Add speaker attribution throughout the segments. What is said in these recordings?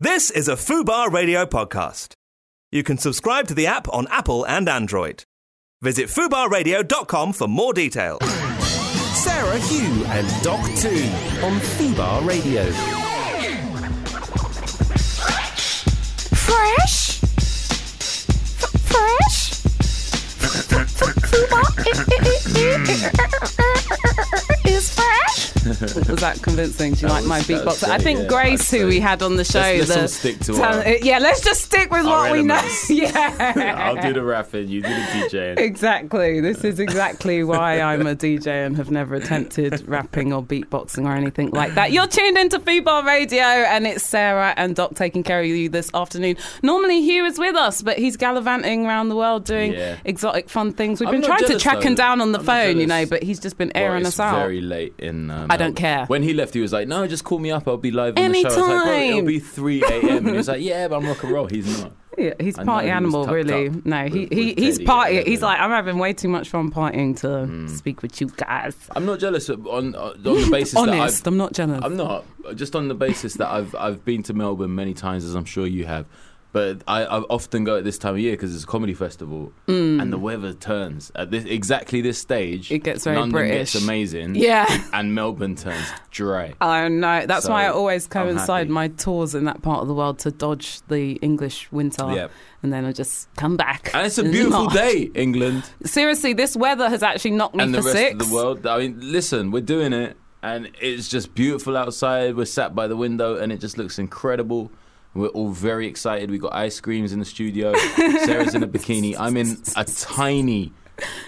Speaker 1: This is a FUBAR Radio podcast. You can subscribe to the app on Apple and Android. Visit FUBARradio.com for more details.
Speaker 2: Sarah Hugh and Doc 2 on Fubar Radio.
Speaker 3: Fresh? F- fresh? Fubar is fresh?
Speaker 4: Was that convincing? Do you like my
Speaker 5: was- that was
Speaker 4: beatbox? I
Speaker 5: great,
Speaker 4: think
Speaker 5: yeah,
Speaker 4: Grace, who
Speaker 5: absolutely.
Speaker 4: we had on the show,
Speaker 5: let's
Speaker 4: the
Speaker 5: all stick to
Speaker 4: talent-
Speaker 5: our-
Speaker 4: yeah, let's just stick with what we know.
Speaker 5: elements.
Speaker 4: yeah,
Speaker 5: I'll do the rapping, you do the DJing.
Speaker 4: exactly. This is exactly why I'm a DJ and have never attempted rapping or beatboxing or anything like that. You're tuned into Foodbar Radio, and it's Sarah and Doc taking care of you this afternoon. Normally Hugh is with us, but he's gallivanting around the world doing
Speaker 5: Yeah.
Speaker 4: exotic fun things. We've
Speaker 5: I'm
Speaker 4: been
Speaker 5: not
Speaker 4: trying
Speaker 5: jealous,
Speaker 4: to track him
Speaker 5: though.
Speaker 4: down on the
Speaker 5: I'm not
Speaker 4: phone, you know,
Speaker 5: jealous.
Speaker 4: but he's just been
Speaker 5: Well,
Speaker 4: airing
Speaker 5: it's
Speaker 4: us out.
Speaker 5: Very late in. Um,
Speaker 4: I don't care.
Speaker 5: When he left, he was like, "No, just call me up. I'll be live on the show." I was like, "Bro, it'll
Speaker 4: Anytime.
Speaker 5: be three a.m. and he was like, "Yeah, but I'm rock and roll." He's not.
Speaker 4: Yeah, he's
Speaker 5: I
Speaker 4: party
Speaker 5: know he was
Speaker 4: animal,
Speaker 5: tucked
Speaker 4: really.
Speaker 5: up
Speaker 4: No, he,
Speaker 5: with-
Speaker 4: he
Speaker 5: with
Speaker 4: he's
Speaker 5: Teddy Hmm. and
Speaker 4: party. He's
Speaker 5: everything.
Speaker 4: like, I'm having way too much fun partying to speak with you guys.
Speaker 5: I'm not jealous of- on on the basis that I've,
Speaker 4: Honest, I'm not jealous.
Speaker 5: I'm not just on the basis that I've I've been to Melbourne many times, as I'm sure you have. But I, I often go at this time of year because it's a comedy festival, and the weather turns at this exactly this stage.
Speaker 4: Mm. It gets very
Speaker 5: London
Speaker 4: British.
Speaker 5: gets amazing,
Speaker 4: Yeah.
Speaker 5: and Melbourne turns dry.
Speaker 4: I know. That's why I
Speaker 5: So,
Speaker 4: always
Speaker 5: I'm
Speaker 4: coincide
Speaker 5: happy.
Speaker 4: my tours in that part of the world to dodge the English winter,
Speaker 5: Yep.
Speaker 4: and then I just come back.
Speaker 5: And it's a
Speaker 4: in
Speaker 5: beautiful
Speaker 4: March.
Speaker 5: day, England.
Speaker 4: Seriously, this weather has actually knocked me
Speaker 5: and the
Speaker 4: for
Speaker 5: rest
Speaker 4: six.
Speaker 5: of the world. I mean, listen, we're doing it, and it's just beautiful outside. We're sat by the window, and it just looks incredible. We're all very excited. We got ice creams in the studio. Sarah's in a bikini. I'm in a tiny,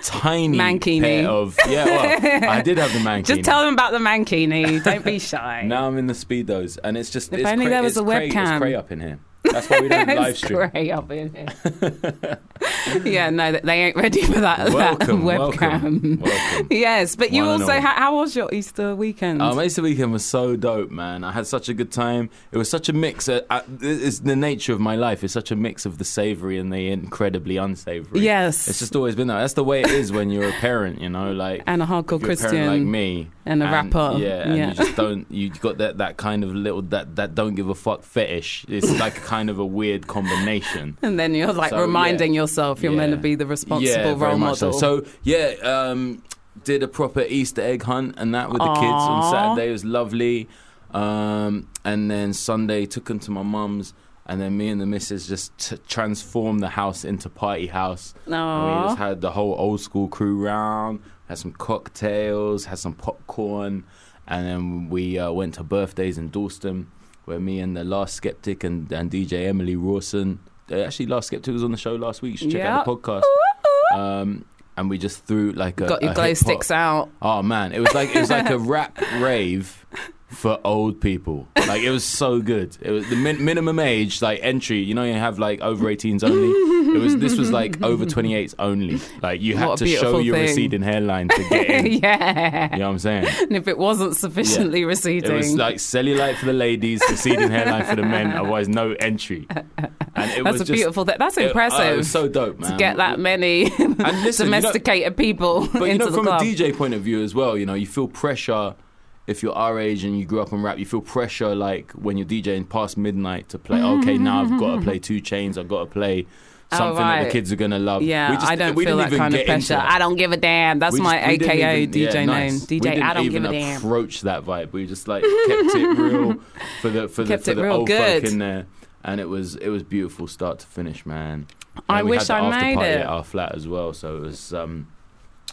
Speaker 5: tiny
Speaker 4: Mankini.
Speaker 5: pair of yeah. Well, I did have the mankini.
Speaker 4: Just tell them about the mankini. Don't be shy.
Speaker 5: Now I'm in the speedos, and it's just.
Speaker 4: If
Speaker 5: it's
Speaker 4: only
Speaker 5: cra-
Speaker 4: there was
Speaker 5: it's
Speaker 4: a
Speaker 5: cray-
Speaker 4: webcam.
Speaker 5: It's cray up in here. That's why we don't live
Speaker 4: It's
Speaker 5: stream.
Speaker 4: grey up in here. yeah, no, they- they ain't ready for that,
Speaker 5: Welcome,
Speaker 4: that
Speaker 5: welcome,
Speaker 4: webcam.
Speaker 5: welcome.
Speaker 4: yes, but you
Speaker 5: One and
Speaker 4: also,
Speaker 5: all.
Speaker 4: how, how was your Easter weekend?
Speaker 5: Um, Easter weekend was so dope, man. I had such a good time. It was such a mix. Uh, uh, it's the nature of my life. It's such a mix of the savory and the incredibly unsavory.
Speaker 4: Yes.
Speaker 5: it's just always been that. That's the way it is when you're a parent, you know, like
Speaker 4: And a hardcore
Speaker 5: if you're parent
Speaker 4: Christian
Speaker 5: like me
Speaker 4: and a rapper.
Speaker 5: Yeah, and
Speaker 4: Yeah.
Speaker 5: you just don't. You got that that kind of little that that don't give a fuck fetish. It's like a kind of a weird combination.
Speaker 4: and then you're like
Speaker 5: So, yeah.
Speaker 4: reminding yourself you're meant to
Speaker 5: Yeah.
Speaker 4: be the responsible
Speaker 5: yeah, very
Speaker 4: role
Speaker 5: much
Speaker 4: model.
Speaker 5: So. so yeah, um, did a proper Easter egg hunt and that with the kids on
Speaker 4: Aw.
Speaker 5: Saturday. It was lovely. Um, and then Sunday took them to my mum's. And then me and the missus just t- transformed the house into party house. And
Speaker 4: Aw.
Speaker 5: we just had the whole old school crew round, had some cocktails, had some popcorn. And then we uh, went to birthdays in Dalston, where me and the last skeptic and, and DJ Emily Rawson, uh, actually, last skeptic was on the show last week. You should check out the
Speaker 4: Yep.
Speaker 5: podcast um, and we just threw like a
Speaker 4: Got your
Speaker 5: a
Speaker 4: glow
Speaker 5: hip-hop-
Speaker 4: sticks out.
Speaker 5: Oh man, it was like it was like a rap rave for old people. Like it was so good. It was the min- minimum age like entry. You know, you have like over 18s only. It was this was like over 28s only. Like you
Speaker 4: What a
Speaker 5: had to show
Speaker 4: beautiful
Speaker 5: your
Speaker 4: thing.
Speaker 5: receding hairline to get in.
Speaker 4: yeah.
Speaker 5: You know what I'm saying?
Speaker 4: And if it wasn't sufficiently receding,
Speaker 5: It was like cellulite for the ladies, receding hairline for the men. Otherwise, no entry. And it
Speaker 4: that's a
Speaker 5: was just-
Speaker 4: beautiful thing. That's
Speaker 5: it- oh,
Speaker 4: impressive.
Speaker 5: It, was so dope, man.
Speaker 4: to get that many
Speaker 5: And listen, you know-
Speaker 4: domesticated people
Speaker 5: But
Speaker 4: into
Speaker 5: you know,
Speaker 4: the
Speaker 5: from
Speaker 4: club.
Speaker 5: a DJ point of view as well, you know, you feel pressure if you're our age and you grew up on rap. You feel pressure like when you're DJing past midnight to play. "Oh, Okay, now I've got to play Two Chains. I've got to play something that
Speaker 4: Oh, right.
Speaker 5: the kids are gonna love.
Speaker 4: Yeah,
Speaker 5: We just-
Speaker 4: I don't
Speaker 5: we
Speaker 4: feel
Speaker 5: didn't
Speaker 4: that
Speaker 5: even
Speaker 4: kind of
Speaker 5: get into
Speaker 4: pressure.
Speaker 5: that.
Speaker 4: I don't give a damn. That's
Speaker 5: We
Speaker 4: my
Speaker 5: just- we didn't
Speaker 4: AKA
Speaker 5: even-
Speaker 4: DJ
Speaker 5: yeah,
Speaker 4: name.
Speaker 5: nice. We
Speaker 4: DJ, I
Speaker 5: didn't
Speaker 4: don't give
Speaker 5: even
Speaker 4: a damn.
Speaker 5: Approach that vibe. We just like kept it real for the for the,
Speaker 4: Kept
Speaker 5: for
Speaker 4: it
Speaker 5: the
Speaker 4: real
Speaker 5: old
Speaker 4: good.
Speaker 5: folk in there, and it was it was beautiful start to finish, man. And
Speaker 4: I
Speaker 5: then we had
Speaker 4: wish
Speaker 5: the
Speaker 4: I
Speaker 5: after
Speaker 4: made
Speaker 5: party
Speaker 4: it.
Speaker 5: at our flat as well, so it was um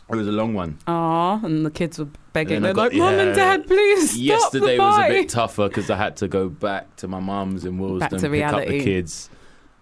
Speaker 5: it was a long one.
Speaker 4: Aw, and the kids were begging.
Speaker 5: And then
Speaker 4: They're
Speaker 5: I got-
Speaker 4: like, Mum and
Speaker 5: yeah.
Speaker 4: Dad, please stop
Speaker 5: Yesterday
Speaker 4: the
Speaker 5: was a
Speaker 4: party."
Speaker 5: bit tougher because I had to go back to my mum's in
Speaker 4: Back to
Speaker 5: Willesden, pick up
Speaker 4: reality.
Speaker 5: the kids,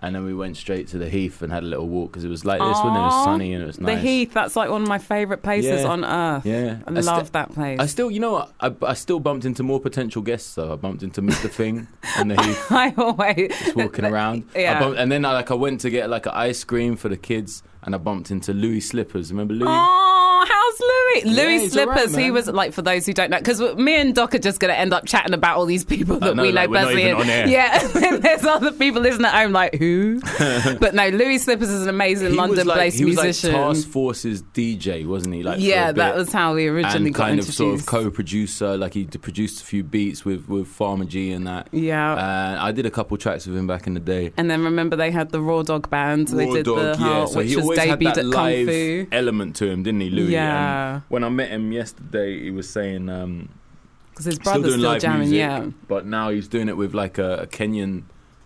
Speaker 5: and then we went straight to the Heath and had a little walk because it was like this when it
Speaker 4: Aw.
Speaker 5: was sunny and it was nice.
Speaker 4: The Heath, that's like one of my favourite places
Speaker 5: Yeah.
Speaker 4: on earth.
Speaker 5: Yeah.
Speaker 4: I,
Speaker 5: I st-
Speaker 4: love that place.
Speaker 5: I still, you know, what? I, I still bumped into more potential guests though. I bumped into Mr. Thing and the Heath
Speaker 4: I always.
Speaker 5: just walking around. I
Speaker 4: Yeah.
Speaker 5: bumped- and then I, like I went to get like an ice cream for the kids, and I bumped into Louis Slippers. Remember Louis?
Speaker 4: Oh, how's Louis? right. Louis
Speaker 5: he's all right,
Speaker 4: Slippers, he
Speaker 5: man.
Speaker 4: was like, for those who don't know, because me and Doc are just going to end up chatting about all these people that
Speaker 5: know,
Speaker 4: we
Speaker 5: like,
Speaker 4: know
Speaker 5: we're not
Speaker 4: personally.
Speaker 5: even on air.
Speaker 4: Yeah, and then there's other people listening at home like, who? but no, Louis Slippers is an
Speaker 5: He
Speaker 4: amazing
Speaker 5: was
Speaker 4: London
Speaker 5: like-
Speaker 4: based
Speaker 5: he was
Speaker 4: musician.
Speaker 5: Like Task Force's DJ, wasn't he? Like for a
Speaker 4: yeah,
Speaker 5: bit.
Speaker 4: that was how we originally
Speaker 5: and
Speaker 4: got
Speaker 5: kind of
Speaker 4: introduced.
Speaker 5: sort of co-producer. Like he d- produced a few beats with with Farmer G and that.
Speaker 4: Yeah.
Speaker 5: and I did a couple tracks with him back in the day.
Speaker 4: and then remember they had the Raw Dog band. they
Speaker 5: Raw
Speaker 4: did the
Speaker 5: Dog,
Speaker 4: whole,
Speaker 5: so
Speaker 4: which
Speaker 5: he
Speaker 4: was
Speaker 5: always had
Speaker 4: debuted
Speaker 5: that
Speaker 4: at Kung
Speaker 5: live
Speaker 4: Fu.
Speaker 5: element to him, didn't he, Louis?
Speaker 4: Yeah.
Speaker 5: And when I met him yesterday, he was saying um,
Speaker 4: Because his
Speaker 5: still
Speaker 4: brother's
Speaker 5: doing
Speaker 4: still,
Speaker 5: live
Speaker 4: jamming.
Speaker 5: music,
Speaker 4: Yeah,
Speaker 5: but now he's doing it with like a, a Kenyan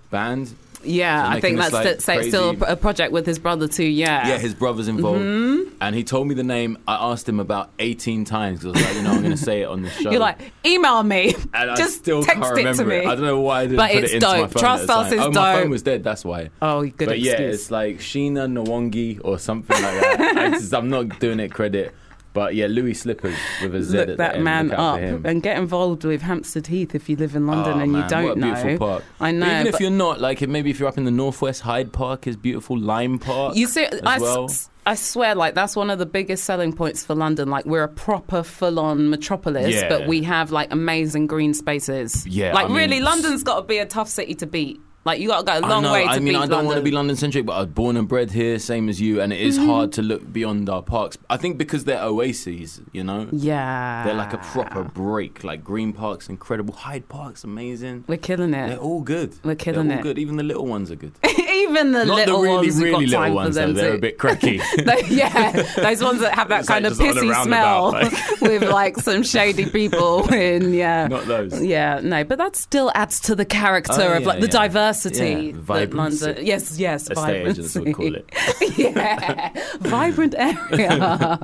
Speaker 5: band.
Speaker 4: yeah.
Speaker 5: He's
Speaker 4: I
Speaker 5: making
Speaker 4: think that's
Speaker 5: this, like,
Speaker 4: the- so it's still
Speaker 5: crazy-
Speaker 4: a project with his brother too. Yeah.
Speaker 5: Yeah, his brother's involved,
Speaker 4: Mm-hmm.
Speaker 5: and he told me the name. I asked him about eighteen times 'cause I was like, you know, I'm going to say it on the show.
Speaker 4: You're like, email me.
Speaker 5: um, And
Speaker 4: Just
Speaker 5: I still
Speaker 4: text
Speaker 5: can't
Speaker 4: it to
Speaker 5: remember
Speaker 4: me.
Speaker 5: it. I don't know why I didn't
Speaker 4: But
Speaker 5: put
Speaker 4: it's
Speaker 5: it into my
Speaker 4: dope.
Speaker 5: phone.
Speaker 4: Trust
Speaker 5: at the
Speaker 4: us,
Speaker 5: time.
Speaker 4: it's
Speaker 5: oh, my
Speaker 4: dope.
Speaker 5: phone was dead. That's why.
Speaker 4: Oh, good
Speaker 5: but yeah,
Speaker 4: excuse.
Speaker 5: it's like Sheena Nwangi or something like that. I just- I'm not doing it credit, but yeah, Louis Slippers with a Z at
Speaker 4: Look
Speaker 5: the
Speaker 4: that
Speaker 5: end.
Speaker 4: man
Speaker 5: Look out
Speaker 4: up
Speaker 5: for him.
Speaker 4: and get involved with Hampstead Heath if you live in London
Speaker 5: Oh,
Speaker 4: and you
Speaker 5: man,
Speaker 4: don't
Speaker 5: what a beautiful
Speaker 4: know.
Speaker 5: Park.
Speaker 4: I know.
Speaker 5: But even if
Speaker 4: but
Speaker 5: you're not, like if- maybe if you're up in the northwest, Hyde Park is beautiful. Lime Park.
Speaker 4: you see,
Speaker 5: as
Speaker 4: I, s-
Speaker 5: well.
Speaker 4: I swear, like that's one of the biggest selling points for London. Like we're a proper full-on metropolis,
Speaker 5: Yeah.
Speaker 4: but we have like amazing green spaces.
Speaker 5: Yeah,
Speaker 4: like
Speaker 5: I mean,
Speaker 4: really,
Speaker 5: s-
Speaker 4: London's got to be a tough city to beat. Like you got to go a long
Speaker 5: I know.
Speaker 4: way to
Speaker 5: I mean,
Speaker 4: beat
Speaker 5: I don't want to
Speaker 4: London. Mm-hmm.
Speaker 5: be London centric, but I was born and bred here, same as you, and it is hard to look beyond our parks. I think because they're oases, you know.
Speaker 4: Yeah,
Speaker 5: They're like a proper
Speaker 4: Ah.
Speaker 5: break. Like Green Park's incredible, Hyde Park's amazing.
Speaker 4: We're killing
Speaker 5: They're
Speaker 4: it.
Speaker 5: all good.
Speaker 4: We're killing
Speaker 5: They're all
Speaker 4: it.
Speaker 5: Good, even the little ones are good.
Speaker 4: Even
Speaker 5: Not
Speaker 4: the
Speaker 5: the
Speaker 4: little
Speaker 5: really,
Speaker 4: ones, we've
Speaker 5: really
Speaker 4: got time
Speaker 5: little
Speaker 4: for
Speaker 5: ones though.
Speaker 4: them
Speaker 5: They're a
Speaker 4: too.
Speaker 5: bit cracky.
Speaker 4: Tho- yeah, those ones that have that
Speaker 5: It's like
Speaker 4: kind of
Speaker 5: just on a
Speaker 4: pissy smell
Speaker 5: roundabout, like.
Speaker 4: with like some shady people in. Yeah,
Speaker 5: Not those.
Speaker 4: Yeah, no, but that still adds to the character
Speaker 5: Oh,
Speaker 4: of
Speaker 5: yeah,
Speaker 4: like the
Speaker 5: yeah.
Speaker 4: diversity.
Speaker 5: Yeah,
Speaker 4: that
Speaker 5: vibrancy.
Speaker 4: London, yes, yes,
Speaker 5: Estate agents
Speaker 4: vibrancy.
Speaker 5: would call it.
Speaker 4: yeah, vibrant area.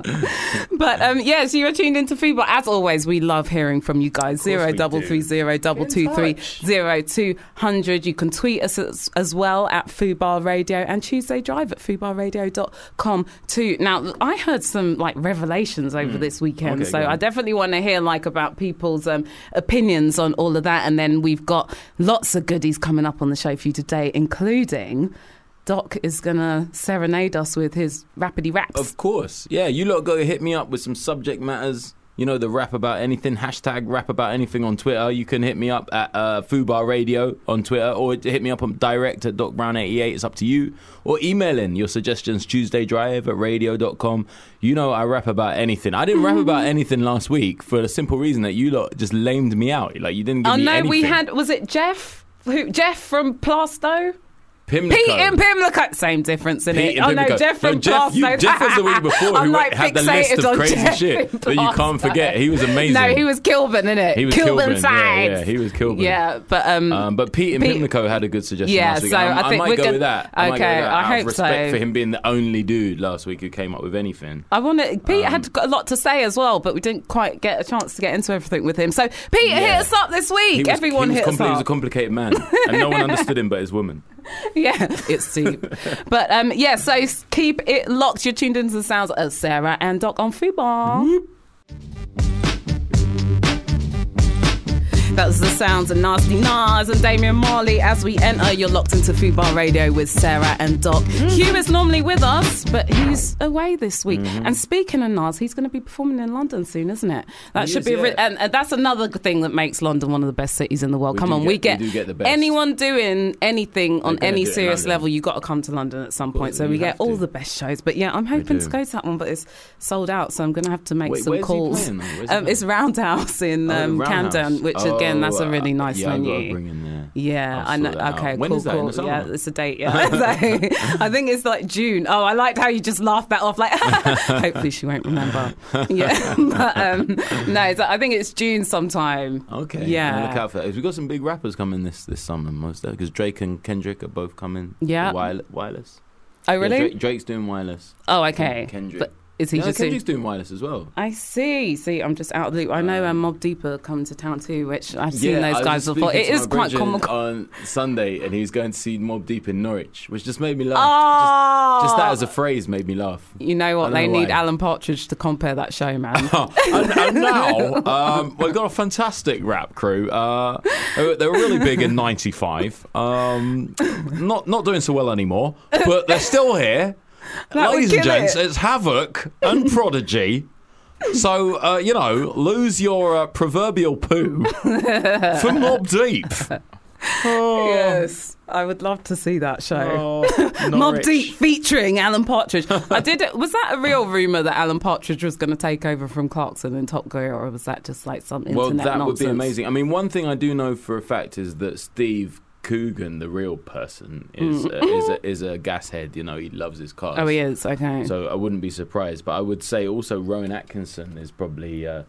Speaker 4: but um, yeah, so you're tuned into Feedback. As always, we love hearing from you guys. Zero
Speaker 5: we
Speaker 4: double
Speaker 5: do.
Speaker 4: three zero double two three zero two hundred. You can tweet us as, as well at Fubar Radio and Tuesday Drive at FubarRadio.com too. Now, I heard some like revelations over this weekend,
Speaker 5: Hmm. Okay,
Speaker 4: so
Speaker 5: go on.
Speaker 4: I definitely want to hear like about people's um, opinions on all of that. And then we've got lots of goodies coming up on the show for you today, including. Doc is gonna serenade us with his rapidy raps.
Speaker 5: Of course. Yeah, you lot go hit me up with some subject matters. You know, the rap about anything, hashtag rap about anything on Twitter. You can hit me up at uh, Fubar Radio on Twitter or hit me up on direct at DocBrown88. It's up to you. Or email in your suggestions, TuesdayDrive at radio.com. You know, I rap about anything. I didn't rap about anything last week for the simple reason that you lot just lamed me out. Like, you didn't give
Speaker 4: oh
Speaker 5: me
Speaker 4: no,
Speaker 5: anything.
Speaker 4: we had was it Jeff? Who, Jeff from Plasto?
Speaker 5: Pimlico.
Speaker 4: Pete and Pimlico, same difference in
Speaker 5: Pete
Speaker 4: it.
Speaker 5: and
Speaker 4: Oh no,
Speaker 5: Pimlico.
Speaker 4: Jeff from
Speaker 5: no, Jeff,
Speaker 4: Plasto.
Speaker 5: you, Jeff was the week before
Speaker 4: I'm
Speaker 5: who
Speaker 4: like
Speaker 5: had the list
Speaker 4: fixated
Speaker 5: of
Speaker 4: on
Speaker 5: crazy
Speaker 4: Jeff
Speaker 5: shit
Speaker 4: in
Speaker 5: that you can't
Speaker 4: Plasto.
Speaker 5: forget. He was amazing.
Speaker 4: No, he was Kilburn in it.
Speaker 5: He was
Speaker 4: Kilburn,
Speaker 5: Kilburn, yeah,
Speaker 4: side.
Speaker 5: yeah, he was Kilburn.
Speaker 4: Yeah, but um,
Speaker 5: Um, but Pete and
Speaker 4: Pete-
Speaker 5: Pimlico had a good suggestion
Speaker 4: Yeah,
Speaker 5: last week.
Speaker 4: so
Speaker 5: I,
Speaker 4: I
Speaker 5: I
Speaker 4: think
Speaker 5: might
Speaker 4: we're
Speaker 5: go
Speaker 4: gonna-
Speaker 5: with that. I might go
Speaker 4: Okay,
Speaker 5: with that
Speaker 4: I
Speaker 5: out of
Speaker 4: hope
Speaker 5: respect
Speaker 4: so.
Speaker 5: for him being the only dude last week who came up with anything.
Speaker 4: I want to. Pete
Speaker 5: um,
Speaker 4: had got a lot to say as well, but we didn't quite get a chance to get into everything with him. So Peter hit
Speaker 5: Yeah.
Speaker 4: us up this week.
Speaker 5: He was,
Speaker 4: Everyone
Speaker 5: he was
Speaker 4: hit us
Speaker 5: compli-
Speaker 4: up.
Speaker 5: He was a complicated man, and no one understood him but his woman.
Speaker 4: yeah, it's deep. but um, yeah, so s- keep it locked. You're tuned into the sounds of Sarah and Doc on Fubar. That was the sounds of Nasty Nas and Damian Marley. As we enter, you're locked into Fubar Radio with Sarah and Doc. Hugh is normally with us, but he's away this week. And speaking of Nas, he's going to be performing in London soon, isn't it? That
Speaker 5: He
Speaker 4: should
Speaker 5: is,
Speaker 4: be, re-
Speaker 5: yeah.
Speaker 4: and, and that's another thing that makes London one of the best cities in the world.
Speaker 5: We
Speaker 4: Come
Speaker 5: do
Speaker 4: on,
Speaker 5: get-
Speaker 4: we
Speaker 5: we
Speaker 4: get,
Speaker 5: do get the best.
Speaker 4: anyone anyone doing anything on
Speaker 5: gonna
Speaker 4: any
Speaker 5: do it in
Speaker 4: serious
Speaker 5: London.
Speaker 4: level, you got to come to London at some point. So
Speaker 5: you
Speaker 4: we get
Speaker 5: have
Speaker 4: all
Speaker 5: to.
Speaker 4: the best shows. But yeah, I'm hoping to
Speaker 5: do.
Speaker 4: go to that one, but it's sold out. So I'm going to have to make
Speaker 5: Wait,
Speaker 4: some
Speaker 5: where's he
Speaker 4: calls.
Speaker 5: playing though? Where's he
Speaker 4: um, it's
Speaker 5: playing?
Speaker 4: Roundhouse in
Speaker 5: Oh,
Speaker 4: um,
Speaker 5: Roundhouse.
Speaker 4: Camden, which again,
Speaker 5: Oh,
Speaker 4: that's a really
Speaker 5: uh,
Speaker 4: nice
Speaker 5: yeah, I gotta
Speaker 4: venue.
Speaker 5: bring him there.
Speaker 4: Yeah,
Speaker 5: I'll
Speaker 4: I know.
Speaker 5: sort that
Speaker 4: Okay,
Speaker 5: out. When
Speaker 4: cool,
Speaker 5: is that? In
Speaker 4: cool.
Speaker 5: the summer?
Speaker 4: yeah, it's a date. Yeah, So, I think it's like June. Oh, I liked how you just laughed that off. Like, hopefully she won't remember. Yeah, but um, no, so I think it's June sometime.
Speaker 5: Okay.
Speaker 4: Yeah.
Speaker 5: I'll Look out for that. We've got some big rappers coming this this summer, most because Drake and Kendrick are both coming.
Speaker 4: Yeah.
Speaker 5: Wirel- wireless.
Speaker 4: Oh,
Speaker 5: Yeah,
Speaker 4: really?
Speaker 5: Drake, Drake's doing wireless.
Speaker 4: oh, okay.
Speaker 5: Kendrick.
Speaker 4: But is he
Speaker 5: no,
Speaker 4: just
Speaker 5: Kendrick's doing wireless as well.
Speaker 4: I see. See, I'm just out of the loop. I know um, Mob Deeper come to town too, which I've seen
Speaker 5: I
Speaker 4: those
Speaker 5: was
Speaker 4: guys
Speaker 5: just
Speaker 4: before.
Speaker 5: speaking
Speaker 4: It
Speaker 5: to
Speaker 4: is
Speaker 5: my
Speaker 4: quite
Speaker 5: brethren
Speaker 4: comical.
Speaker 5: On Sunday, and he was going to see Mob Deep in Norwich, which just made me laugh.
Speaker 4: Oh,
Speaker 5: Just, just that as a phrase made me laugh.
Speaker 4: you know
Speaker 5: I
Speaker 4: what?
Speaker 5: don't
Speaker 4: They
Speaker 5: know
Speaker 4: need
Speaker 5: why. Oh.
Speaker 4: Alan Partridge to compare that show, man.
Speaker 5: and, and now um, we've got a fantastic rap crew. Uh, they were- they were really big in '95. Um, not not doing so well anymore, but they're still here.
Speaker 4: That would
Speaker 5: Ladies and
Speaker 4: kill
Speaker 5: gents,
Speaker 4: it.
Speaker 5: it's Havoc and Prodigy So, uh, you know, lose your uh, proverbial poo for Mob Deep. Oh,
Speaker 4: Yes, I would love to see that show.
Speaker 5: oh,
Speaker 4: Mob
Speaker 5: Norwich.
Speaker 4: Deep featuring Alan Partridge. I did. Was that a real rumor that Alan Partridge was going to take over from Clarkson in Top Gear, or was that just like some internet
Speaker 5: Well, that
Speaker 4: nonsense?
Speaker 5: would be amazing. I mean, one thing I do know for a fact is that Steve Coogan, the real person, is uh, is, a, is a gashead. You know, he loves his cars.
Speaker 4: Mm. Oh, he is okay.
Speaker 5: So I wouldn't be surprised. But I would say also Rowan Atkinson is probably. Uh,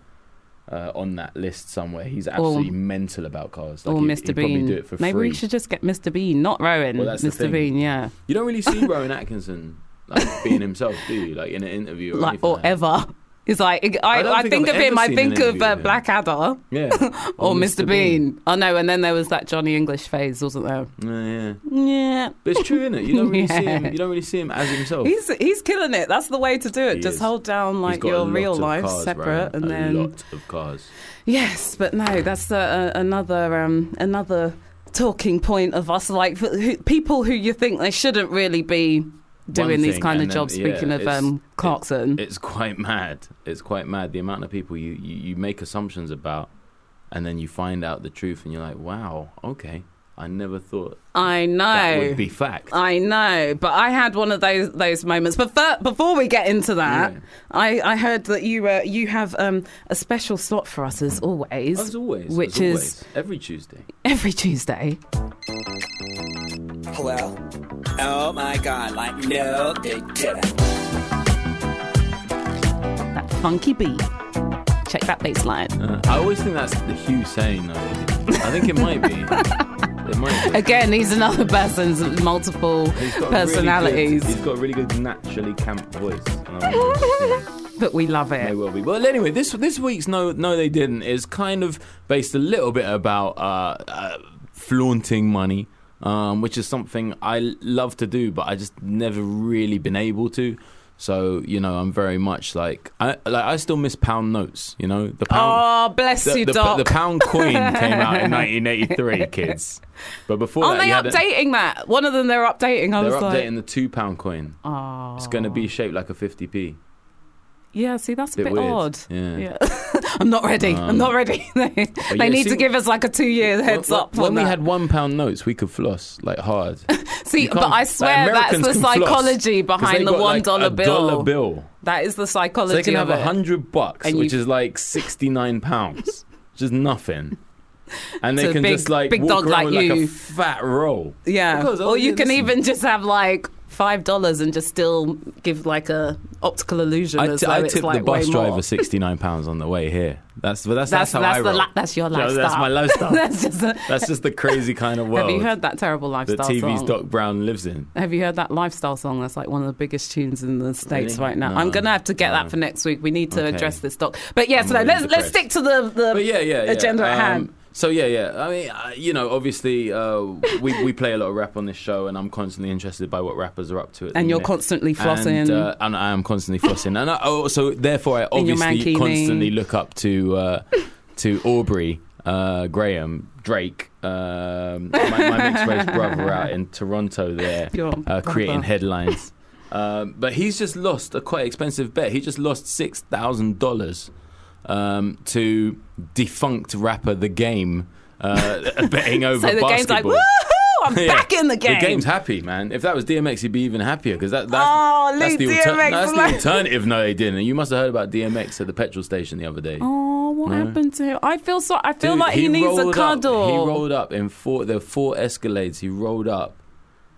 Speaker 5: uh, on that list somewhere, he's absolutely mental about cars. Like
Speaker 4: or
Speaker 5: he'd-
Speaker 4: Mr.
Speaker 5: he'd
Speaker 4: Bean.
Speaker 5: Probably do it for
Speaker 4: Maybe
Speaker 5: free.
Speaker 4: we should just get Mr. Bean, not Rowan.
Speaker 5: Well, that's the
Speaker 4: Mr.
Speaker 5: thing.
Speaker 4: Bean, yeah,
Speaker 5: You don't really see Rowan Atkinson like being himself, do you? Like in an interview or
Speaker 4: like
Speaker 5: anything
Speaker 4: or
Speaker 5: like that.
Speaker 4: ever. It's like I,
Speaker 5: I don't
Speaker 4: I,
Speaker 5: think
Speaker 4: think
Speaker 5: I've
Speaker 4: of him.
Speaker 5: ever
Speaker 4: I
Speaker 5: seen
Speaker 4: think
Speaker 5: an
Speaker 4: of
Speaker 5: interview
Speaker 4: uh,
Speaker 5: with him.
Speaker 4: Blackadder
Speaker 5: Yeah.
Speaker 4: or Mr. Bean. Oh no, and then there was that Johnny English phase, wasn't there?
Speaker 5: Yeah, yeah.
Speaker 4: Yeah.
Speaker 5: But it's true, isn't it? You don't really see him.
Speaker 4: Yeah.
Speaker 5: You don't really see him as himself.
Speaker 4: Oh. He's he's killing it. That's the way to do it.
Speaker 5: He
Speaker 4: Just
Speaker 5: is.
Speaker 4: hold down
Speaker 5: He's
Speaker 4: like
Speaker 5: got a
Speaker 4: your
Speaker 5: lot
Speaker 4: real
Speaker 5: of
Speaker 4: life
Speaker 5: cars,
Speaker 4: separate,
Speaker 5: Rowan.
Speaker 4: and
Speaker 5: a
Speaker 4: then
Speaker 5: lot of cars.
Speaker 4: yes, but no, that's uh, uh, another um, another talking point of us like who, people who you think they shouldn't really be doing these
Speaker 5: thing,
Speaker 4: kind of
Speaker 5: and then-
Speaker 4: jobs.
Speaker 5: yeah,
Speaker 4: Speaking of
Speaker 5: it's-
Speaker 4: um, Clarkson,
Speaker 5: It's quite mad. It's quite mad the amount of people you, you, you make assumptions about, and then you find out the truth, and you're like, wow, okay, I never thought
Speaker 4: I know.
Speaker 5: that would be fact.
Speaker 4: I know, but I had one of those those moments. But fir- before we get into that,
Speaker 5: Yeah.
Speaker 4: I, I heard that you uh, you have um, a special slot for us as always,
Speaker 5: as always,
Speaker 4: which
Speaker 5: as
Speaker 4: is
Speaker 5: always, every Tuesday.
Speaker 4: every Tuesday.
Speaker 6: Hello? Oh my god, like, no, they didn't.
Speaker 4: That funky beat. Check that bass line.
Speaker 5: Uh, I always think that's the Hugh saying, though. I think it might be. it might be.
Speaker 4: Again, he's another person's multiple
Speaker 5: He's got a really good-
Speaker 4: personalities,
Speaker 5: he's got a really good naturally camp voice. and I wonder if it's him.
Speaker 4: but we love
Speaker 5: May
Speaker 4: it.
Speaker 5: well be. Well, anyway, this this week's no, no, they didn't is kind of based a little bit about uh, uh, flaunting money, um, which is something I l- love to do, but I just never really been able to. So you know, I'm very much like I like I still miss pound notes. You know, the pound.
Speaker 4: Oh, bless
Speaker 5: The,
Speaker 4: you,
Speaker 5: the,
Speaker 4: Doc.
Speaker 5: the pound coin came out in 1983, kids. But before
Speaker 4: Aren't
Speaker 5: that,
Speaker 4: they
Speaker 5: you had a-
Speaker 4: updating that? One of them they're updating. I
Speaker 5: they're
Speaker 4: was like,
Speaker 5: updating the two pound coin.
Speaker 4: oh,
Speaker 5: It's going to be shaped like a 50p.
Speaker 4: Yeah, see, that's a
Speaker 5: Bit
Speaker 4: bit,
Speaker 5: weird.
Speaker 4: odd.
Speaker 5: Yeah. Um,
Speaker 4: I'm not ready. I'm not ready. they
Speaker 5: yeah,
Speaker 4: need
Speaker 5: see-
Speaker 4: to give us like a two year heads
Speaker 5: when,
Speaker 4: up.
Speaker 5: When
Speaker 4: on
Speaker 5: we
Speaker 4: that.
Speaker 5: had one pound notes, we could floss like hard.
Speaker 4: see,
Speaker 5: You
Speaker 4: but
Speaker 5: can't-
Speaker 4: I
Speaker 5: like,
Speaker 4: swear that's
Speaker 5: Americans
Speaker 4: the
Speaker 5: can floss,
Speaker 4: psychology
Speaker 5: 'cause they
Speaker 4: behind the
Speaker 5: got,
Speaker 4: one
Speaker 5: like,
Speaker 4: dollar
Speaker 5: a
Speaker 4: bill.
Speaker 5: dollar bill.
Speaker 4: That is the
Speaker 5: So
Speaker 4: psychology
Speaker 5: they can
Speaker 4: of
Speaker 5: have a
Speaker 4: it.
Speaker 5: hundred bucks,
Speaker 4: And
Speaker 5: which
Speaker 4: you-
Speaker 5: is like sixty nine pounds, which is nothing. And
Speaker 4: To
Speaker 5: they
Speaker 4: a
Speaker 5: can
Speaker 4: big-
Speaker 5: just like
Speaker 4: big
Speaker 5: walk
Speaker 4: dog
Speaker 5: around
Speaker 4: like
Speaker 5: with, like
Speaker 4: you.
Speaker 5: a fat roll.
Speaker 4: Yeah,
Speaker 5: Because, oh,
Speaker 4: or you
Speaker 5: yeah,
Speaker 4: can
Speaker 5: listen.
Speaker 4: even just have like five dollars and just still give like a optical illusion.
Speaker 5: I
Speaker 4: as
Speaker 5: t-
Speaker 4: though
Speaker 5: I
Speaker 4: it's
Speaker 5: tipped
Speaker 4: like
Speaker 5: the bus
Speaker 4: way
Speaker 5: driver
Speaker 4: more.
Speaker 5: sixty nine pounds on the way here. That's that's
Speaker 4: That's
Speaker 5: that's, how I
Speaker 4: that's the
Speaker 5: roll.
Speaker 4: la- that's your
Speaker 5: Yeah,
Speaker 4: lifestyle.
Speaker 5: That's my lifestyle.
Speaker 4: That's just a-
Speaker 5: that's just the crazy kind of world
Speaker 4: Have you heard that terrible
Speaker 5: that
Speaker 4: lifestyle
Speaker 5: TV's
Speaker 4: song?
Speaker 5: Doc Brown lives in.
Speaker 4: Have you heard that lifestyle song? That's like one of the biggest tunes in the states
Speaker 5: Really?
Speaker 4: right now.
Speaker 5: No.
Speaker 4: I'm gonna have to get
Speaker 5: No.
Speaker 4: that for next week. We need to
Speaker 5: Okay.
Speaker 4: address this doc. But yeah,
Speaker 5: I'm
Speaker 4: so
Speaker 5: really
Speaker 4: let's let's
Speaker 5: depressed.
Speaker 4: stick to the the
Speaker 5: but yeah, yeah, yeah.
Speaker 4: agenda at
Speaker 5: Um,
Speaker 4: hand.
Speaker 5: So yeah, yeah. I mean, uh, you know, obviously uh, we we play a lot of rap on this show, and I'm constantly interested by what rappers are up to. At the
Speaker 4: And you're
Speaker 5: minute.
Speaker 4: constantly flossing.
Speaker 5: And, uh, and I am constantly flossing, and I, oh, so therefore I
Speaker 4: In your
Speaker 5: obviously
Speaker 4: mankini.
Speaker 5: constantly look up to uh, to Aubrey. Uh, Graham Drake, um, my, my mixed race brother out in Toronto, there
Speaker 4: Your
Speaker 5: uh, creating
Speaker 4: brother.
Speaker 5: headlines. Um, but he's just lost a quite expensive bet. He just lost six thousand dollars um, to defunct rapper The Game uh, betting over
Speaker 4: so the game's like,
Speaker 5: basketball.
Speaker 4: woohoo! I'm
Speaker 5: Yeah.
Speaker 4: back in the game.
Speaker 5: The game's happy, man. If that was DMX, he'd be even happier because that, that's,
Speaker 4: Oh,
Speaker 5: that's,
Speaker 4: leave
Speaker 5: the alter-
Speaker 4: DMX
Speaker 5: that's the
Speaker 4: alone.
Speaker 5: alternative. No, they didn't. You must have heard about DMX at the petrol station the other day.
Speaker 4: Oh, what happened to him? I feel so. I feel
Speaker 5: Dude,
Speaker 4: like he, needs a
Speaker 5: rolled up-
Speaker 4: cuddle.
Speaker 5: he rolled up in four. There were four Escalades. He rolled up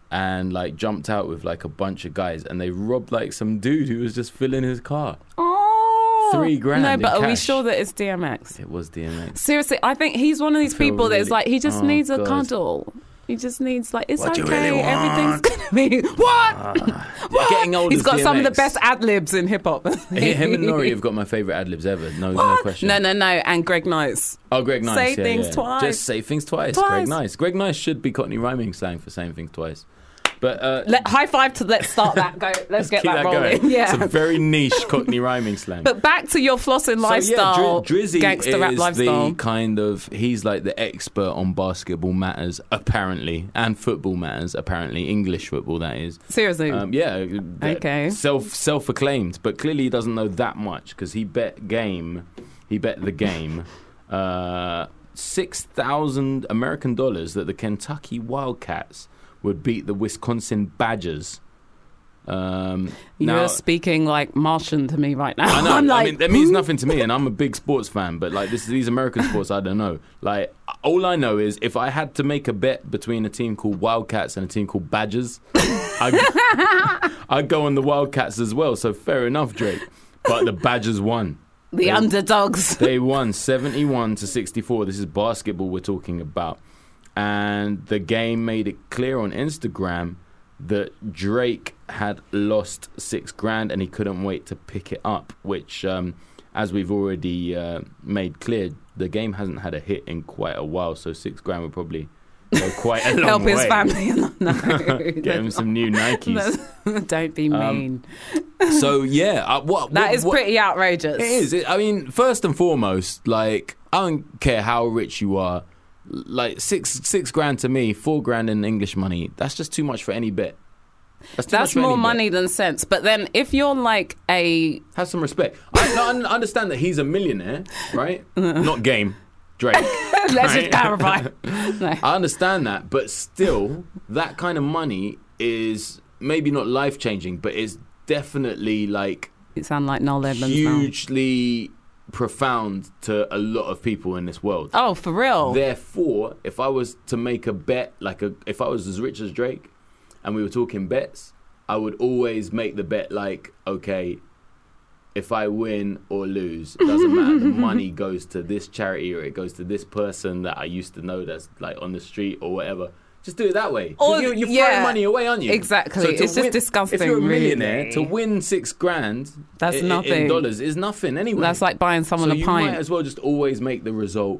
Speaker 5: and like jumped out with like a bunch of guys, and they robbed like some dude who was just filling his car.
Speaker 4: oh,
Speaker 5: Three grand
Speaker 4: No,
Speaker 5: in
Speaker 4: but are we
Speaker 5: cash.
Speaker 4: sure that it's DMX?
Speaker 5: It was DMX.
Speaker 4: Seriously, I think he's one of these
Speaker 5: I feel
Speaker 4: people that's
Speaker 5: really-
Speaker 4: like he just
Speaker 5: Oh,
Speaker 4: needs a
Speaker 5: God.
Speaker 4: cuddle. He just needs like it's
Speaker 5: What do you
Speaker 4: okay.
Speaker 5: really
Speaker 4: Everything's
Speaker 5: want? Ah.
Speaker 4: gonna be what? what?
Speaker 5: Getting old
Speaker 4: He's
Speaker 5: is
Speaker 4: got some of the
Speaker 5: DMX.
Speaker 4: best ad libs in hip hop.
Speaker 5: Him and Nori have got my favorite ad libs ever. No, no question.
Speaker 4: No, no, no. And Greg Nice.
Speaker 5: Oh, Greg Nice.
Speaker 4: Say
Speaker 5: yeah,
Speaker 4: things
Speaker 5: yeah.
Speaker 4: twice.
Speaker 5: Just say things twice.
Speaker 4: Twice.
Speaker 5: Greg Nice. Greg Nice should be Cockney rhyming slang for saying things twice. But uh,
Speaker 4: Let, high five to let's start that. Go. Let's, get
Speaker 5: keep
Speaker 4: that,
Speaker 5: that,
Speaker 4: rolling.
Speaker 5: going.
Speaker 4: Yeah.
Speaker 5: It's a very niche Cockney rhyming slang.
Speaker 4: but back to your flossing lifestyle,
Speaker 5: Dri- Drizzy
Speaker 4: gangster rap
Speaker 5: is
Speaker 4: lifestyle.
Speaker 5: the kind of he's like the expert on basketball matters apparently, and football matters apparently, English football that is.
Speaker 4: Seriously.
Speaker 5: Um, yeah. that-
Speaker 4: Okay.
Speaker 5: Self self acclaimed, but clearly he doesn't know that much because he bet game, he bet the game, uh, six thousand American dollars that the Kentucky Wildcats would beat the Wisconsin Badgers. Um, now-
Speaker 4: You're speaking like Martian to me right now.
Speaker 5: I know.
Speaker 4: am like,
Speaker 5: I mean, that means nothing to me, and I'm a big sports fan. But like this, these American sports, I don't know. Like all I know is if I had to make a bet between a team called Wildcats and a team called Badgers, I I go on the Wildcats as well. So fair enough, Drake. But the Badgers won.
Speaker 4: the underdogs.
Speaker 5: They won 71 to 64. This is basketball we're talking about. And the game made it clear on Instagram that Drake had lost six grand and he couldn't wait to pick it up, which, um, as we've already uh, made clear, the game hasn't had a hit in quite a while. So six grand would probably go quite a long
Speaker 4: Help
Speaker 5: way.
Speaker 4: his family. No,
Speaker 5: Get him some new Nikes.
Speaker 4: Don't be
Speaker 5: Um,
Speaker 4: mean.
Speaker 5: so, yeah. Uh, what,
Speaker 4: That
Speaker 5: what-
Speaker 4: is
Speaker 5: what-
Speaker 4: pretty outrageous.
Speaker 5: It is. It, I mean, first and foremost, like I don't care how rich you are. Like six six grand to me, four grand in English money. That's just too much for any bet. That's, too much
Speaker 4: That's
Speaker 5: for
Speaker 4: more
Speaker 5: any bet.
Speaker 4: money than sense. But then if you're like a
Speaker 5: Have some respect. I, no, I un- understand that he's a millionaire, right? Not game, Drake.
Speaker 4: let's
Speaker 5: Right.
Speaker 4: just clarify. No.
Speaker 5: I understand that, but still, that kind of money is maybe not life changing, but it's definitely like
Speaker 4: You sound like Noel Edmonds
Speaker 5: hugely profound to a lot of people in this world.
Speaker 4: now. Oh, for real.
Speaker 5: Therefore, if I was to make a bet, like a, if I was as rich as Drake, and we were talking bets, I would always make the bet like, okay, if I win or lose, it doesn't matter. the money goes to this charity or it goes to this person that I used to know that's like on the street or whatever. Just do it that way. 'Cause
Speaker 4: Or-
Speaker 5: you, you're
Speaker 4: yeah,
Speaker 5: throwing money away, aren't you?
Speaker 4: exactly.
Speaker 5: to
Speaker 4: It's just disgusting,
Speaker 5: If you're a millionaire,
Speaker 4: really.
Speaker 5: to win six grand
Speaker 4: That's
Speaker 5: i- i-
Speaker 4: nothing.
Speaker 5: in dollars is nothing anyway.
Speaker 4: That's like buying someone
Speaker 5: so
Speaker 4: a
Speaker 5: you
Speaker 4: pint.
Speaker 5: might as well just always make the result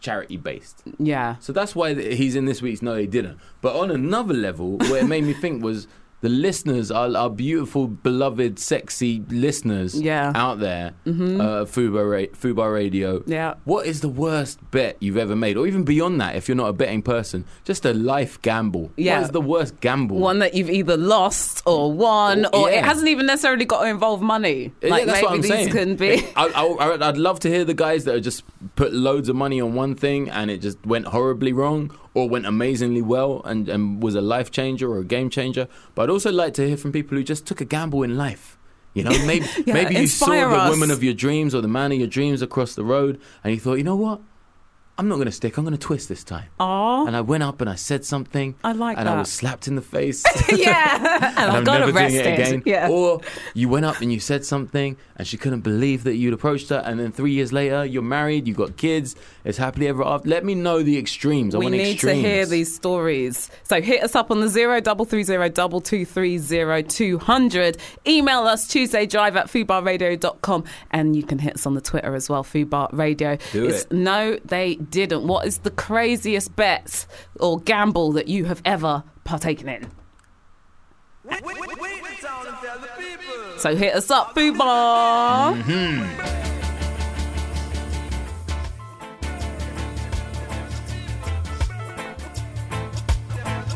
Speaker 5: charity based.
Speaker 4: yeah.
Speaker 5: So that's why th- he's in this week's No They Didn't. But on another level, where it made me think was the listeners, our, our beautiful, beloved, sexy listeners
Speaker 4: Yeah. Mm-hmm.
Speaker 5: out there, uh, Fubar, Ra- Fubar Radio.
Speaker 4: Yeah.
Speaker 5: What is the worst bet you've ever made? Or even beyond that, if you're not a betting person, just a life gamble.
Speaker 4: Yeah.
Speaker 5: What is the worst gamble?
Speaker 4: One that you've either lost or won, or it
Speaker 5: Oh, Yeah.
Speaker 4: hasn't even necessarily got to involve money.
Speaker 5: Yeah,
Speaker 4: like
Speaker 5: that's
Speaker 4: maybe
Speaker 5: what I'm
Speaker 4: these
Speaker 5: saying.
Speaker 4: can be.
Speaker 5: I, I, I- I'd love to hear the guys that have just put loads of money on one thing and it just went horribly wrong or went amazingly well and, and was a life changer or a game changer. But I'd also like to hear from people who just took a gamble in life. You know, maybe,
Speaker 4: Yeah,
Speaker 5: maybe you saw
Speaker 4: inspire us.
Speaker 5: the woman of your dreams or the man of your dreams across the road and you thought, you know what? I'm not going to stick. I'm going to twist this time.
Speaker 4: Aw.
Speaker 5: And I went up and I said something.
Speaker 4: I like
Speaker 5: And
Speaker 4: that.
Speaker 5: I was slapped in the face.
Speaker 4: yeah. and,
Speaker 5: and
Speaker 4: I
Speaker 5: I'm
Speaker 4: got
Speaker 5: never doing
Speaker 4: arrested.
Speaker 5: it again.
Speaker 4: Yeah.
Speaker 5: Or you went up and you said something and she couldn't believe that you'd approached her, and then three years later you're married, you've got kids, it's happily ever after. Let me know the extremes. I
Speaker 4: we
Speaker 5: want
Speaker 4: need
Speaker 5: extremes.
Speaker 4: to hear these stories. So hit us up on the zero double three zero double two three zero two hundred. Email us Tuesday Drive at foodbarradio.com and you can hit us on the Twitter as well, Foodbar Radio.
Speaker 5: Do
Speaker 4: it's
Speaker 5: it.
Speaker 4: no they didn't. What is the craziest bet or gamble that you have ever partaken in? So hit us up, Foodbar.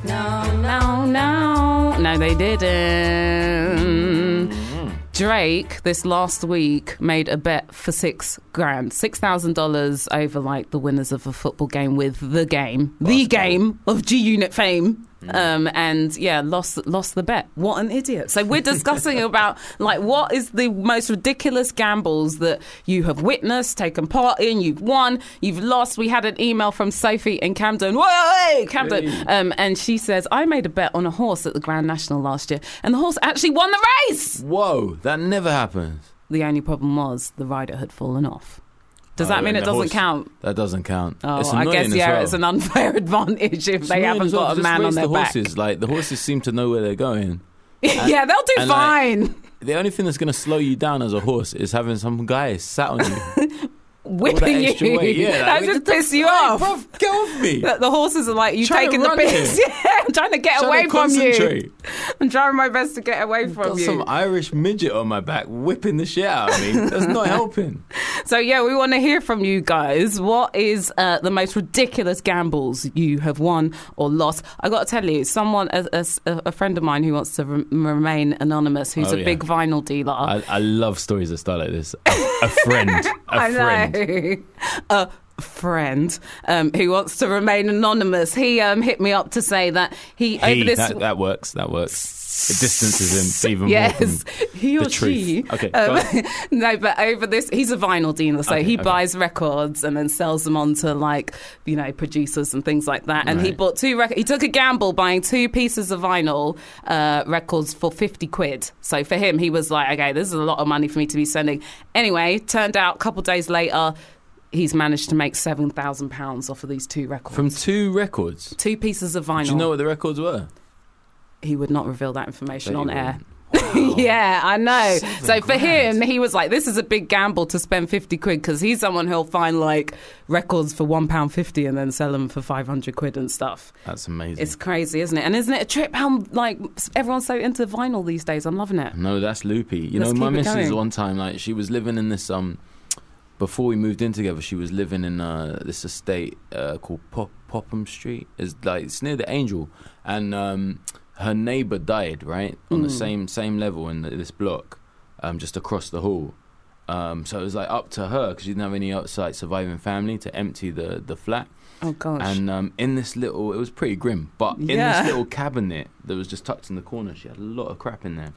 Speaker 4: No, no, no. No, they didn't. Drake this last week made a bet for six grand, six thousand dollars over like the winners of a football game with the game, the game of G Unit fame, um, and yeah, lost lost the bet. What an idiot! So we're discussing about like what is the most ridiculous gambles that you have witnessed, taken part in, you've won, you've lost. We had an email from Sophie in Camden. Whoa, hey, Camden, um, and she says I made a bet on a horse at the Grand National last year, and the horse actually won the race.
Speaker 5: Whoa, that never happens.
Speaker 4: The only problem was the rider had fallen off. Does that
Speaker 5: Oh,
Speaker 4: mean
Speaker 5: and
Speaker 4: it
Speaker 5: the
Speaker 4: doesn't
Speaker 5: horse-
Speaker 4: count?
Speaker 5: That doesn't count.
Speaker 4: Oh,
Speaker 5: it's
Speaker 4: I
Speaker 5: annoying
Speaker 4: guess
Speaker 5: as
Speaker 4: yeah,
Speaker 5: well.
Speaker 4: it's an unfair advantage if they
Speaker 5: Annoying
Speaker 4: haven't
Speaker 5: as well,
Speaker 4: got a
Speaker 5: just
Speaker 4: man
Speaker 5: raise
Speaker 4: on their
Speaker 5: the
Speaker 4: back.
Speaker 5: horses. Like the horses seem to know where they're going.
Speaker 4: yeah, they'll do
Speaker 5: and, like-
Speaker 4: fine.
Speaker 5: The only thing that's going to slow you down as a horse is having some guy sat on you.
Speaker 4: Whipping you.
Speaker 5: extra weight, yeah,
Speaker 4: That'll
Speaker 5: like,
Speaker 4: just piss you
Speaker 5: Hey,
Speaker 4: off.
Speaker 5: bruv, get off me!
Speaker 4: The, the horses are like, you
Speaker 5: Trying to
Speaker 4: taking the
Speaker 5: run
Speaker 4: piss.
Speaker 5: here.
Speaker 4: Yeah, I'm trying to get
Speaker 5: Trying
Speaker 4: away
Speaker 5: to
Speaker 4: from you.
Speaker 5: concentrate.
Speaker 4: I'm trying my best to get away from
Speaker 5: Got
Speaker 4: you.
Speaker 5: some Irish midget on my back whipping the shit out of me. That's not helping.
Speaker 4: So yeah, we want to hear from you guys. What is uh, the most ridiculous gambles you have won or lost? I got to tell you, someone, a, a, a friend of mine who wants to rem- remain anonymous, who's
Speaker 5: Oh,
Speaker 4: a
Speaker 5: yeah.
Speaker 4: big vinyl dealer.
Speaker 5: I, I love stories that start like this. A, a friend. A
Speaker 4: I
Speaker 5: friend.
Speaker 4: know. A friend um, who wants to remain anonymous. He um, hit me up to say that he
Speaker 5: Hey,
Speaker 4: over this.
Speaker 5: that, that works. That works. It distances him even more.
Speaker 4: Yes,
Speaker 5: from-
Speaker 4: he or
Speaker 5: the truth.
Speaker 4: she. Um,
Speaker 5: Okay, go on.
Speaker 4: no, but over this, he's a vinyl dealer, so
Speaker 5: Okay,
Speaker 4: he
Speaker 5: okay.
Speaker 4: buys records and then sells them on to like you know producers and things like that. And he
Speaker 5: Right.
Speaker 4: bought two records. He took a gamble buying two pieces of vinyl uh, records for fifty quid. So for him, he was like, okay, this is a lot of money for me to be spending. Anyway, turned out a couple days later, he's managed to make seven thousand pounds off of these two records.
Speaker 5: From two records.
Speaker 4: Two pieces of vinyl.
Speaker 5: Do you know what the records were?
Speaker 4: He would not reveal that information
Speaker 5: That
Speaker 4: on
Speaker 5: you
Speaker 4: air.
Speaker 5: wouldn't.
Speaker 4: yeah, I know.
Speaker 5: Seven
Speaker 4: so for
Speaker 5: grand.
Speaker 4: him, he was like, "This is a big gamble to spend fifty quid because he's someone who'll find like records for one pound fifty and then sell them for five hundred quid and stuff.
Speaker 5: That's amazing.
Speaker 4: It's crazy, isn't it? And isn't it a trip? How like everyone's so into vinyl these days. I'm loving it.
Speaker 5: No, that's loopy. You
Speaker 4: Let's
Speaker 5: know, my
Speaker 4: keep it
Speaker 5: missus
Speaker 4: going.
Speaker 5: one time, like she was living in this um before we moved in together, she was living in uh this estate uh called Pop Popham Street. It's like it's near the Angel. And um her neighbour died, right? On the
Speaker 4: Hmm.
Speaker 5: same same level in th this block, um, just across the hall. Um, so it was like up to her because she didn't have any outside surviving family to empty the, the flat.
Speaker 4: Oh gosh.
Speaker 5: And um, in this little, it was pretty grim, but in
Speaker 4: Yeah.
Speaker 5: this little cabinet that was just tucked in the corner, she had a lot of crap in there.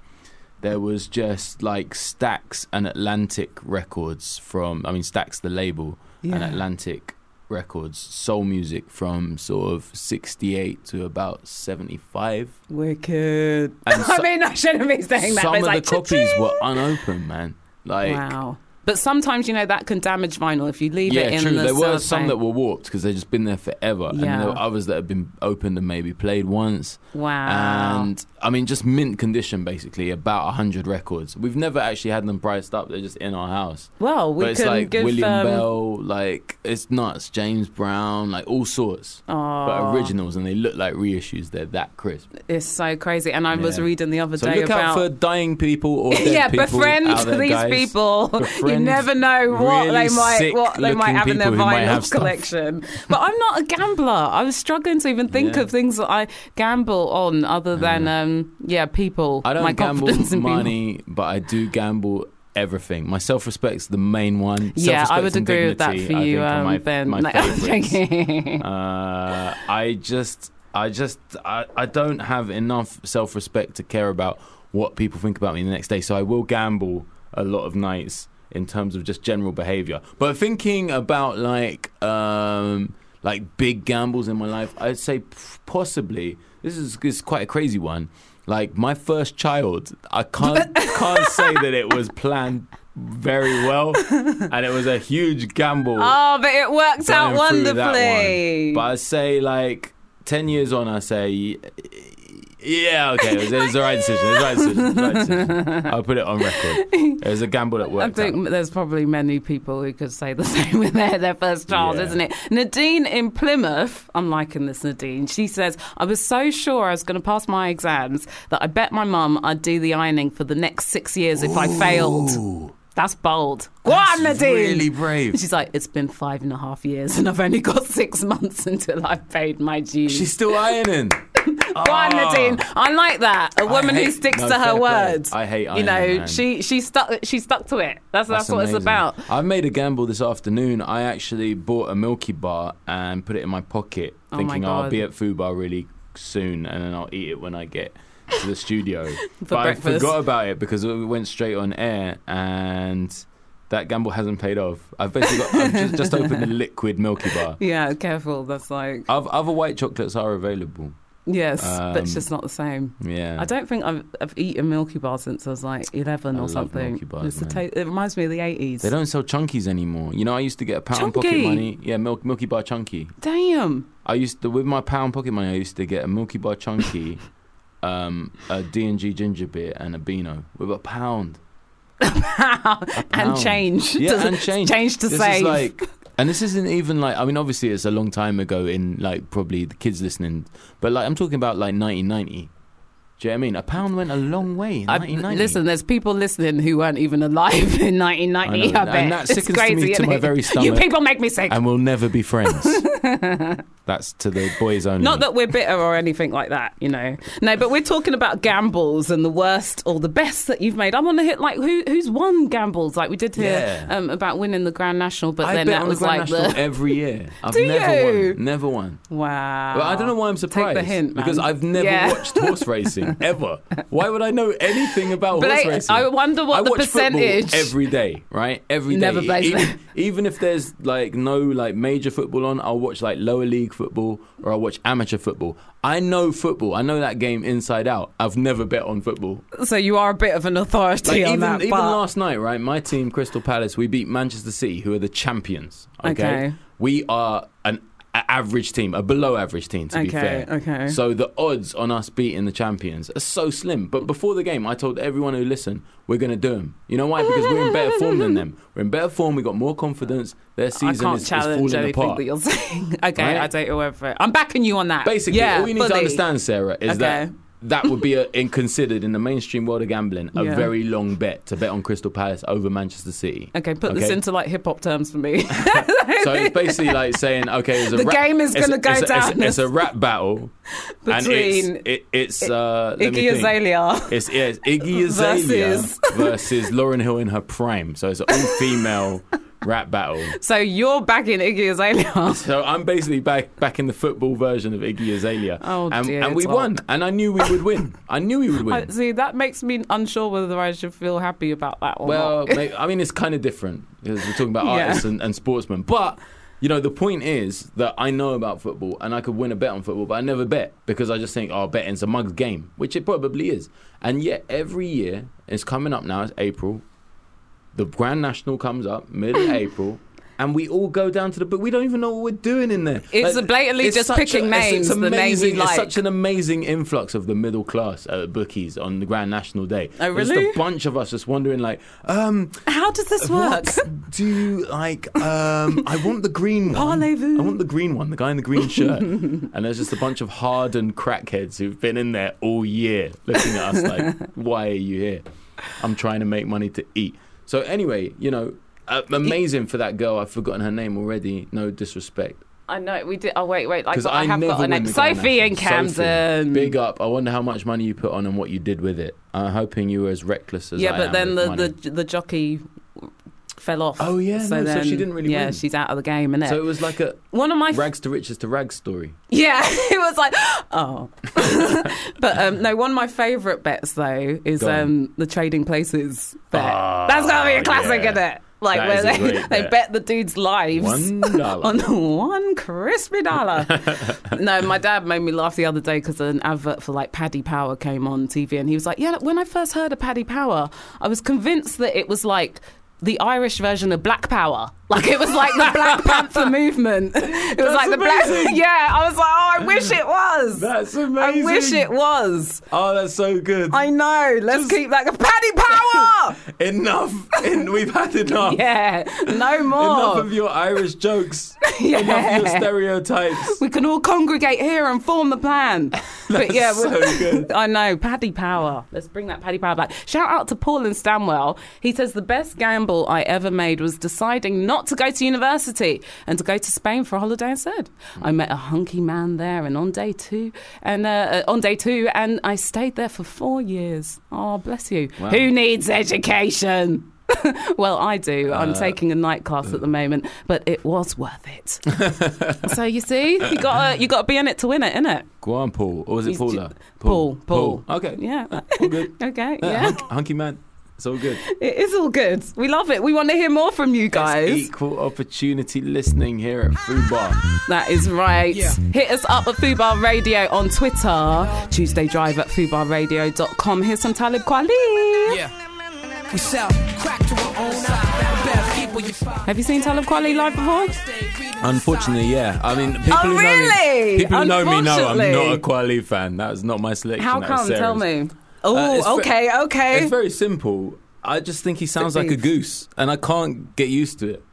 Speaker 5: There was just like Stax and Atlantic Records from, I mean, Stax the label, and
Speaker 4: Yeah.
Speaker 5: Atlantic Records, soul music from sort of 68 to about 75.
Speaker 4: Wicked.
Speaker 5: And
Speaker 4: I
Speaker 5: so-
Speaker 4: mean, I shouldn't be saying that.
Speaker 5: some
Speaker 4: but
Speaker 5: of
Speaker 4: it's
Speaker 5: the
Speaker 4: like,
Speaker 5: copies were unopened, man. Like,
Speaker 4: wow. But sometimes you know that can damage vinyl if you leave it
Speaker 5: yeah,
Speaker 4: in
Speaker 5: true.
Speaker 4: the.
Speaker 5: there were some
Speaker 4: cellophane.
Speaker 5: that were warped because they'd just been there forever, and
Speaker 4: Yeah.
Speaker 5: there were others that had been opened and maybe played once.
Speaker 4: Wow.
Speaker 5: and I mean just mint condition basically about 100 records we've never actually had them priced up they're just in our house
Speaker 4: well, we
Speaker 5: but it's
Speaker 4: can
Speaker 5: like
Speaker 4: give
Speaker 5: William
Speaker 4: um,
Speaker 5: Bell like it's nuts James Brown like all sorts
Speaker 4: aw.
Speaker 5: but originals and they look like reissues they're that crisp
Speaker 4: It's so crazy. And I was
Speaker 5: Yeah.
Speaker 4: reading the other
Speaker 5: so
Speaker 4: day
Speaker 5: look
Speaker 4: about
Speaker 5: out for dying people or dead
Speaker 4: yeah,
Speaker 5: people
Speaker 4: befriend
Speaker 5: out there,
Speaker 4: these
Speaker 5: guys.
Speaker 4: people. you
Speaker 5: Befriend
Speaker 4: never know what
Speaker 5: really
Speaker 4: they might what they might
Speaker 5: sick-looking
Speaker 4: have in their
Speaker 5: people who might have
Speaker 4: vinyl
Speaker 5: stuff.
Speaker 4: collection. but I'm not a gambler. I was struggling to even think
Speaker 5: Yeah.
Speaker 4: of things that I gamble on other than um, yeah, people.
Speaker 5: I don't
Speaker 4: my
Speaker 5: gamble
Speaker 4: confidence in people.
Speaker 5: money but I do gamble everything my self-respect's the main one
Speaker 4: Yeah, I
Speaker 5: Self-respect
Speaker 4: would
Speaker 5: and
Speaker 4: agree with that
Speaker 5: dignity,
Speaker 4: for
Speaker 5: I
Speaker 4: you,
Speaker 5: think, are
Speaker 4: um,
Speaker 5: my,
Speaker 4: Ben.
Speaker 5: my
Speaker 4: No, I'm
Speaker 5: favorites.
Speaker 4: joking.
Speaker 5: Uh, I just, I just, I, I don't have enough self respect to care about what people think about me the next day. So I will gamble a lot of nights in terms of just general behavior. But thinking about like, um, like big gambles in my life, I'd say p- possibly this is, this is quite a crazy one. Like my first child, I can't can't say that it was planned very well, and it was a huge gamble
Speaker 4: Oh, but it worked out
Speaker 5: going through that
Speaker 4: wonderfully.
Speaker 5: one. But I say like ten years on, I say. Yeah, okay. It was, it was the right decision. It was the right decision. It was the right decision. I'll put it on record. It was a gamble that
Speaker 4: I
Speaker 5: worked.
Speaker 4: think
Speaker 5: out.
Speaker 4: there's probably many people who could say the same with their, their first child,
Speaker 5: Yeah.
Speaker 4: isn't it? Nadine in Plymouth, I'm liking this Nadine. She says, I was so sure I was going to pass my exams that I bet my mum I'd do the ironing for the next six years if I failed. That's bold. Go on, Nadine.
Speaker 5: really brave.
Speaker 4: She's like, it's been five and a half years and I've only got six months until I've paid my dues.
Speaker 5: She's still ironing.
Speaker 4: Go on, Nadine. I like that. A woman who
Speaker 5: hate-
Speaker 4: sticks
Speaker 5: no,
Speaker 4: to her
Speaker 5: fair play.
Speaker 4: words.
Speaker 5: I hate
Speaker 4: You
Speaker 5: Iron
Speaker 4: know,
Speaker 5: Man.
Speaker 4: she she stuck she stuck to it. That's that's, what
Speaker 5: amazing.
Speaker 4: it's about.
Speaker 5: I've made a gamble this afternoon. I actually bought a Milky Bar and put it in my pocket,
Speaker 4: Oh my
Speaker 5: thinking "Oh, I'll
Speaker 4: God.
Speaker 5: be at Fubar really soon, and then I'll eat it when I get to the studio. but I
Speaker 4: breakfast.
Speaker 5: forgot about it because we went straight on air and. That gamble hasn't paid off. I've basically got, I've just, just opened a liquid Milky Bar.
Speaker 4: Yeah, careful. That's like
Speaker 5: Oth- Other white chocolates are available.
Speaker 4: yes, but it's
Speaker 5: um,
Speaker 4: just not the same.
Speaker 5: Yeah.
Speaker 4: I don't think I've, I've eaten Milky Bar since I was like eleven
Speaker 5: I
Speaker 4: or
Speaker 5: love
Speaker 4: something.
Speaker 5: Milky Bars,
Speaker 4: It's the
Speaker 5: man.
Speaker 4: ta- it reminds me of the eighties.
Speaker 5: They don't sell chunkies anymore. You know, I used to get a pound
Speaker 4: Chunky?
Speaker 5: pocket money. Yeah, milk, Milky Bar chunky.
Speaker 4: Damn.
Speaker 5: I used to, with my pound pocket money. I used to get a Milky Bar chunky, um, a D and G ginger beer, and a Beano with a pound.
Speaker 4: and
Speaker 5: pound.
Speaker 4: change.
Speaker 5: Yeah,
Speaker 4: to,
Speaker 5: and change.
Speaker 4: Change to
Speaker 5: this
Speaker 4: save.
Speaker 5: Is like And this isn't even like I mean, obviously it's a long time ago in like probably the kids listening, but like I'm talking about like 1990. Do you know what I mean? A pound went a long way. In
Speaker 4: I,
Speaker 5: 1990.
Speaker 4: listen, there's people listening who weren't even alive in 1990.
Speaker 5: I
Speaker 4: I,
Speaker 5: know,
Speaker 4: bet
Speaker 5: and that
Speaker 4: it's
Speaker 5: sickens to me
Speaker 4: crazy.
Speaker 5: to
Speaker 4: isn't
Speaker 5: my
Speaker 4: it?
Speaker 5: very
Speaker 4: You
Speaker 5: stomach.
Speaker 4: people make me sick.
Speaker 5: and we'll never be friends. That's to the boys only.
Speaker 4: Not that we're bitter or anything like that, you know. No, but we're talking about gambles and the worst or the best that you've made. I want to hit like who who's won gambles? Like we did hear
Speaker 5: Yeah.
Speaker 4: um, about winning the Grand National, but
Speaker 5: I
Speaker 4: then
Speaker 5: bet
Speaker 4: that
Speaker 5: on
Speaker 4: was
Speaker 5: the Grand
Speaker 4: like
Speaker 5: National
Speaker 4: the
Speaker 5: every year. I've
Speaker 4: Do
Speaker 5: never
Speaker 4: you?
Speaker 5: won. Never won.
Speaker 4: wow.
Speaker 5: But I don't know why I'm surprised.
Speaker 4: Take the hint, man.
Speaker 5: Because I've never
Speaker 4: Yeah.
Speaker 5: watched horse racing ever. Why would I know anything about
Speaker 4: Blake,
Speaker 5: horse racing?
Speaker 4: I wonder what
Speaker 5: I
Speaker 4: the
Speaker 5: watch football
Speaker 4: percentage-
Speaker 5: every day, right? Every day.
Speaker 4: Never plays
Speaker 5: even,
Speaker 4: them.
Speaker 5: even if there's like no like major football on, I'll watch like lower league football or I'll watch amateur football. I know football. I know that game inside out. I've never bet on football.
Speaker 4: So you are a bit of an authority
Speaker 5: Like,
Speaker 4: on
Speaker 5: even,
Speaker 4: that.
Speaker 5: even
Speaker 4: but
Speaker 5: last night, right? My team, Crystal Palace, we beat Manchester City, who are the champions. Okay,
Speaker 4: Okay.
Speaker 5: we are an a- average team, a below average team, to be
Speaker 4: Okay,
Speaker 5: fair.
Speaker 4: okay.
Speaker 5: So the odds on us beating the champions are so slim. But before the game, I told everyone who listened, we're going to do them. You know why? Because we're in better form than them. We're in better form. We got more confidence. Their
Speaker 4: I
Speaker 5: season
Speaker 4: can't
Speaker 5: is, is
Speaker 4: challenge
Speaker 5: falling
Speaker 4: anything
Speaker 5: apart.
Speaker 4: that you're saying. okay,
Speaker 5: Right?
Speaker 4: I take your word for it. I'm backing you on that.
Speaker 5: Basically,
Speaker 4: yeah,
Speaker 5: all you need to
Speaker 4: fully.
Speaker 5: understand, Sarah, is that
Speaker 4: Okay.
Speaker 5: that would be a, in considered in the mainstream world of gambling a
Speaker 4: Yeah.
Speaker 5: very long bet to bet on Crystal Palace over Manchester City.
Speaker 4: Okay, put this
Speaker 5: Okay?
Speaker 4: into like hip hop terms for me.
Speaker 5: So it's basically like saying, okay, it's a
Speaker 4: The
Speaker 5: rap,
Speaker 4: game is
Speaker 5: it's-
Speaker 4: gonna go
Speaker 5: it's a- it's a-
Speaker 4: down.
Speaker 5: It's, a rap battle and
Speaker 4: Between
Speaker 5: it's, it, it's uh, let me
Speaker 4: Iggy
Speaker 5: think.
Speaker 4: Azalea.
Speaker 5: It's, yeah, it's Iggy Azalea
Speaker 4: Versus-
Speaker 5: versus... Lauren Hill in her prime. So it's an all female rap battle.
Speaker 4: So you're backing Iggy Azalea.
Speaker 5: So I'm basically back back in the football version of Iggy Azalea.
Speaker 4: Oh,
Speaker 5: and,
Speaker 4: dear
Speaker 5: and we
Speaker 4: God.
Speaker 5: won. And I knew we would win. I knew we would win.
Speaker 4: I- See, that makes me unsure whether I should feel happy about that or
Speaker 5: Well,
Speaker 4: not.
Speaker 5: may I mean, it's kind of different because we're talking about
Speaker 4: Yeah.
Speaker 5: artists and, and sportsmen. But, you know, the point is that I know about football and I could win a bet on football, but I never bet because I just think, oh, betting's a mug's game, which it probably is. And yet, every year, it's coming up now, it's April, the Grand National comes up mid April. And we all go down to the book. We don't even know what we're doing in there.
Speaker 4: It's blatantly just
Speaker 5: such
Speaker 4: picking names,
Speaker 5: It's,
Speaker 4: the name you
Speaker 5: amazing.
Speaker 4: like.
Speaker 5: It's such an amazing influx of the middle class uh, bookies on the Grand National Day.
Speaker 4: Oh,
Speaker 5: There's
Speaker 4: really?
Speaker 5: Just a bunch of us just wondering, like, um,
Speaker 4: How does this work?
Speaker 5: what do you like? Um, I want the green one.
Speaker 4: Parlez-vous.
Speaker 5: I want the green one, the guy in the green shirt. and there's just a bunch of hardened crackheads who've been in there all year looking at us like, why are you here? I'm trying to make money to eat. So, anyway, you know, uh, amazing for that girl. I've forgotten her name already. No disrespect.
Speaker 4: I know we did. Oh wait, wait. I,
Speaker 5: Because
Speaker 4: got,
Speaker 5: I,
Speaker 4: I have
Speaker 5: never
Speaker 4: got a
Speaker 5: win
Speaker 4: name.
Speaker 5: the Grand
Speaker 4: Sophie in
Speaker 5: National. Sophie,
Speaker 4: Camden.
Speaker 5: Big up. I wonder how much money you put on and what you did with it. I'm hoping you were as reckless as
Speaker 4: yeah,
Speaker 5: I
Speaker 4: but
Speaker 5: am with
Speaker 4: then the,
Speaker 5: money.
Speaker 4: the the jockey fell off.
Speaker 5: Oh, yeah,
Speaker 4: so,
Speaker 5: no, so
Speaker 4: then,
Speaker 5: she didn't really
Speaker 4: Yeah,
Speaker 5: win.
Speaker 4: she's out of the game, innit?
Speaker 5: So it was like a
Speaker 4: One of my
Speaker 5: rags to riches to rags story.
Speaker 4: Yeah, it was like, oh. but um, no, one of my favourite bets though is
Speaker 5: Go on.
Speaker 4: um, the trading places bet.
Speaker 5: Ah,
Speaker 4: That's gotta be a classic,
Speaker 5: yeah.
Speaker 4: isn't it? Like
Speaker 5: That
Speaker 4: where
Speaker 5: is a
Speaker 4: they,
Speaker 5: great
Speaker 4: they
Speaker 5: bet.
Speaker 4: bet the dude's lives
Speaker 5: One dollar.
Speaker 4: on one crispy dollar. no, my dad made me laugh the other day because an advert for like Paddy Power came on TV, and he was like, "Yeah, look, when I first heard of Paddy Power, I was convinced that it was like." The Irish version of Black Power, like it was like the Black Panther movement. It was like the Black,
Speaker 5: amazing.
Speaker 4: yeah. I was like, oh, I wish it was.
Speaker 5: That's
Speaker 4: I
Speaker 5: amazing.
Speaker 4: wish it was.
Speaker 5: Oh, that's so good.
Speaker 4: I know. Let's keep that Paddy Power.
Speaker 5: enough. In, we've had enough.
Speaker 4: yeah, no
Speaker 5: Enough
Speaker 4: more.
Speaker 5: of your Irish jokes.
Speaker 4: Yeah.
Speaker 5: Enough of your stereotypes.
Speaker 4: we can all congregate here and form the plan. but yeah,
Speaker 5: so
Speaker 4: we-
Speaker 5: good.
Speaker 4: I know Paddy Power. Let's bring that Paddy Power back. Shout out to Paul and Stanwell. He says the best gamble I ever made was deciding not to go to university and to go to Spain for a holiday instead. I met a hunky man there, and on day two, and uh, uh, on day two, and I stayed there for four years. Oh, bless you.
Speaker 5: Wow.
Speaker 4: Who needs education? well, I do.
Speaker 5: Uh,
Speaker 4: I'm taking a night class at the moment, but it was worth it. so you see, you got to you got to be in it to win it, innit?
Speaker 5: Go on, Paul. Or was it
Speaker 4: He's ju-
Speaker 5: Paula?
Speaker 4: Paul, Paul.
Speaker 5: Okay.
Speaker 4: Yeah.
Speaker 5: All good.
Speaker 4: Okay,
Speaker 5: Yeah,
Speaker 4: yeah.
Speaker 5: hunk- hunky man. It's all good.
Speaker 4: It is all good. We love it. We want to hear more from you guys.
Speaker 5: Equal opportunity listening here at Food Bar.
Speaker 4: That is right. Hit us up at Fubar Radio on Twitter. Tuesday Drive at FubarRadio.com. Here's some Talib Kweli.
Speaker 7: We sell crack to our own eye. Best people you find.
Speaker 4: Have you seen Talib Kweli live before?
Speaker 5: Unfortunately, yeah. I mean, people
Speaker 4: Oh,
Speaker 5: who know
Speaker 4: really?
Speaker 5: me, people who know me know I'm
Speaker 4: Unfortunately.
Speaker 5: not a Kuali fan. That was not my selection.
Speaker 4: How
Speaker 5: that was
Speaker 4: come? Tell
Speaker 5: Sarah's.
Speaker 4: me.
Speaker 5: Uh, it's
Speaker 4: Oh,
Speaker 5: ve-
Speaker 4: okay, okay.
Speaker 5: It's very simple. I just think he sounds like a
Speaker 4: beef.
Speaker 5: goose, and I can't get used to it.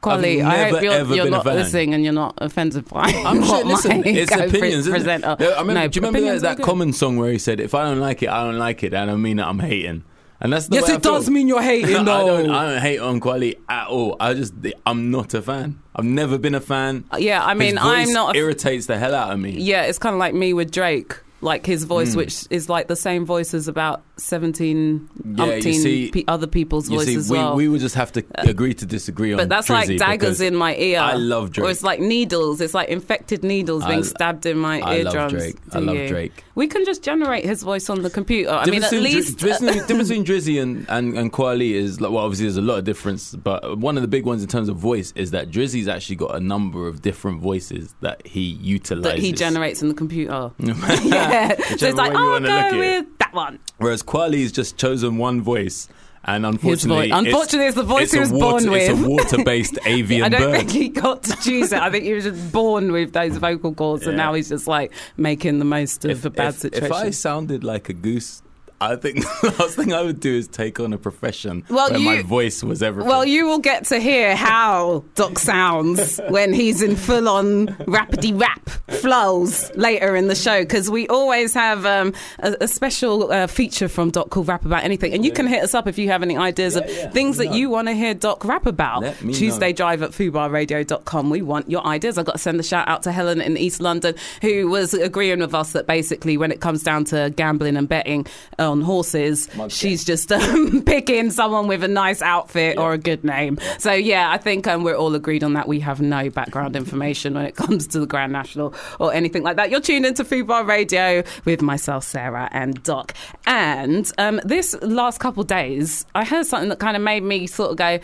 Speaker 4: Collie, I
Speaker 5: never,
Speaker 4: hope you're,
Speaker 5: ever
Speaker 4: you're
Speaker 5: been a
Speaker 4: not
Speaker 5: fan.
Speaker 4: listening and you're not offended by
Speaker 5: I'm sure.
Speaker 4: what
Speaker 5: Listen,
Speaker 4: my
Speaker 5: it's
Speaker 4: co-pre-
Speaker 5: opinions. isn't it?
Speaker 4: presenter.
Speaker 5: Yeah, I remember,
Speaker 4: No,
Speaker 5: do you remember
Speaker 4: opinions
Speaker 5: that,
Speaker 4: are
Speaker 5: that
Speaker 4: good.
Speaker 5: common song where he said, "If I don't like it, I don't like it," and I mean that I'm hating, and that's the
Speaker 8: Yes,
Speaker 5: way I
Speaker 8: it does
Speaker 5: feel.
Speaker 8: mean you're hating,
Speaker 5: I
Speaker 8: though.
Speaker 5: don't, I don't hate on Quali at all. I just, I'm not a fan. I've never been a fan.
Speaker 4: Yeah, I mean,
Speaker 5: His voice
Speaker 4: I'm not. A,
Speaker 5: irritates the hell out of me.
Speaker 4: yeah, it's kind of like me with Drake. Like his
Speaker 5: Hmm.
Speaker 4: voice, which is like the same voice as about 17
Speaker 5: Yeah, you
Speaker 4: umpteen
Speaker 5: see-
Speaker 4: pe- other people's
Speaker 5: You
Speaker 4: voices
Speaker 5: see,
Speaker 4: as
Speaker 5: we,
Speaker 4: well. Uh,
Speaker 5: we would just have to agree to disagree on.
Speaker 4: but that's like
Speaker 5: Drizzy
Speaker 4: daggers
Speaker 5: because
Speaker 4: in my ear.
Speaker 5: I love Drake.
Speaker 4: Or it's like needles. It's like infected needles
Speaker 5: I-
Speaker 4: being stabbed in my
Speaker 5: I love
Speaker 4: eardrums.
Speaker 5: Drake. I
Speaker 4: Do
Speaker 5: love
Speaker 4: you?
Speaker 5: Drake.
Speaker 4: We can just generate his voice on the computer. I mean,
Speaker 5: Difference
Speaker 4: at
Speaker 5: between Dri-
Speaker 4: least
Speaker 5: difference, difference between Drizzy and, and, and Kweli is like well obviously there's a lot of difference but one of the big ones in terms of voice is that Drizzy's actually got a number of different voices that he utilizes
Speaker 4: that he generates in the computer. yeah. So
Speaker 5: Whichever
Speaker 4: it's like,
Speaker 5: way you
Speaker 4: oh, I'll
Speaker 5: wanna look at
Speaker 4: go
Speaker 5: it.
Speaker 4: with that one.
Speaker 5: Whereas Quali's just chosen one voice, and unfortunately,
Speaker 4: voice. Unfortunately, it's the voice
Speaker 5: a
Speaker 4: he was
Speaker 5: water,
Speaker 4: born
Speaker 5: It's
Speaker 4: with.
Speaker 5: a water-based avian
Speaker 4: I don't
Speaker 5: bird.
Speaker 4: think he got to choose it. I think he was just born with those vocal cords, and
Speaker 5: Yeah.
Speaker 4: now he's just like making the most of a bad
Speaker 5: if,
Speaker 4: situation.
Speaker 5: If I sounded like a goose, I think the last thing I would do is take on a profession
Speaker 4: Well,
Speaker 5: where my
Speaker 4: you-
Speaker 5: voice was everything.
Speaker 4: Well, you will get to hear how Doc sounds when he's in full on rapidy rap flows later in the show because we always have um, a, a special uh, feature from Doc called Rap About Anything. And you can hit us up if you have any ideas of things that you want to hear Doc rap about.
Speaker 5: Let me
Speaker 4: Tuesday
Speaker 5: know.
Speaker 4: drive at foobarradio.com. We want your ideas. I've got to send a shout out to Helen in East London who was agreeing with us that basically when it comes down to gambling and betting on horses, she's just um, picking someone with a nice outfit or a good name. So, yeah, I think um, we're all agreed on that. We have no background information when it comes to the Grand National or anything like that. You're tuned into Food Bar Radio with myself, Sarah, and Doc. And um, this last couple days, I heard something that kind of made me sort of go,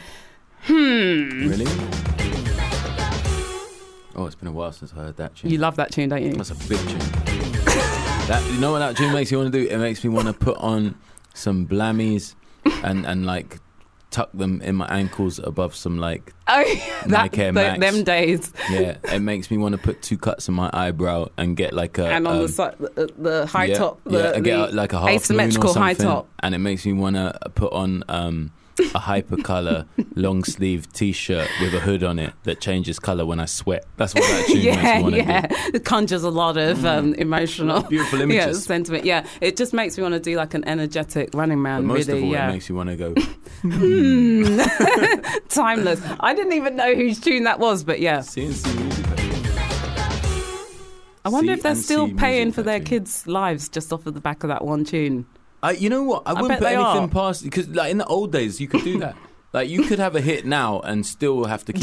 Speaker 5: really? Oh, it's been a while since I heard that tune.
Speaker 4: You love that tune, don't you?
Speaker 5: That's a big tune. that you know what that tune makes me want to do? It makes me want to put on some blammies and and like tuck them in my ankles above some like
Speaker 4: Oh, yeah, that,
Speaker 5: Nike Air
Speaker 4: tho-
Speaker 5: Max. Uh,
Speaker 4: them days.
Speaker 5: Yeah, it makes me want to put two cuts in my eyebrow and get like a
Speaker 4: And on
Speaker 5: um,
Speaker 4: the side, the, the high
Speaker 5: yeah,
Speaker 4: top, the,
Speaker 5: yeah, and get a-
Speaker 4: the
Speaker 5: like a half
Speaker 4: asymmetrical
Speaker 5: moon or
Speaker 4: high
Speaker 5: something,
Speaker 4: top.
Speaker 5: and it makes me want to put on um, a hyper color long sleeve t shirt with a hood on it that changes color when I sweat. That's what that tune makes me
Speaker 4: Yeah,
Speaker 5: want to
Speaker 4: yeah.
Speaker 5: do.
Speaker 4: It conjures a lot of um, emotional,
Speaker 5: Beautiful
Speaker 4: yeah,
Speaker 5: images.
Speaker 4: sentiment. Yeah, it just makes me want to do like an energetic running
Speaker 5: But
Speaker 4: man.
Speaker 5: most
Speaker 4: really,
Speaker 5: of all,
Speaker 4: yeah.
Speaker 5: it makes you want to go.
Speaker 4: timeless. I didn't even know whose tune that was, but yeah.
Speaker 5: CNC music.
Speaker 4: I wonder if they're
Speaker 5: C&C
Speaker 4: still
Speaker 5: music
Speaker 4: paying for their
Speaker 5: factory.
Speaker 4: kids' lives just off of the back of that one tune.
Speaker 5: I, you know what? I,
Speaker 4: bet
Speaker 5: wouldn't put
Speaker 4: they
Speaker 5: anything
Speaker 4: are.
Speaker 5: past because, like, in the old days, you could do that. like, you could have a hit now and still have to keep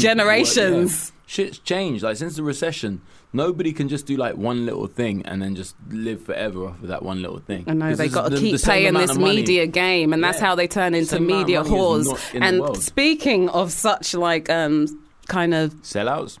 Speaker 5: Yeah.
Speaker 4: Generations.
Speaker 5: Shit's changed. Like since the recession, nobody can just do like one little thing and then just live forever off of that one little thing.
Speaker 4: I know
Speaker 5: 'Cause
Speaker 4: they
Speaker 5: it's
Speaker 4: got to
Speaker 5: the-
Speaker 4: keep
Speaker 5: the same
Speaker 4: playing
Speaker 5: amount
Speaker 4: this
Speaker 5: of money.
Speaker 4: media game, and that's
Speaker 5: Yeah.
Speaker 4: how they turn into
Speaker 5: Same amount of
Speaker 4: media
Speaker 5: money is
Speaker 4: whores.
Speaker 5: not in the
Speaker 4: And
Speaker 5: world.
Speaker 4: speaking of such like um, kind of
Speaker 5: sellouts.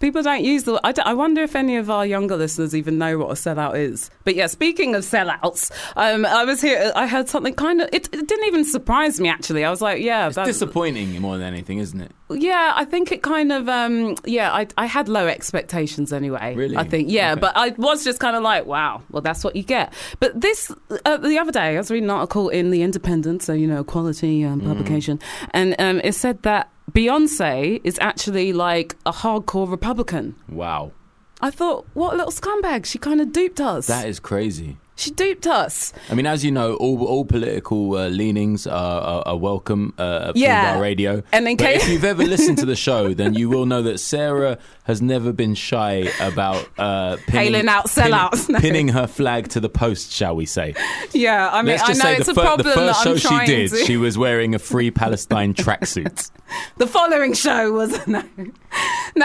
Speaker 4: People don't use the. I, don't- I wonder if any of our younger listeners even know what a sellout is. But yeah, speaking of sellouts, um, I was here. I heard something kind of. It, it didn't even surprise me actually. I was like, yeah,
Speaker 5: It's
Speaker 4: that-
Speaker 5: disappointing more than anything, isn't it?
Speaker 4: yeah. I think it kind of. Um, yeah, I, I had low expectations anyway.
Speaker 5: Really?
Speaker 4: I think yeah,
Speaker 5: Okay.
Speaker 4: but I was just kind of like, wow, well that's what you get. But this uh, the other day, I was reading an article in the Independent, so you know, quality um,
Speaker 5: Mm.
Speaker 4: publication, and um, it said that Beyonce is actually like a hardcore Republican.
Speaker 5: Wow,
Speaker 4: I thought, what a little scumbag. She kind of duped us.
Speaker 5: that is crazy.
Speaker 4: she duped us.
Speaker 5: I mean, as you know, all all political uh, leanings are, are, are welcome uh, at
Speaker 4: Yeah.
Speaker 5: Fubar Radio.
Speaker 4: And in
Speaker 5: But
Speaker 4: case-
Speaker 5: if you've ever listened to the show, then you will know that Sarah has never been shy about uh, pinning,
Speaker 4: Hailing out sellouts,
Speaker 5: pinning,
Speaker 4: no.
Speaker 5: pinning her flag to the post, shall we say?
Speaker 4: Yeah, I mean,
Speaker 5: Let's
Speaker 4: I
Speaker 5: just
Speaker 4: know
Speaker 5: say
Speaker 4: it's
Speaker 5: the,
Speaker 4: a
Speaker 5: fir-
Speaker 4: problem
Speaker 5: the first
Speaker 4: that
Speaker 5: show
Speaker 4: I'm
Speaker 5: she
Speaker 4: trying
Speaker 5: did,
Speaker 4: to.
Speaker 5: she was wearing a free Palestine tracksuit.
Speaker 4: The following show was no, no.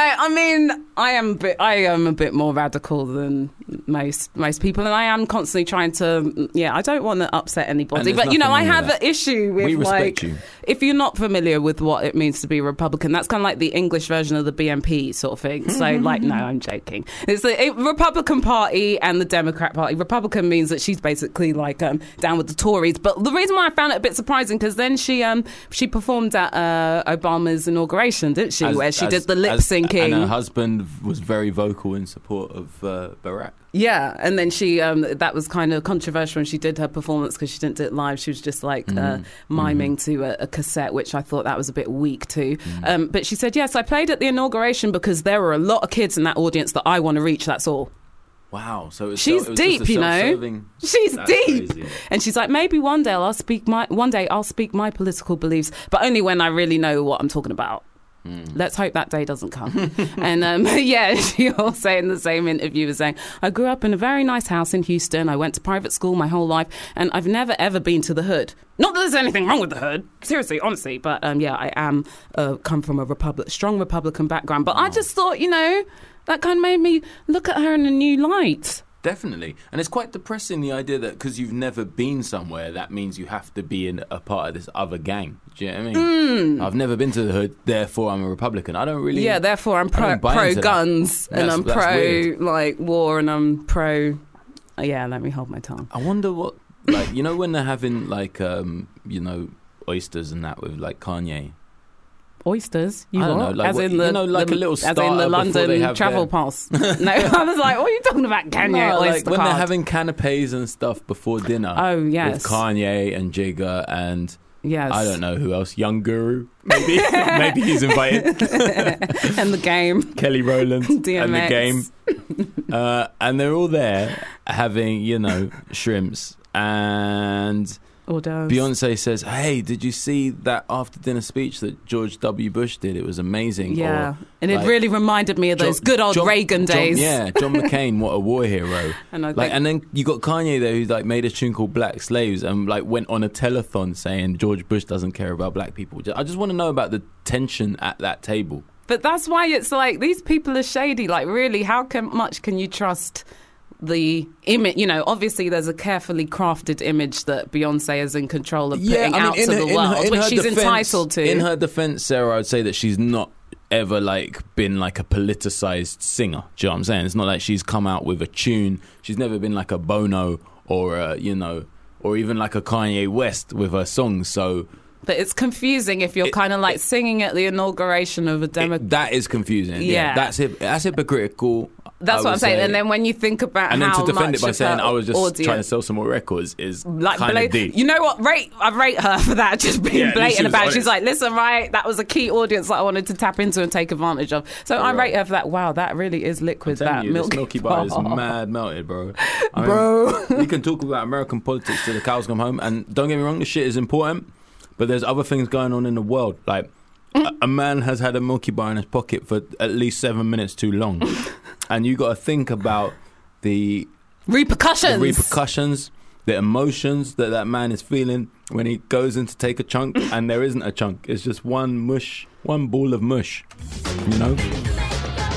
Speaker 4: I mean, I am a bit, I am a bit more radical than most most people, and I am constantly trying to. Yeah, I don't want to upset
Speaker 5: And
Speaker 4: anybody,
Speaker 5: there's
Speaker 4: but you know, I
Speaker 5: nothing wrong
Speaker 4: have
Speaker 5: with
Speaker 4: an issue with
Speaker 5: We
Speaker 4: like
Speaker 5: respect you.
Speaker 4: if you're not familiar with what it means to be Republican, that's kind of like the English version of the BNP sort of thing. So,
Speaker 5: Mm-hmm,
Speaker 4: like, no, I'm joking. It's the it, Republican Party and the Democrat Party. Republican means that she's basically like um, down with the Tories. But the reason why I found it a bit surprising because then she um she performed at uh, Obama's inauguration, didn't she?
Speaker 5: As-
Speaker 4: where she
Speaker 5: as-
Speaker 4: did the lip
Speaker 5: as
Speaker 4: sinking.
Speaker 5: And her husband was very vocal in support of uh, Barack.
Speaker 4: Yeah, and then she um, that was kind of controversial when she did her performance because she didn't do it live. She was just like uh,
Speaker 5: Mm-hmm.
Speaker 4: miming to a, a cassette, which I thought that was a bit weak too.
Speaker 5: Mm-hmm.
Speaker 4: Um, but she said, "Yes, I played at the inauguration because there were a lot of kids in that audience that I want to reach. That's all."
Speaker 5: Wow. So it was
Speaker 4: She's
Speaker 5: so, it was
Speaker 4: deep,
Speaker 5: just a
Speaker 4: you know.
Speaker 5: self-serving-
Speaker 4: She's
Speaker 5: That's
Speaker 4: deep,
Speaker 5: crazy.
Speaker 4: and she's like, maybe one day I'll speak my one day I'll speak my political beliefs, but only when I really know what I'm talking about. Let's hope that day doesn't come. and um, yeah, she also in the same interview was saying, I grew up in a very nice house in Houston. I went to private school my whole life, and I've never ever been to the hood. Not that there's anything wrong with the hood, seriously, honestly. But um, yeah, I am uh, come from a Republic, strong Republican background. But I just thought, you know, that kind of made me look at her in a new light.
Speaker 5: Definitely. And it's quite depressing the idea that because you've never been somewhere, that means you have to be in a part of this other gang. Do you know what I mean? I've never been to the hood, therefore I'm a Republican. I don't really.
Speaker 4: Hmm. Yeah, therefore I'm pro
Speaker 5: don't buy
Speaker 4: pro
Speaker 5: into that.
Speaker 4: guns and
Speaker 5: That's-
Speaker 4: I'm
Speaker 5: that's
Speaker 4: pro
Speaker 5: weird.
Speaker 4: like war and I'm pro. Oh, yeah, let me hold my tongue.
Speaker 5: I wonder what. Like, you know, when they're having, like, um, you know, oysters and that with, like Kanye.
Speaker 4: Oysters, you
Speaker 5: I don't
Speaker 4: what?
Speaker 5: know, like
Speaker 4: as
Speaker 5: what-
Speaker 4: in the
Speaker 5: you know, like a
Speaker 4: the-
Speaker 5: little
Speaker 4: as in
Speaker 5: starter
Speaker 4: the
Speaker 5: before they
Speaker 4: London
Speaker 5: have
Speaker 4: travel
Speaker 5: their-
Speaker 4: pass. No, I was like, what are you talking about, Kenya?
Speaker 5: No, like
Speaker 4: Oyster
Speaker 5: when they're
Speaker 4: card?
Speaker 5: having canapes and stuff before dinner.
Speaker 4: Oh, yes.
Speaker 5: with Kanye and Jigga and
Speaker 4: yes,
Speaker 5: I don't know who else. Young Guru, maybe maybe he's invited.
Speaker 4: and the game.
Speaker 5: Kelly Rowland and the
Speaker 4: DMX.
Speaker 5: game, uh, and they're all there having you know shrimps. And
Speaker 4: Or does
Speaker 5: Beyonce says, "Hey, did you see that after dinner speech that George W. Bush did? It was amazing."
Speaker 4: Yeah,
Speaker 5: Or,
Speaker 4: and it
Speaker 5: like,
Speaker 4: really reminded me of
Speaker 5: John-
Speaker 4: those good old
Speaker 5: John-
Speaker 4: Reagan
Speaker 5: John-
Speaker 4: days.
Speaker 5: yeah, John McCain, what a war hero.
Speaker 4: And I
Speaker 5: like,
Speaker 4: think-
Speaker 5: and then you got Kanye there, who like made a tune called "Black Slaves" and like went on a telethon saying George Bush doesn't care about black people. Ju- I just want to know about the tension at that table.
Speaker 4: But that's why it's like these people are shady. Like, really, how can, much can you trust the image? You know, obviously, there's a carefully crafted image that Beyonce is in control of putting out to the world, which she's entitled to.
Speaker 5: In her defense, Sarah, I'd say that she's not ever like been like a politicized singer. Do you know what I'm saying? It's not like she's come out with a tune. She's never been like a Bono or a, you know, or even like a Kanye West with her songs. So
Speaker 4: but it's confusing if you're kind of like singing at the inauguration of a
Speaker 5: it-
Speaker 4: Democrat.
Speaker 5: that is confusing. Yeah,
Speaker 4: Yeah.
Speaker 5: that's it. That's hypocritical. I
Speaker 4: That's what
Speaker 5: would
Speaker 4: I'm saying.
Speaker 5: say.
Speaker 4: And then when you think about
Speaker 5: and then
Speaker 4: how
Speaker 5: to defend
Speaker 4: much
Speaker 5: it by
Speaker 4: of
Speaker 5: saying
Speaker 4: her
Speaker 5: I was just
Speaker 4: audience,
Speaker 5: trying to sell some more records is
Speaker 4: like
Speaker 5: kind
Speaker 4: bla-
Speaker 5: of deep.
Speaker 4: you know what rate I rate her for that just being
Speaker 5: Yeah, she
Speaker 4: blatant
Speaker 5: was
Speaker 4: about it.
Speaker 5: honest.
Speaker 4: she's like listen right that was a key audience that I wanted to tap into and take advantage of so I
Speaker 5: Right.
Speaker 4: rate her for that wow that really is liquid
Speaker 5: I'm telling
Speaker 4: that
Speaker 5: you,
Speaker 4: milk
Speaker 5: this Milky Bar is mad melted, bro. I mean, bro, you can talk about American politics till the cows come home, and don't get me wrong, this shit is important, but there's other things going on in the world. Like a, a man has had a Milky Bar in his pocket for at least seven minutes too long, and you got to think about the
Speaker 4: repercussions
Speaker 5: the repercussions, the emotions that that man is feeling when he goes in to take a chunk, and there isn't a chunk. It's just one mush, one ball of mush. You know.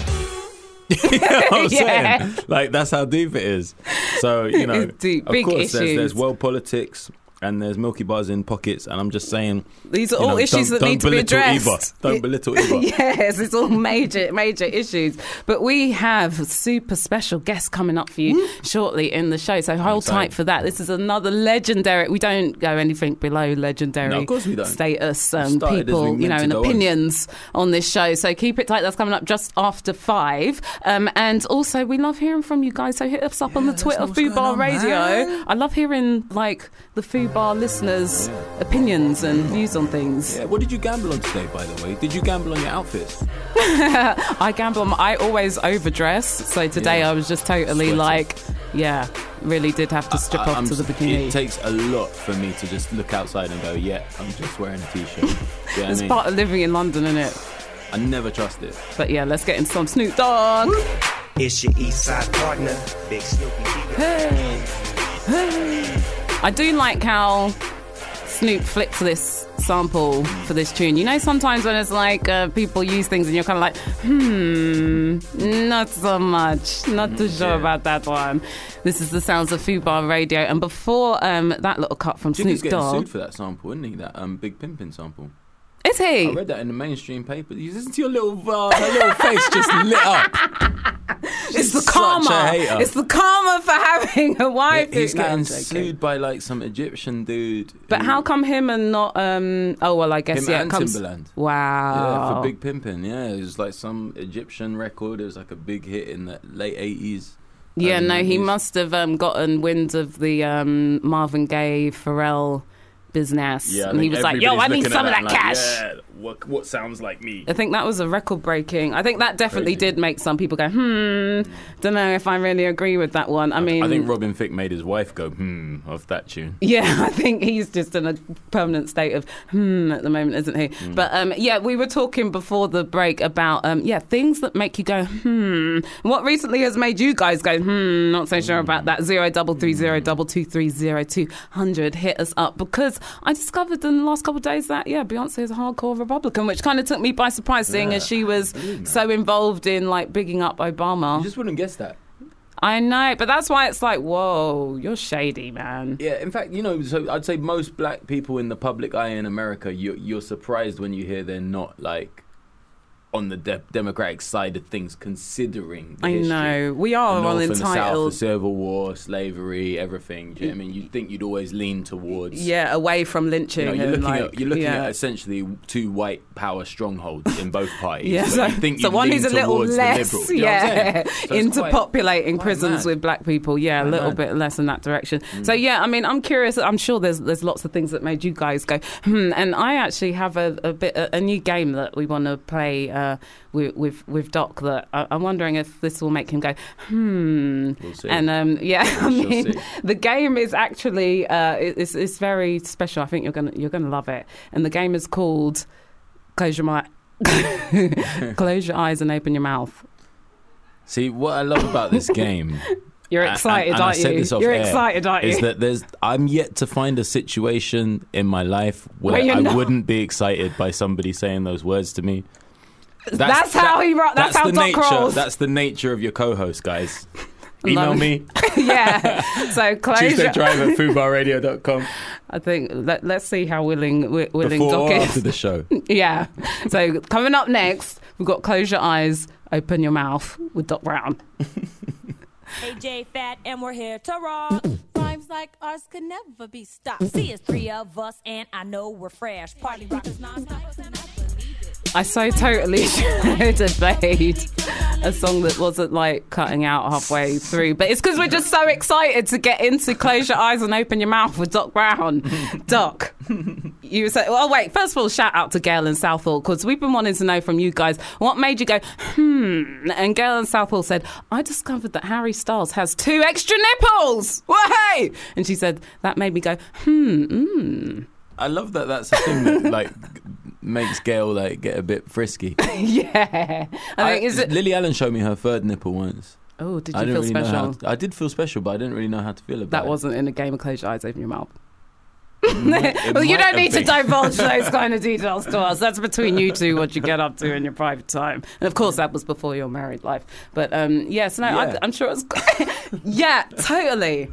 Speaker 5: You know what I'm
Speaker 4: Yeah.
Speaker 5: saying? Like that's how deep it is. So you know,
Speaker 4: It's deep.
Speaker 5: of
Speaker 4: Big
Speaker 5: course, there's,
Speaker 4: issues.
Speaker 5: there's world politics. And there's Milky Bars in pockets, and I'm just saying
Speaker 4: These are
Speaker 5: you
Speaker 4: all
Speaker 5: know,
Speaker 4: issues
Speaker 5: don't-
Speaker 4: that need
Speaker 5: don't
Speaker 4: to be
Speaker 5: belittle
Speaker 4: addressed.
Speaker 5: Eva. Don't belittle Eva.
Speaker 4: Yes, it's all major, major issues. But we have super special guests coming up for you shortly in the show. So hold
Speaker 5: Mm. excited.
Speaker 4: tight for that. This is another legendary. We don't go anything below legendary
Speaker 5: No, of course we don't.
Speaker 4: status
Speaker 5: We
Speaker 4: um,
Speaker 5: started as we
Speaker 4: people, you
Speaker 5: meant
Speaker 4: know,
Speaker 5: to
Speaker 4: and
Speaker 5: go on.
Speaker 4: opinions on this show. So keep it tight. That's coming up just after five. Um, and also, we love hearing from you guys. So hit us up on the Twitter, Food Bar Radio. I love hearing like the Food Bar listeners' opinions and views on things.
Speaker 5: Yeah, what did you gamble on today, by the way? Did you gamble on your outfits?
Speaker 4: I gamble. on- I always overdress, so today
Speaker 5: Yeah.
Speaker 4: I was just totally
Speaker 5: Sweating.
Speaker 4: like, yeah, really did have to strip
Speaker 5: I-
Speaker 4: off
Speaker 5: I'm
Speaker 4: to the
Speaker 5: just-
Speaker 4: bikini.
Speaker 5: It takes a lot for me to just look outside and go, yeah, I'm just wearing a t-shirt. You know what I
Speaker 4: it's
Speaker 5: mean?
Speaker 4: part of living in London, isn't it?
Speaker 5: I never trust it.
Speaker 4: But yeah, let's get in some Snoop Dogg.
Speaker 2: It's your East Side partner, Big Snoopy.
Speaker 4: Hey. Hey. I do like how Snoop flipped this sample for this tune. You know, sometimes when it's like uh, people use things and you're kind of like, hmm, not so much. Not
Speaker 5: Mm,
Speaker 4: too sure about that one. This is the sounds of Fubar Radio. And before um, that little cut from
Speaker 5: Jiggy's
Speaker 4: Snoop
Speaker 5: getting
Speaker 4: Dogg,
Speaker 5: sued for that sample, isn't he? That um, big pimping sample.
Speaker 4: is
Speaker 5: I
Speaker 4: he?
Speaker 5: read that in the mainstream paper. You listen to your little, uh, her little face just lit up.
Speaker 4: It's the karma.
Speaker 5: Such a hater.
Speaker 4: It's the karma for having a wife.
Speaker 5: he's
Speaker 4: who- no, I'm
Speaker 5: getting
Speaker 4: joking.
Speaker 5: sued by like some Egyptian dude.
Speaker 4: But
Speaker 5: who-
Speaker 4: how come him and not? um Oh well, I guess
Speaker 5: Him
Speaker 4: yeah.
Speaker 5: and
Speaker 4: it comes,
Speaker 5: Timberland.
Speaker 4: Wow.
Speaker 5: Yeah,
Speaker 4: Oh.
Speaker 5: for big pimping. Yeah, it was like some Egyptian record. It was like a big hit in the late eighties.
Speaker 4: Yeah, no, he must have um, gotten wind of the um, Marvin Gaye Pharrell business,
Speaker 5: I
Speaker 4: and he
Speaker 5: think
Speaker 4: was like, "Yo, I
Speaker 5: everybody's
Speaker 4: need
Speaker 5: looking
Speaker 4: some
Speaker 5: at
Speaker 4: of
Speaker 5: and
Speaker 4: that
Speaker 5: like,
Speaker 4: cash."
Speaker 5: yeah, what what sounds like me?
Speaker 4: I think that was a record breaking. I think that definitely
Speaker 5: Crazy.
Speaker 4: did make some people go, "Hmm, don't know if I really agree with that one." I mean,
Speaker 5: I think Robin Thicke made his wife go hmm off that tune.
Speaker 4: Yeah, I think he's just in a permanent state of hmm at the moment, isn't he? But um, yeah, we were talking before the break about um, yeah things that make you go hmm. What recently has made you guys go hmm? Not so sure about that. Zero double three
Speaker 5: Hmm.
Speaker 4: zero double two three zero two hundred. Hit us up because I discovered in the last couple of days that yeah, Beyonce is a hardcore Republican, which kind of took me by surprise, seeing as she was so involved in like bigging up Obama.
Speaker 5: You just wouldn't guess that.
Speaker 4: I know, but that's why it's like whoa, you're shady, man.
Speaker 5: Yeah, in fact, you know, so I'd say most black people in the public eye in America, you're, you're surprised when you hear they're not like on the de- democratic side of things, considering. The
Speaker 4: I
Speaker 5: history.
Speaker 4: know. We
Speaker 5: The
Speaker 4: are
Speaker 5: North
Speaker 4: all
Speaker 5: and the South,
Speaker 4: entitled.
Speaker 5: the Civil War, slavery, everything. Do you know what I mean? You'd think you'd always lean towards.
Speaker 4: yeah, away from
Speaker 5: You
Speaker 4: lynching.
Speaker 5: know, you're
Speaker 4: and
Speaker 5: looking,
Speaker 4: like,
Speaker 5: at, you're looking
Speaker 4: yeah.
Speaker 5: at essentially two white power strongholds in both parties.
Speaker 4: Yeah,
Speaker 5: but
Speaker 4: so,
Speaker 5: you'd think
Speaker 4: so
Speaker 5: you'd
Speaker 4: one
Speaker 5: lean
Speaker 4: who's a little
Speaker 5: towards the
Speaker 4: less,
Speaker 5: liberal. You know what I'm
Speaker 4: yeah,
Speaker 5: saying? So it's
Speaker 4: into
Speaker 5: quite-
Speaker 4: populating
Speaker 5: quite
Speaker 4: prisons
Speaker 5: mad.
Speaker 4: with black people. Yeah, a
Speaker 5: Quite
Speaker 4: little
Speaker 5: mad. Mm.
Speaker 4: bit less in that direction. So yeah, I mean, I'm curious. I'm sure there's there's lots of things that made you guys go hmm. And I actually have a, a bit a, a new game that we want to play uh, with, with with Doc. That I, I'm wondering if this will make him go hmm.
Speaker 5: We'll see.
Speaker 4: And um, yeah, I
Speaker 5: shall
Speaker 4: mean,
Speaker 5: see.
Speaker 4: the game is actually uh, it- it's, it's very special. I think you're gonna you're gonna love it. And the game is called Close Your Mind. Close your eyes and open your mouth.
Speaker 5: See, what I love about this game
Speaker 4: You're
Speaker 5: And-
Speaker 4: excited,
Speaker 5: and- and I
Speaker 4: aren't
Speaker 5: said
Speaker 4: you?
Speaker 5: this off
Speaker 4: You're
Speaker 5: air,
Speaker 4: excited, aren't
Speaker 5: is
Speaker 4: you?
Speaker 5: that there's I'm yet to find a situation in my life where,
Speaker 4: Where you're
Speaker 5: I
Speaker 4: not-
Speaker 5: wouldn't be excited by somebody saying those words to me.
Speaker 4: That's how he ro- that's how
Speaker 5: the
Speaker 4: Doc
Speaker 5: nature,
Speaker 4: rolls.
Speaker 5: That's the nature of your co-host, guys. Email
Speaker 4: Love it.
Speaker 5: me
Speaker 4: yeah. So close.
Speaker 5: Tuesday
Speaker 4: Your,
Speaker 5: Drive at foodbarradio.com
Speaker 4: I think let, let's see how willing wi- willing
Speaker 5: before or
Speaker 4: Doc
Speaker 5: after
Speaker 4: is.
Speaker 5: the show.
Speaker 4: yeah. So coming up next, we've got close your eyes, open your mouth with Doc Brown.
Speaker 8: AJ Fat, and we're here to rock. Rhymes like ours could never be stopped. See, it's three of us, and I know we're fresh. Party rockers, non-stoppers, and I believe it.
Speaker 4: I so totally should have played a song that wasn't like cutting out halfway through, but it's because we're just so excited to get into Close Your Eyes and Open Your Mouth with Doc Brown. Doc, you said, oh, wait, first of all, shout out to Gail and Southall because we've been wanting to know from you guys what made you go, hmm. And Gail and Southall said, I discovered that Harry Styles has two extra nipples. Way! And she said, that made me go, hmm, mm.
Speaker 5: I love that that's a thing that like makes Gail like get a bit frisky. I
Speaker 4: yeah. I think, is it?
Speaker 5: Lily Allen showed me her third nipple once.
Speaker 4: Oh, did you
Speaker 5: I didn't
Speaker 4: feel
Speaker 5: really
Speaker 4: special?
Speaker 5: know how I did feel special, but I didn't really know how to feel about
Speaker 4: That
Speaker 5: it.
Speaker 4: wasn't in a game of close your eyes, open your mouth.
Speaker 5: It
Speaker 4: well, Oh,
Speaker 5: might
Speaker 4: you don't
Speaker 5: have
Speaker 4: need to
Speaker 5: been.
Speaker 4: divulge those kind of details to us. That's between you two, what you get up to in your private time. And of course, that was before your married life. But um, yes, no,
Speaker 5: Yeah.
Speaker 4: I, I'm sure it was. yeah, totally.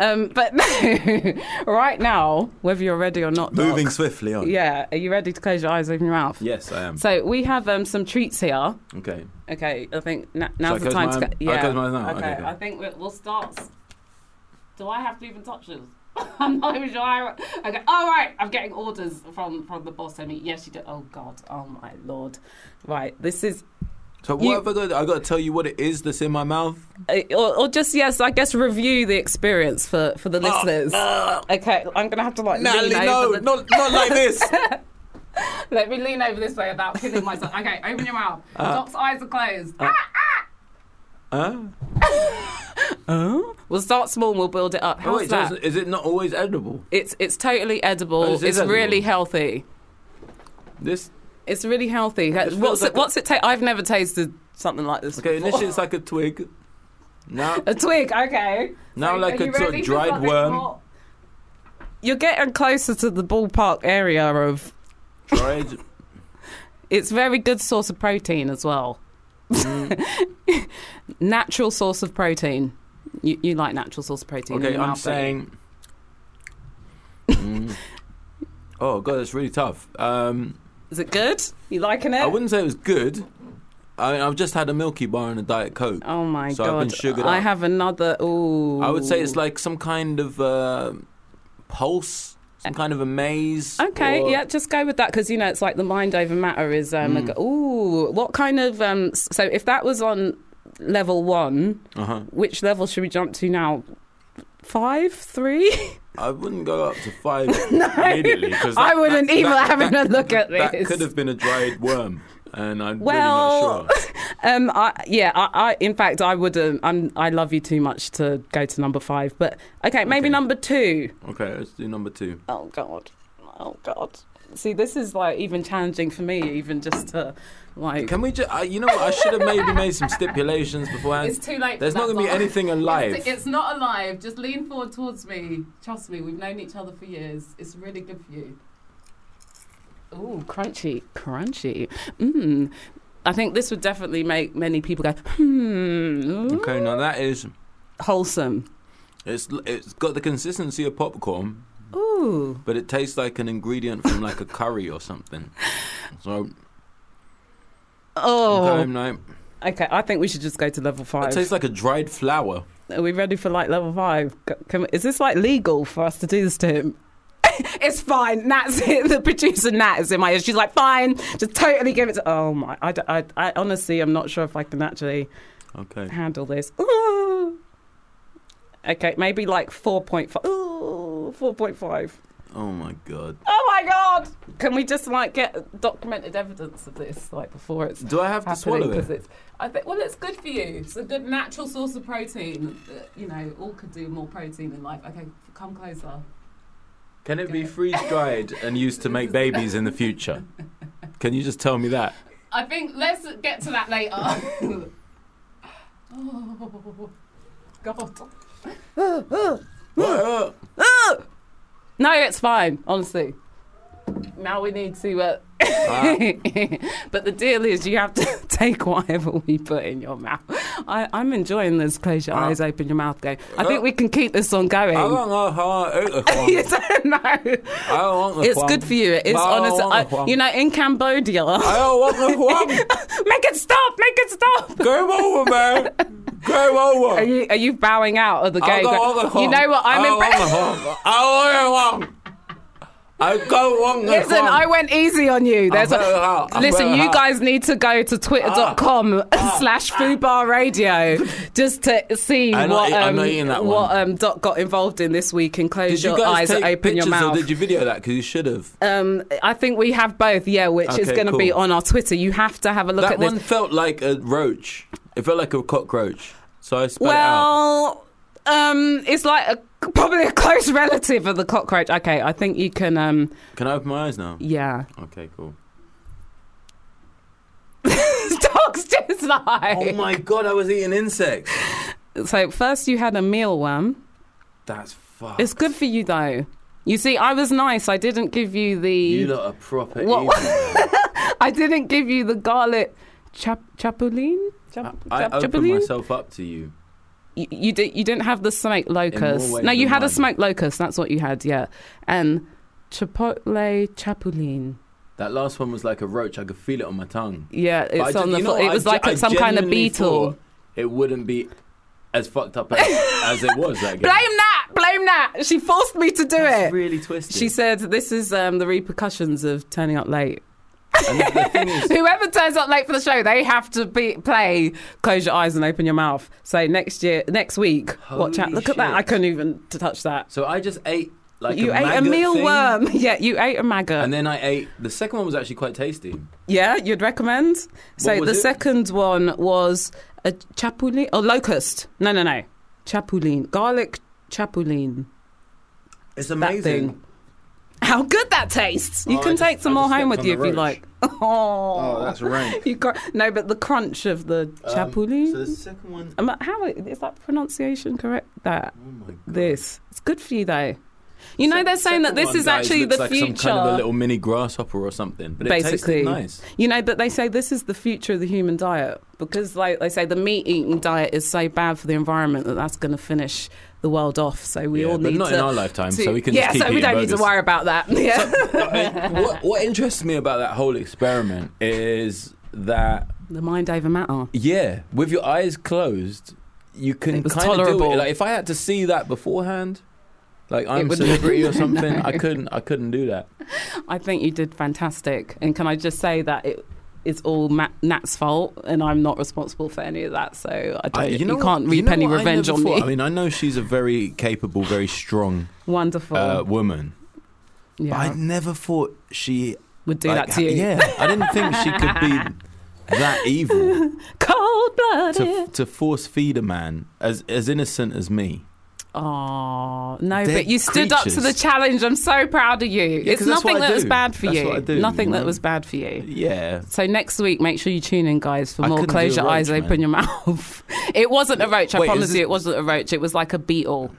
Speaker 4: Um, but right now, whether you're ready or not, Doc,
Speaker 5: Moving swiftly on.
Speaker 4: yeah, are you ready to close your eyes, open your mouth?
Speaker 5: Yes, I am.
Speaker 4: So we have um, some treats here.
Speaker 5: okay.
Speaker 4: Okay, I think na- now's the
Speaker 5: close
Speaker 4: time
Speaker 5: my-
Speaker 4: to. Go-
Speaker 5: I
Speaker 4: yeah.
Speaker 5: close my eyes now?
Speaker 4: Okay,
Speaker 5: Okay, cool.
Speaker 4: I think we- we'll start. Do I have to even touch this? I'm not even sure. I... Okay. All right. I'm getting orders from from the boss. I mean, yes, you do. Oh God. Oh my lord. Right. This is
Speaker 5: So what
Speaker 4: You-
Speaker 5: have I got? I got to tell you what it is that's in my mouth.
Speaker 4: uh, or, or just yes. I guess review the experience for for the listeners. okay. I'm gonna have to like
Speaker 5: Ah, Natalie,
Speaker 4: lean
Speaker 5: no,
Speaker 4: over. The...
Speaker 5: not not like this.
Speaker 4: Let me lean over this way without killing myself. Okay. Open your mouth.
Speaker 5: Ah.
Speaker 4: Doc's eyes are closed.
Speaker 5: huh?
Speaker 4: We'll start small. and We'll build it up.
Speaker 5: Oh,
Speaker 4: How's
Speaker 5: wait, so
Speaker 4: that?
Speaker 5: is, is it not always edible?
Speaker 4: It's it's totally edible.
Speaker 5: Oh,
Speaker 4: it's
Speaker 5: this is edible.
Speaker 4: really healthy.
Speaker 5: This
Speaker 4: It's really healthy.
Speaker 5: feels
Speaker 4: what's
Speaker 5: like
Speaker 4: it?
Speaker 5: a-
Speaker 4: What's it take? I've never tasted something like this.
Speaker 5: okay?
Speaker 4: before.
Speaker 5: Initially, it's like a twig. Now,
Speaker 4: a twig. Okay.
Speaker 5: now
Speaker 4: So
Speaker 5: like
Speaker 4: are
Speaker 5: a
Speaker 4: you
Speaker 5: sort
Speaker 4: ready
Speaker 5: of
Speaker 4: for
Speaker 5: dried
Speaker 4: something
Speaker 5: worm.
Speaker 4: more? You're getting closer to the ballpark area of.
Speaker 5: Dried.
Speaker 4: It's very good source of protein as well.
Speaker 5: Mm.
Speaker 4: natural source of protein. You, you like natural source of protein? in
Speaker 5: Okay,
Speaker 4: your
Speaker 5: I'm
Speaker 4: mouth, don't you?
Speaker 5: saying. Mm. Oh god, that's really tough. Um,
Speaker 4: Is it good? You liking it?
Speaker 5: I wouldn't say it was good. I mean, I've just had a Milky Bar and a Diet Coke.
Speaker 4: Oh my
Speaker 5: so
Speaker 4: god!
Speaker 5: I've been sugared
Speaker 4: I
Speaker 5: up.
Speaker 4: have another. Ooh,
Speaker 5: I would say
Speaker 4: Oh.
Speaker 5: it's like some kind of uh, pulse, some kind of a maze.
Speaker 4: Okay,
Speaker 5: or- Mm.
Speaker 4: yeah, just go with that because you know it's like the mind over matter is. Um, a go- ooh, what kind of um? s- So if that was on level one,
Speaker 5: Uh-huh.
Speaker 4: which level should we jump to now? Five, three?
Speaker 5: I wouldn't go up to five immediately. 'cause
Speaker 4: I
Speaker 5: that-
Speaker 4: wouldn't
Speaker 5: that-
Speaker 4: even
Speaker 5: that-
Speaker 4: having
Speaker 5: that-
Speaker 4: a look at this.
Speaker 5: That could have been a dried worm, and I'm really
Speaker 4: Well,
Speaker 5: not sure.
Speaker 4: um, I, yeah, I, I, in fact, I would. Um, I'm, I love you too much to go to number five, but okay, maybe
Speaker 5: Okay.
Speaker 4: number two.
Speaker 5: Okay, let's do number two.
Speaker 4: Oh God, oh God. See, this is like even challenging for me, even just to like.
Speaker 5: Can we just? Uh, you know what? I should have maybe made some stipulations beforehand.
Speaker 4: It's too late. for
Speaker 5: There's
Speaker 4: that,
Speaker 5: not going to be
Speaker 4: Zara.
Speaker 5: anything alive.
Speaker 4: It's, it's not alive. Just lean forward towards me. Trust me, we've known each other for years. It's really good for you. Ooh, crunchy, crunchy. Mmm. I think this would definitely make many people go, hmm. ooh.
Speaker 5: Okay, now that is.
Speaker 4: Wholesome.
Speaker 5: It's it's got the consistency of popcorn,
Speaker 4: Ooh.
Speaker 5: but it tastes like an ingredient from like a curry or something. So
Speaker 4: Oh.
Speaker 5: okay, no,
Speaker 4: Okay, I think we should just go to level
Speaker 5: it
Speaker 4: five.
Speaker 5: tastes like a dried flower.
Speaker 4: Are we ready for like level five? C- Can, is this like legal for us to do this to him? it's fine. Nat's it. The producer Nat is in my ear. She's like, fine, just totally give it. To, oh my! I, d- I- I honestly, I'm not sure if I can actually
Speaker 5: Okay,
Speaker 4: handle this. Ooh. Okay, maybe like four point five. Ooh, four point five.
Speaker 5: oh my god.
Speaker 4: Oh my god! Can we just like get documented evidence of this, like before it's
Speaker 5: Do I have to
Speaker 4: happening
Speaker 5: swallow
Speaker 4: because
Speaker 5: it?
Speaker 4: it's. I think well, it's good for you. It's a good natural source of protein. Uh, You know, all could do more protein in life. Okay, f- come closer.
Speaker 5: Can it be freeze dried and used to make babies in the future? Can you just tell me that?
Speaker 4: I think let's get to that later. oh God.
Speaker 5: What?
Speaker 4: No, it's fine. Honestly, now we need to. Uh,
Speaker 5: Ah,
Speaker 4: but the deal is, you have to take whatever we put in your mouth. I, I'm enjoying this. Close your
Speaker 5: Ah.
Speaker 4: eyes, open your mouth, go. I
Speaker 5: Ah.
Speaker 4: think we can keep this on going.
Speaker 5: I don't know how I ate the
Speaker 4: you
Speaker 5: corn.
Speaker 4: don't know.
Speaker 5: I don't want the
Speaker 4: It's
Speaker 5: corn.
Speaker 4: good for you. It's
Speaker 5: I don't
Speaker 4: honestly,
Speaker 5: want the
Speaker 4: I,
Speaker 5: corn.
Speaker 4: you know, in Cambodia.
Speaker 5: I don't want the corn.
Speaker 4: make it stop! Make it stop!
Speaker 5: Game over, man. Game over.
Speaker 4: Are you, are you bowing out of the
Speaker 5: I
Speaker 4: game?
Speaker 5: don't want the
Speaker 4: you
Speaker 5: corn.
Speaker 4: know what? I'm
Speaker 5: I don't
Speaker 4: impressed.
Speaker 5: want the corn. I don't want the corn. I don't want the
Speaker 4: Listen,
Speaker 5: corn.
Speaker 4: I went easy on you. There's
Speaker 5: I'm very hot.
Speaker 4: a,
Speaker 5: I'm
Speaker 4: listen,
Speaker 5: very
Speaker 4: you
Speaker 5: hot.
Speaker 4: guys need to go to twitter.com
Speaker 5: Ah.
Speaker 4: slash foobar radio just to see
Speaker 5: I'm not
Speaker 4: what,
Speaker 5: eat- I'm
Speaker 4: um,
Speaker 5: not eating that
Speaker 4: what
Speaker 5: one.
Speaker 4: um, Doc got involved in this week and close
Speaker 5: Did you
Speaker 4: your
Speaker 5: guys take
Speaker 4: eyes and open your
Speaker 5: pictures
Speaker 4: mouth.
Speaker 5: or did you video that? Because you should have.
Speaker 4: um, I think we have both, yeah, which is
Speaker 5: Okay,
Speaker 4: going to be
Speaker 5: cool.
Speaker 4: on our Twitter. You have to have a look
Speaker 5: that
Speaker 4: at this.
Speaker 5: one felt like a roach. It felt like a cockroach. So I spat it out.
Speaker 4: Well, um, it's like a, probably a close relative of the cockroach. Okay, I think you can. Um,
Speaker 5: Can I open my eyes now?
Speaker 4: yeah,
Speaker 5: Okay, cool.
Speaker 4: dogs just
Speaker 5: Oh
Speaker 4: like.
Speaker 5: my god, I was eating insects.
Speaker 4: so first you had a mealworm.
Speaker 5: That's fucked.
Speaker 4: It's good for you though. You see, I was nice. I didn't give you the.
Speaker 5: You lot are proper
Speaker 4: What-
Speaker 5: evil.
Speaker 4: I didn't give you the garlic chap chapulin. Chap,
Speaker 5: I
Speaker 4: chap-
Speaker 5: opened
Speaker 4: chapulin?
Speaker 5: myself up to you.
Speaker 4: you, you did. You didn't have the smoked locust.
Speaker 5: ways
Speaker 4: No, you
Speaker 5: than
Speaker 4: had a
Speaker 5: one.
Speaker 4: smoked locust. That's what you had. Yeah, and chipotle chapulin.
Speaker 5: That last one was like a roach. I could feel it on my tongue.
Speaker 4: Yeah,
Speaker 5: But I
Speaker 4: it's
Speaker 5: gen-
Speaker 4: on the.
Speaker 5: you know
Speaker 4: floor.
Speaker 5: what?
Speaker 4: it was
Speaker 5: I
Speaker 4: like
Speaker 5: ge- I
Speaker 4: some kind of
Speaker 5: genuinely
Speaker 4: beetle.
Speaker 5: thought It wouldn't be as fucked up as, as it was that game.
Speaker 4: Blame that! Blame that! She forced me to do
Speaker 5: It's
Speaker 4: it.
Speaker 5: really twisted.
Speaker 4: she said, "This is um, the repercussions of turning up late.
Speaker 5: and the, the thing is,
Speaker 4: Whoever turns up late for the show, they have to be, play. Close your eyes and open your mouth. So next year, next week, watch out.
Speaker 5: Holy
Speaker 4: Look at that!
Speaker 5: shit.
Speaker 4: I couldn't even t- touch that.
Speaker 5: so I just ate like
Speaker 4: you
Speaker 5: a
Speaker 4: ate a
Speaker 5: maggot thing,
Speaker 4: mealworm. Yeah, you ate a maggot.
Speaker 5: and then I ate. The second one was actually quite tasty.
Speaker 4: yeah, you'd recommend. So
Speaker 5: was
Speaker 4: the
Speaker 5: it?
Speaker 4: second one was a chapulin or locust. No, no, no, chapulin, garlic chapulin.
Speaker 5: It's
Speaker 4: thing. How good that tastes! You
Speaker 5: Oh, I
Speaker 4: can
Speaker 5: just-
Speaker 4: take some
Speaker 5: I
Speaker 4: more
Speaker 5: just
Speaker 4: home
Speaker 5: stepped
Speaker 4: with
Speaker 5: on
Speaker 4: you if
Speaker 5: the
Speaker 4: you
Speaker 5: roach.
Speaker 4: like. Oh,
Speaker 5: rank. Um,
Speaker 4: You got no, but the crunch of the chapulin.
Speaker 5: So the second one.
Speaker 4: Am I- how is that pronunciation correct? That
Speaker 5: Oh my god.
Speaker 4: this it's good for you though. You know they're saying that this
Speaker 5: One,
Speaker 4: is
Speaker 5: guys,
Speaker 4: actually
Speaker 5: looks
Speaker 4: the
Speaker 5: like
Speaker 4: future.
Speaker 5: Some kind of a little mini grasshopper or something. But it tasted
Speaker 4: basically,
Speaker 5: nice.
Speaker 4: you know that they say this is the future of the human diet because, like they say, the meat-eating diet is so bad for the environment that that's going to finish the world off. So we
Speaker 5: Yeah,
Speaker 4: all
Speaker 5: but
Speaker 4: need
Speaker 5: not
Speaker 4: to,
Speaker 5: in our lifetime,
Speaker 4: to-
Speaker 5: so we can
Speaker 4: yeah,
Speaker 5: just keep
Speaker 4: so we
Speaker 5: eating
Speaker 4: don't need to
Speaker 5: burgers.
Speaker 4: worry about that. Yeah.
Speaker 5: I mean, what, what interests me about that whole experiment is that
Speaker 4: The mind over matter.
Speaker 5: Yeah, with your eyes closed, you can
Speaker 4: It was
Speaker 5: kind of do
Speaker 4: tolerable.
Speaker 5: it. Like if I had to see that beforehand, like I'm
Speaker 4: wouldn't-
Speaker 5: celebrity or something,
Speaker 4: No.
Speaker 5: I couldn't. I couldn't do that.
Speaker 4: I think you did fantastic. And can I just say that it is all Ma- Nat's fault, and I'm not responsible for any of that. So I don't,
Speaker 5: I-
Speaker 4: you,
Speaker 5: know what-
Speaker 4: can't
Speaker 5: you
Speaker 4: reap
Speaker 5: know
Speaker 4: any
Speaker 5: what I
Speaker 4: revenge
Speaker 5: never
Speaker 4: on me.
Speaker 5: thought? I mean, I know she's a very capable, very strong
Speaker 4: Wonderful.
Speaker 5: uh, woman.
Speaker 4: yeah,
Speaker 5: But I never thought she
Speaker 4: would do
Speaker 5: like,
Speaker 4: that to you.
Speaker 5: Yeah, I didn't think she could be that evil
Speaker 4: Cold
Speaker 5: to
Speaker 4: blooded.
Speaker 5: to force feed a man as as innocent as me.
Speaker 4: Oh no!
Speaker 5: They're
Speaker 4: But you stood up to the
Speaker 5: creatures.
Speaker 4: challenge. I'm so proud of you. it's
Speaker 5: 'cause that's
Speaker 4: nothing
Speaker 5: what I
Speaker 4: that was
Speaker 5: do.
Speaker 4: bad for
Speaker 5: That's
Speaker 4: you.
Speaker 5: what I do,
Speaker 4: nothing
Speaker 5: you
Speaker 4: that
Speaker 5: know?
Speaker 4: was bad for you.
Speaker 5: Yeah,
Speaker 4: So next week, make sure you tune in, guys, for
Speaker 5: I
Speaker 4: more.
Speaker 5: couldn't
Speaker 4: Close
Speaker 5: do a
Speaker 4: your eyes,
Speaker 5: roach,
Speaker 4: open
Speaker 5: man.
Speaker 4: your mouth. It wasn't a roach. I
Speaker 5: Wait, is
Speaker 4: promise
Speaker 5: this-
Speaker 4: you, it wasn't a roach. It was like a beetle.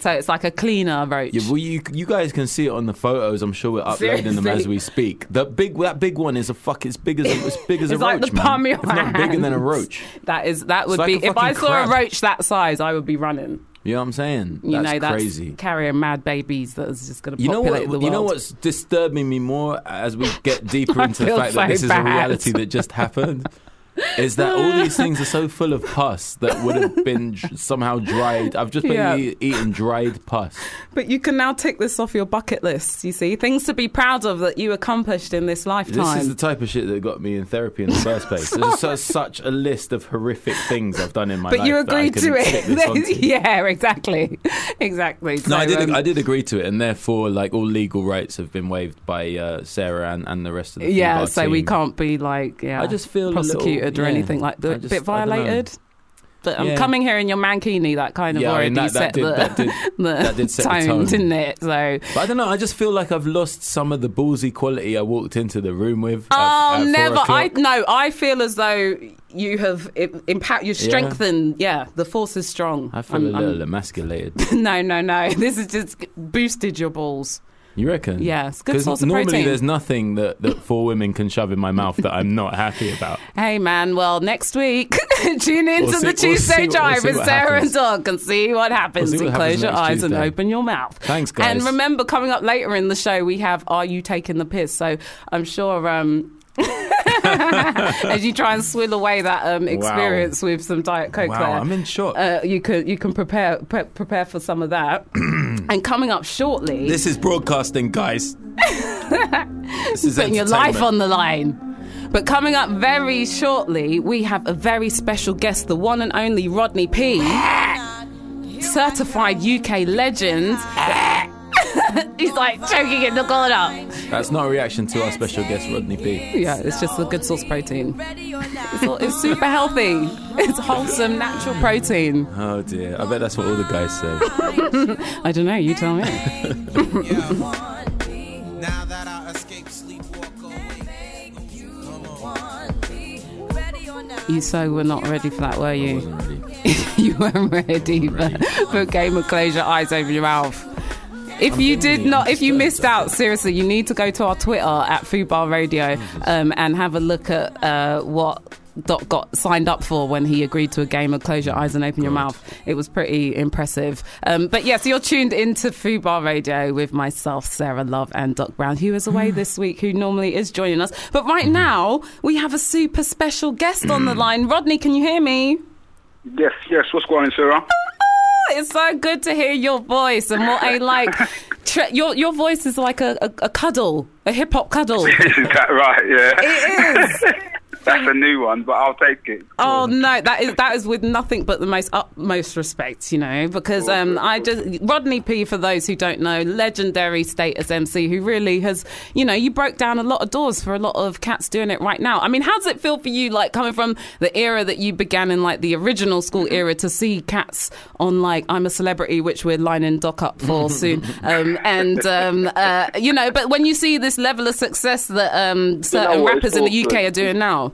Speaker 4: So it's like a cleaner roach.
Speaker 5: Yeah, well, you you guys can see it on the photos. I'm sure we're uploading them
Speaker 4: Seriously.
Speaker 5: as we speak. That big that big one is a fuck. It's big as a, it's big as
Speaker 4: It's
Speaker 5: a
Speaker 4: like
Speaker 5: roach,
Speaker 4: the palm of
Speaker 5: man.
Speaker 4: your
Speaker 5: It's not bigger than a
Speaker 4: hands.
Speaker 5: roach.
Speaker 4: that is that would
Speaker 5: like
Speaker 4: be
Speaker 5: a
Speaker 4: if I
Speaker 5: fucking
Speaker 4: saw
Speaker 5: crab.
Speaker 4: a roach that size, I would be running.
Speaker 5: You know what I'm saying?
Speaker 4: You
Speaker 5: that's
Speaker 4: know, that's
Speaker 5: crazy.
Speaker 4: carrying mad babies that is just going to
Speaker 5: You know
Speaker 4: populate
Speaker 5: what?
Speaker 4: the world.
Speaker 5: You know what's disturbing me more as we get deeper
Speaker 4: I
Speaker 5: into the
Speaker 4: feel
Speaker 5: fact that
Speaker 4: so
Speaker 5: this is a
Speaker 4: bad.
Speaker 5: reality that just happened. Is that all these things are so full of pus that would have been dr- somehow dried? I've just been
Speaker 4: Yeah.
Speaker 5: e- eating dried pus.
Speaker 4: But you can now tick this off your bucket list. You see things to be proud of that you accomplished in this
Speaker 5: This
Speaker 4: lifetime.
Speaker 5: is the type of shit that got me in therapy in the first place. There's su- such a list of horrific things I've done in my
Speaker 4: but
Speaker 5: life.
Speaker 4: you
Speaker 5: that I
Speaker 4: agreed to
Speaker 5: couldn't fit this onto.
Speaker 4: it. yeah, exactly, exactly.
Speaker 5: No, I did.
Speaker 4: um,
Speaker 5: I did agree to it, and therefore, like all legal rights have been waived by uh, Sarah and, and the rest of the
Speaker 4: Yeah,
Speaker 5: Fubar
Speaker 4: so we
Speaker 5: team.
Speaker 4: can't be like yeah.
Speaker 5: I just feel a little-
Speaker 4: prosecuted or
Speaker 5: yeah,
Speaker 4: anything like
Speaker 5: I
Speaker 4: that.
Speaker 5: just-
Speaker 4: bit
Speaker 5: I dunno.
Speaker 4: violated. But I'm
Speaker 5: Yeah.
Speaker 4: coming here in your mankini. That kind of
Speaker 5: Yeah, I
Speaker 4: already
Speaker 5: mean, that- that
Speaker 4: set
Speaker 5: did-
Speaker 4: the,
Speaker 5: that did-
Speaker 4: the
Speaker 5: that did set the
Speaker 4: tone,
Speaker 5: tone.
Speaker 4: didn't it? So
Speaker 5: But I don't know. I just feel like I've lost some of the ballsy quality I walked into the room with. at-
Speaker 4: Oh,
Speaker 5: at four
Speaker 4: never.
Speaker 5: o'clock.
Speaker 4: I no. I feel as though you have im- impact. You've
Speaker 5: Yeah.
Speaker 4: strengthened. Yeah. the force is strong.
Speaker 5: I feel
Speaker 4: I'm-
Speaker 5: a
Speaker 4: I'm-
Speaker 5: little emasculated.
Speaker 4: no, no, no. This has just boosted your balls.
Speaker 5: You reckon?
Speaker 4: Yeah, it's a good
Speaker 5: 'Cause
Speaker 4: source of
Speaker 5: normally
Speaker 4: protein.
Speaker 5: there's nothing that, that four women can shove in my mouth that I'm not happy about.
Speaker 4: Hey, man. Well, next week, tune in
Speaker 5: We'll
Speaker 4: to
Speaker 5: see-
Speaker 4: the
Speaker 5: we'll
Speaker 4: Tuesday
Speaker 5: see what- we'll
Speaker 4: Drive
Speaker 5: see
Speaker 4: with
Speaker 5: what
Speaker 4: Sarah
Speaker 5: happens.
Speaker 4: and Doug and see what happens.
Speaker 5: We'll see what
Speaker 4: and
Speaker 5: happens
Speaker 4: close your
Speaker 5: next
Speaker 4: eyes and
Speaker 5: Tuesday.
Speaker 4: open your mouth.
Speaker 5: Thanks, guys.
Speaker 4: And remember, coming up later in the show, we have Are You Taking the Piss? So I'm sure. Um, as you try and swill away that um, experience with some diet coke
Speaker 5: Wow,
Speaker 4: there.
Speaker 5: I'm in shock.
Speaker 4: uh, you can you can prepare pre- prepare for some of that. and coming up shortly,
Speaker 5: This is broadcasting, guys. this is
Speaker 4: putting your life
Speaker 5: entertainment.
Speaker 4: on the line. But coming up very shortly, we have a very special guest, the one and only Rodney P, certified UK legend. He's like choking in the corner.
Speaker 5: That's not a reaction to our special guest, Rodney B.
Speaker 4: Yeah, it's just the good source protein. It's, all- it's super healthy. It's wholesome, natural protein.
Speaker 5: Oh dear, I bet that's what all the guys say.
Speaker 4: I don't know. You tell me.
Speaker 7: Now that I escape, sleepwalk away.
Speaker 4: You so were not ready for that, were you?
Speaker 5: Wasn't ready.
Speaker 4: you weren't ready for, for a game of close your eyes over your mouth. If you did
Speaker 5: really
Speaker 4: not, if you
Speaker 5: disturbed
Speaker 4: missed out, seriously, you need to go to our Twitter at Fubar Radio um, and have a look at uh, what Doc got signed up for when he agreed to a game of Close Your Eyes and Open Your Mouth. It was pretty impressive. Um, but yes, you're tuned into Fubar Radio with myself, Sarah Love, and Doc Brown, who is away this week, who normally is joining us. But right now, we have a super special guest on the line. Rodney, can you hear me?
Speaker 9: Yes, yes. What's going on, Sarah?
Speaker 4: It's so good to hear your voice and what I like. Tre- your your voice is like a, a, a cuddle, a hip hop cuddle.
Speaker 9: Is that right? Yeah.
Speaker 4: It is.
Speaker 9: That's a new one, but I'll take it.
Speaker 4: Oh no, that is that is with nothing but the most utmost respect, you know, because um, I just Rodney P. For those who don't know, legendary status MC who really has, you know, you broke down a lot of doors for a lot of cats doing it right now. I mean, how does it feel for you, like coming from the era that you began in, like the original
Speaker 9: Mm-hmm.
Speaker 4: school era, to see cats on like I'm a Celebrity, which we're lining Doc up for soon, um, and um, uh, you know, but when you see this level of success that um, certain
Speaker 9: what, it's
Speaker 4: rappers in the UK
Speaker 9: awkward.
Speaker 4: are doing now.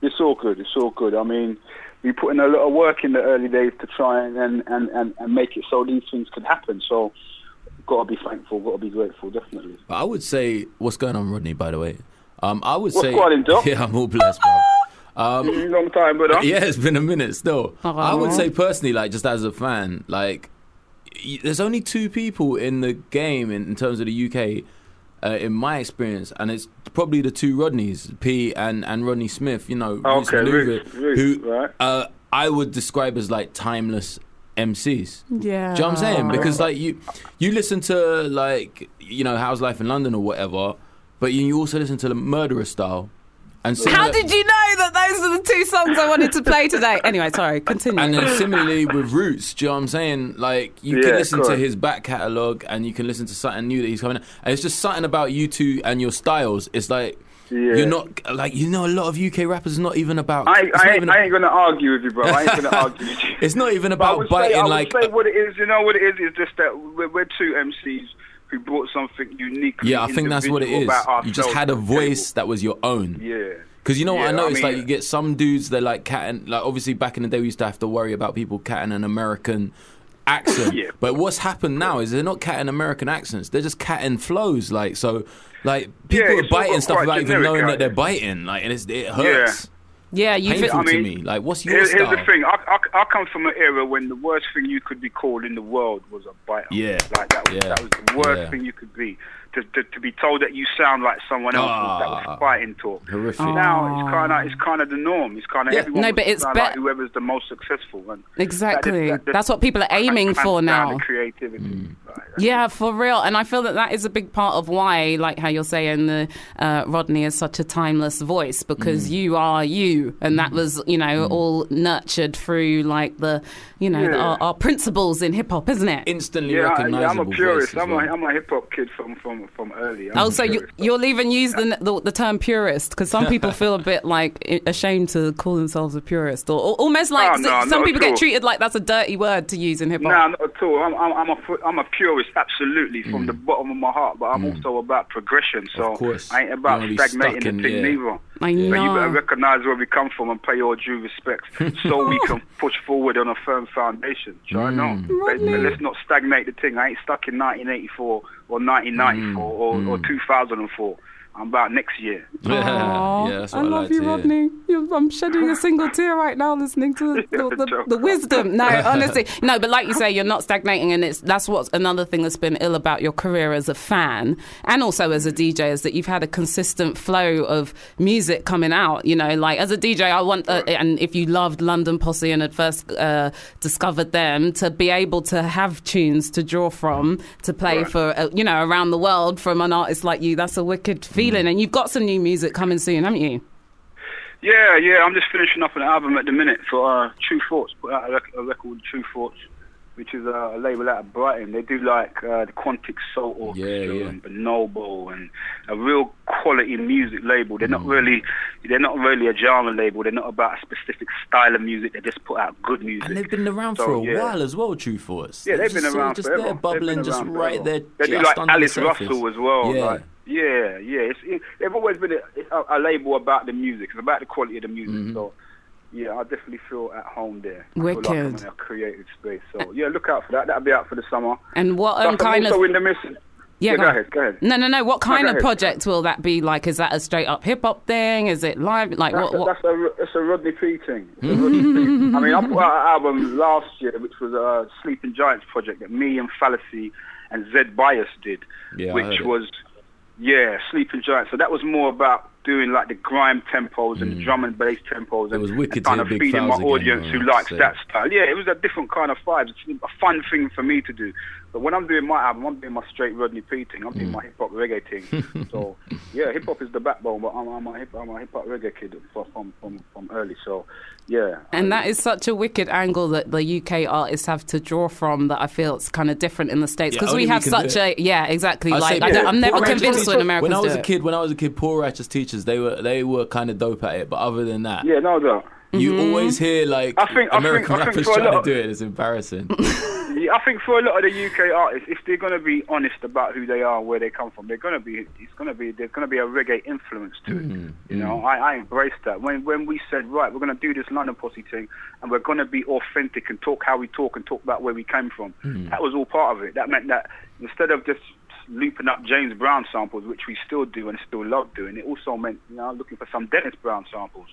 Speaker 9: It's all good. It's all good. I mean, we put in a lot of work in the early days to try and and and, and, and make it so these things could happen. So, got to be thankful. Got to be grateful. Definitely.
Speaker 5: But I would say, what's going on, Rodney? By the way, um, I would
Speaker 9: What's
Speaker 5: say,
Speaker 9: going on, Doc?
Speaker 5: yeah, I'm all blessed, bro. Um,
Speaker 9: Long time, brother.
Speaker 5: yeah, it's been a minute still.
Speaker 4: Hello.
Speaker 5: I would say personally, like just as a fan, like y- there's only two people in the game in, in terms of the UK uh, in my experience, and it's probably the two Rodneys, P and, and Rodney Smith. You know, Roots
Speaker 9: Okay,
Speaker 5: Maneuver,
Speaker 9: Roots, Roots,
Speaker 5: who
Speaker 9: right.
Speaker 5: uh, I would describe as like timeless MCs.
Speaker 4: Yeah.
Speaker 5: Do you know what I'm saying? Because like you, you listen to like you know How's Life in London or whatever, but you, you also listen to the Murderer Style. And so
Speaker 4: How did you know that those are the two songs I wanted to play today? Anyway, sorry, continue.
Speaker 9: uh,
Speaker 5: And then similarly with Roots, do you know what I'm saying? Like you can
Speaker 9: Yeah,
Speaker 5: listen to
Speaker 9: correct.
Speaker 5: his back catalogue and you can listen to something new that he's coming. And it's just something about you two and your styles. It's like
Speaker 9: Yeah.
Speaker 5: you're not like you know a lot of UK rappers. are Not even about. it's,
Speaker 9: I, I,
Speaker 5: not
Speaker 9: ain't,
Speaker 5: even,
Speaker 9: I ain't gonna argue with you, bro. I ain't gonna argue with you.
Speaker 5: it's not even
Speaker 9: But I
Speaker 5: about
Speaker 9: would
Speaker 5: biting.
Speaker 9: say, I would
Speaker 5: like
Speaker 9: say what it is. You know what it is is just that we're, we're two MCs who brought something uniquely.
Speaker 5: yeah, I think that's what it
Speaker 9: individual
Speaker 5: is.
Speaker 9: about
Speaker 5: You just
Speaker 9: ourselves
Speaker 5: had a
Speaker 9: to the table.
Speaker 5: voice that was your own.
Speaker 9: Yeah.
Speaker 5: Because you know what
Speaker 9: Yeah,
Speaker 5: I
Speaker 9: I
Speaker 5: noticed,
Speaker 9: mean-
Speaker 5: like you get some dudes they're like catting. Like obviously back in the day we used to have to worry about people catting an American accent.
Speaker 9: Yeah.
Speaker 5: But what's happened now is they're not catting American accents; they're just catting flows. Like so, like
Speaker 9: Yeah,
Speaker 5: people are
Speaker 9: it's all
Speaker 5: biting
Speaker 9: got
Speaker 5: stuff
Speaker 9: quite
Speaker 5: without even
Speaker 9: generic
Speaker 5: knowing
Speaker 9: out
Speaker 5: that they're
Speaker 9: there.
Speaker 5: biting. Like and it's, it hurts.
Speaker 4: yeah, you.
Speaker 5: Painful
Speaker 9: I
Speaker 5: to
Speaker 9: mean,
Speaker 5: me. Like what's your
Speaker 9: Here, here's
Speaker 5: style?
Speaker 9: the thing. I, I, I come from an era when the worst thing you could be called in the world was a biter.
Speaker 5: Yeah.
Speaker 9: Like that was,
Speaker 5: Yeah.
Speaker 9: that was the worst
Speaker 5: Yeah.
Speaker 9: thing you could be. To, to, to be told that you sound like someone else was- that
Speaker 5: Ah.
Speaker 9: was fighting talk.
Speaker 5: Horrific.
Speaker 9: Now it's kind of it's kind of the norm. It's kind of
Speaker 5: Yeah.
Speaker 9: everyone
Speaker 4: No,
Speaker 9: wants
Speaker 4: but
Speaker 9: to
Speaker 4: it's
Speaker 9: sound
Speaker 4: bet-
Speaker 9: like whoever's the most successful. And
Speaker 4: Exactly.
Speaker 9: that- that-
Speaker 4: That's what people are aiming
Speaker 9: clamps
Speaker 4: for
Speaker 9: down
Speaker 4: now.
Speaker 9: the creativity.
Speaker 5: Mm.
Speaker 9: Like,
Speaker 4: Yeah, for real. And I feel that that is a big part of why, like how you're saying, the uh, Rodney is such a timeless voice
Speaker 9: Mm.
Speaker 4: because you are you, and that was, you know, all nurtured through like the, you know, the,
Speaker 9: Yeah.
Speaker 4: our, our principles in hip hop, isn't it?
Speaker 5: Instantly
Speaker 9: Yeah, I,
Speaker 5: recognizable.
Speaker 9: I'm a purist.
Speaker 5: voice as
Speaker 9: I'm,
Speaker 5: well.
Speaker 9: a, I'm a hip hop kid from from from early. I'm
Speaker 4: Oh,
Speaker 9: a
Speaker 4: so you,
Speaker 9: purist.
Speaker 4: you'll even use the, the the term purist because some people feel a bit like i- ashamed to call themselves a purist, or, or almost like
Speaker 9: Oh,
Speaker 4: s-
Speaker 9: no,
Speaker 4: some
Speaker 9: not
Speaker 4: people
Speaker 9: at
Speaker 4: get
Speaker 9: all.
Speaker 4: treated like that's a dirty word to use in hip hop.
Speaker 9: No, not at all. I'm, I'm, I'm, a, fu- I'm a purist, absolutely, from the bottom of my heart, but I'm also about progression. So
Speaker 5: Mm. course.
Speaker 9: I ain't about
Speaker 5: You don't wanna be
Speaker 9: stagnating
Speaker 5: stuck in-
Speaker 9: the thing
Speaker 5: yeah.
Speaker 9: neither.
Speaker 4: I
Speaker 9: So you better
Speaker 4: know.
Speaker 9: recognize where we come from and pay your due respect so we can push forward on a firm foundation. Do I
Speaker 5: Mm.
Speaker 9: know? But, but let's not stagnate the thing. I ain't stuck in 1984 or 1994
Speaker 5: Mm.
Speaker 9: or, or 2004. I'm about next year.
Speaker 5: yeah,
Speaker 4: Aw,
Speaker 5: yeah, that's
Speaker 4: I
Speaker 5: what I,
Speaker 4: love
Speaker 5: like
Speaker 4: you,
Speaker 5: to hear.
Speaker 4: Rodney. You're, I'm shedding a single tear right now listening to the, the, the, the wisdom. No, honestly, no. But like you say, you're not stagnating, and it's that's what's another thing that's been ill about your career as a fan and also as a DJ is that you've had a consistent flow of music coming out. You know, like as a DJ, I want, uh, and if you loved London Posse and had first uh, discovered them, to be able to have tunes to draw from to play for uh, you know around the world from an artist like you. That's a wicked feeling, and you've got some new music coming soon, haven't you?
Speaker 9: Yeah, yeah. I'm just finishing up an album at the minute for uh, True Thoughts. Put out a, rec- a record, True Thoughts, which is uh, a label out of Brighton. They do like uh, the Quantic Soul Orchestra
Speaker 5: Yeah, yeah.
Speaker 9: and Bonobo and a real quality music label. They're not
Speaker 5: Mm.
Speaker 9: really, they're not really a genre label. They're not about a specific style of music. They just put out good music.
Speaker 5: And they've been around
Speaker 9: So,
Speaker 5: for a
Speaker 9: yeah.
Speaker 5: while as well, True Force.
Speaker 9: Yeah, they've
Speaker 5: just
Speaker 9: been
Speaker 5: sort of
Speaker 9: around
Speaker 5: just
Speaker 9: forever.
Speaker 5: there
Speaker 9: They've
Speaker 5: bubbling,
Speaker 9: been
Speaker 5: just
Speaker 9: around
Speaker 5: right there.
Speaker 9: forever. They do
Speaker 5: just
Speaker 9: like
Speaker 5: under the
Speaker 9: Alice
Speaker 5: surface.
Speaker 9: Russell as well.
Speaker 5: Yeah.
Speaker 9: Like, yeah, yeah. It's, it, they've always been a, a, a label about the music. It's about the quality of the music.
Speaker 5: Mm-hmm.
Speaker 9: So, yeah, I definitely feel at home there. I feel like I'm
Speaker 4: Wicked.
Speaker 9: in a creative space. So, yeah, look out for that. That'll be out for the summer.
Speaker 4: And what um,
Speaker 9: Plus, I'm
Speaker 4: kind of
Speaker 9: also in the mission.
Speaker 4: Yeah,
Speaker 9: go,
Speaker 4: go on.
Speaker 9: ahead. Go ahead.
Speaker 4: no no no what kind
Speaker 9: go
Speaker 4: of
Speaker 9: ahead.
Speaker 4: project will that be like? Is that a straight up hip hop thing? Is it live? Like
Speaker 9: That's,
Speaker 4: what?
Speaker 9: a,
Speaker 4: what?
Speaker 9: that's a, that's a Rodney P thing. It's a Rodney P. I mean, I put out an album last year, which was a Sleeping Giants project that me and Fallacy and Zed Bias did,
Speaker 5: Yeah, I heard
Speaker 9: which
Speaker 5: it.
Speaker 9: was, yeah, Sleeping Giants. So that was more about doing like the grime tempos and the drum and bass tempos. And,
Speaker 5: Mm. was wicked
Speaker 9: and
Speaker 5: to
Speaker 9: kind
Speaker 5: hear
Speaker 9: of
Speaker 5: Big
Speaker 9: feeding my
Speaker 5: Fouls again,
Speaker 9: audience
Speaker 5: though,
Speaker 9: who
Speaker 5: I'd
Speaker 9: likes
Speaker 5: say.
Speaker 9: that style. Yeah, it was a different kind of vibe. It's a fun thing for me to do. But when I'm doing my album, I'm doing my straight Rodney P thing. I'm doing my hip hop reggae thing. so yeah, hip hop is the backbone. But I'm, I'm a hip I'm a hip hop reggae kid from from from, from early. So yeah.
Speaker 4: And that is such a wicked angle that the UK artists have to draw from that I feel it's kind of different in the States
Speaker 5: Yeah,
Speaker 4: because
Speaker 5: only
Speaker 4: we
Speaker 5: we
Speaker 4: have
Speaker 5: can
Speaker 4: such
Speaker 5: do
Speaker 4: a, yeah, exactly.
Speaker 5: I
Speaker 4: like,
Speaker 5: say
Speaker 4: I don't,
Speaker 5: poor-
Speaker 4: I'm never
Speaker 5: poor righteous
Speaker 4: convinced when
Speaker 5: teachers-
Speaker 4: Americans
Speaker 5: When I was
Speaker 4: do
Speaker 5: a
Speaker 4: it.
Speaker 5: kid, when I was a kid, poor righteous teachers, they were they were kind of dope at it. But other than that,
Speaker 9: Yeah, no doubt.
Speaker 5: you always hear like
Speaker 9: I think- I
Speaker 5: American
Speaker 9: think- I think
Speaker 5: rappers
Speaker 9: for a
Speaker 5: trying
Speaker 9: lot-
Speaker 5: to do it. It's embarrassing.
Speaker 9: Yeah, I think for a lot of the UK artists, if they're going to be honest about who they are and where they come from, they're going to be it's going to be there's going to be a reggae influence to it. You know, I, I embrace that. When when we said right, we're going to do this London posse thing, and we're going to be authentic and talk how we talk and talk about where we came from. That was all part of it. That meant that instead of just looping up James Brown samples, which we still do and still love doing, it also meant you know looking for some Dennis Brown samples.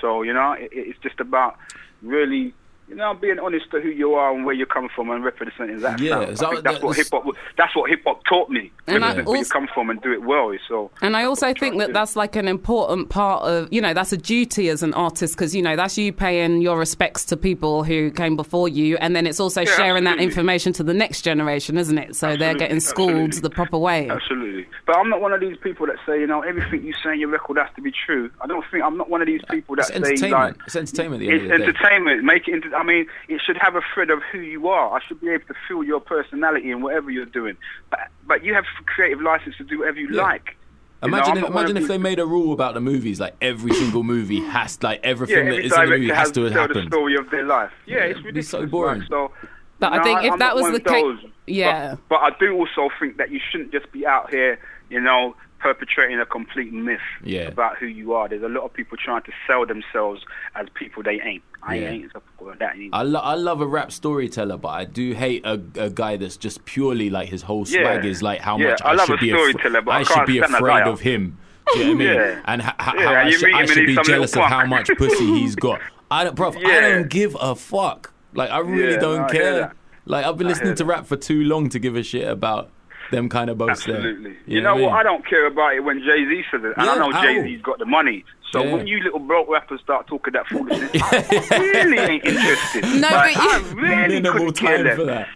Speaker 9: So you know, it, it's just about really You know, being honest to who you are and where you come from and representing that.
Speaker 5: Yeah,
Speaker 9: sound. I
Speaker 5: is
Speaker 9: think
Speaker 5: that-
Speaker 9: that's what hip
Speaker 5: that's-
Speaker 9: hop. That's what hip hop taught me.
Speaker 4: And I
Speaker 9: Represent where you
Speaker 4: also-
Speaker 9: come from and do it well. So
Speaker 4: And I also think that that's like an important part of, you know, that's a duty as an artist because, you know, that's you paying your respects to people who came before you. And then it's also
Speaker 9: Yeah,
Speaker 4: sharing that
Speaker 9: absolutely.
Speaker 4: information to the next generation, isn't it? So they're
Speaker 9: Absolutely,
Speaker 4: getting schooled
Speaker 9: absolutely.
Speaker 4: the proper way.
Speaker 9: Absolutely. But I'm not one of these people that say, you know, everything you say in your record has to be true. I don't think I'm not one of these people that
Speaker 5: It's
Speaker 9: say
Speaker 5: entertainment.
Speaker 9: like
Speaker 5: It's entertainment at the end
Speaker 9: it's
Speaker 5: of the day.
Speaker 9: entertainment. Make it into. I mean, it should have a thread of who you are. I should be able to feel your personality in whatever you're doing. But but you have creative license to do whatever you
Speaker 5: Yeah.
Speaker 9: like. You know,
Speaker 5: Imagine
Speaker 9: I'm
Speaker 5: if,
Speaker 9: not one of
Speaker 5: imagine if
Speaker 9: these-
Speaker 5: they made a rule about the movies, like every single movie has, like everything
Speaker 9: yeah, every
Speaker 5: that is in the
Speaker 9: director
Speaker 5: movie
Speaker 9: has
Speaker 5: has to have
Speaker 9: tell the
Speaker 5: happened.
Speaker 9: story of their life. Yeah, it's
Speaker 5: it'd be
Speaker 9: ridiculous.
Speaker 5: so boring.
Speaker 9: Like, so,
Speaker 4: But I
Speaker 9: no,
Speaker 4: think if
Speaker 9: I'm
Speaker 4: that
Speaker 9: not
Speaker 4: was
Speaker 9: one
Speaker 4: the
Speaker 9: of
Speaker 4: ca-
Speaker 9: those.
Speaker 4: Yeah.
Speaker 9: But, but I do also think that you shouldn't just be out here, you know, perpetrating a complete myth
Speaker 5: Yeah.
Speaker 9: about who you are. There's a lot of people trying to sell themselves as people they ain't. I
Speaker 5: Yeah.
Speaker 9: ain't something like that. ain't.
Speaker 5: I, lo- I love a rap storyteller, but I do hate a, a guy that's just purely like his whole
Speaker 9: Yeah.
Speaker 5: swag is like how
Speaker 9: Yeah,
Speaker 5: much
Speaker 9: I
Speaker 5: I,
Speaker 9: love
Speaker 5: should
Speaker 9: a
Speaker 5: be.
Speaker 9: storyteller, but I
Speaker 5: should
Speaker 9: can't
Speaker 5: be
Speaker 9: stand a
Speaker 5: afraid
Speaker 9: liar.
Speaker 5: of him. Do you know what I mean?
Speaker 9: Yeah.
Speaker 5: And ha- ha-
Speaker 9: Yeah,
Speaker 5: how
Speaker 9: and
Speaker 5: I,
Speaker 9: you
Speaker 5: should-
Speaker 9: meet
Speaker 5: I
Speaker 9: him and
Speaker 5: should
Speaker 9: he's
Speaker 5: be
Speaker 9: some little
Speaker 5: jealous of how
Speaker 9: punk.
Speaker 5: much pussy he's got. I don't, bruv, I
Speaker 9: Yeah.
Speaker 5: don't give a fuck. Like I really
Speaker 9: Yeah,
Speaker 5: don't
Speaker 9: no, I hear
Speaker 5: care.
Speaker 9: that.
Speaker 5: Like I've been listening to rap for too long to give a shit about them kind of boasts. there.
Speaker 9: Absolutely. You
Speaker 5: I
Speaker 9: know what?
Speaker 5: mean?
Speaker 9: I don't care about it when Jay Z says it, and I
Speaker 5: Yeah,
Speaker 9: know
Speaker 5: I
Speaker 9: Jay
Speaker 5: will.
Speaker 9: Z's got the money. So
Speaker 5: Yeah.
Speaker 9: when you little broke rappers start talking that foolishness, I really ain't interested.
Speaker 4: No,
Speaker 9: Like,
Speaker 4: but you-
Speaker 9: I really
Speaker 5: minimal
Speaker 9: couldn't care
Speaker 5: time
Speaker 9: less.
Speaker 5: for that.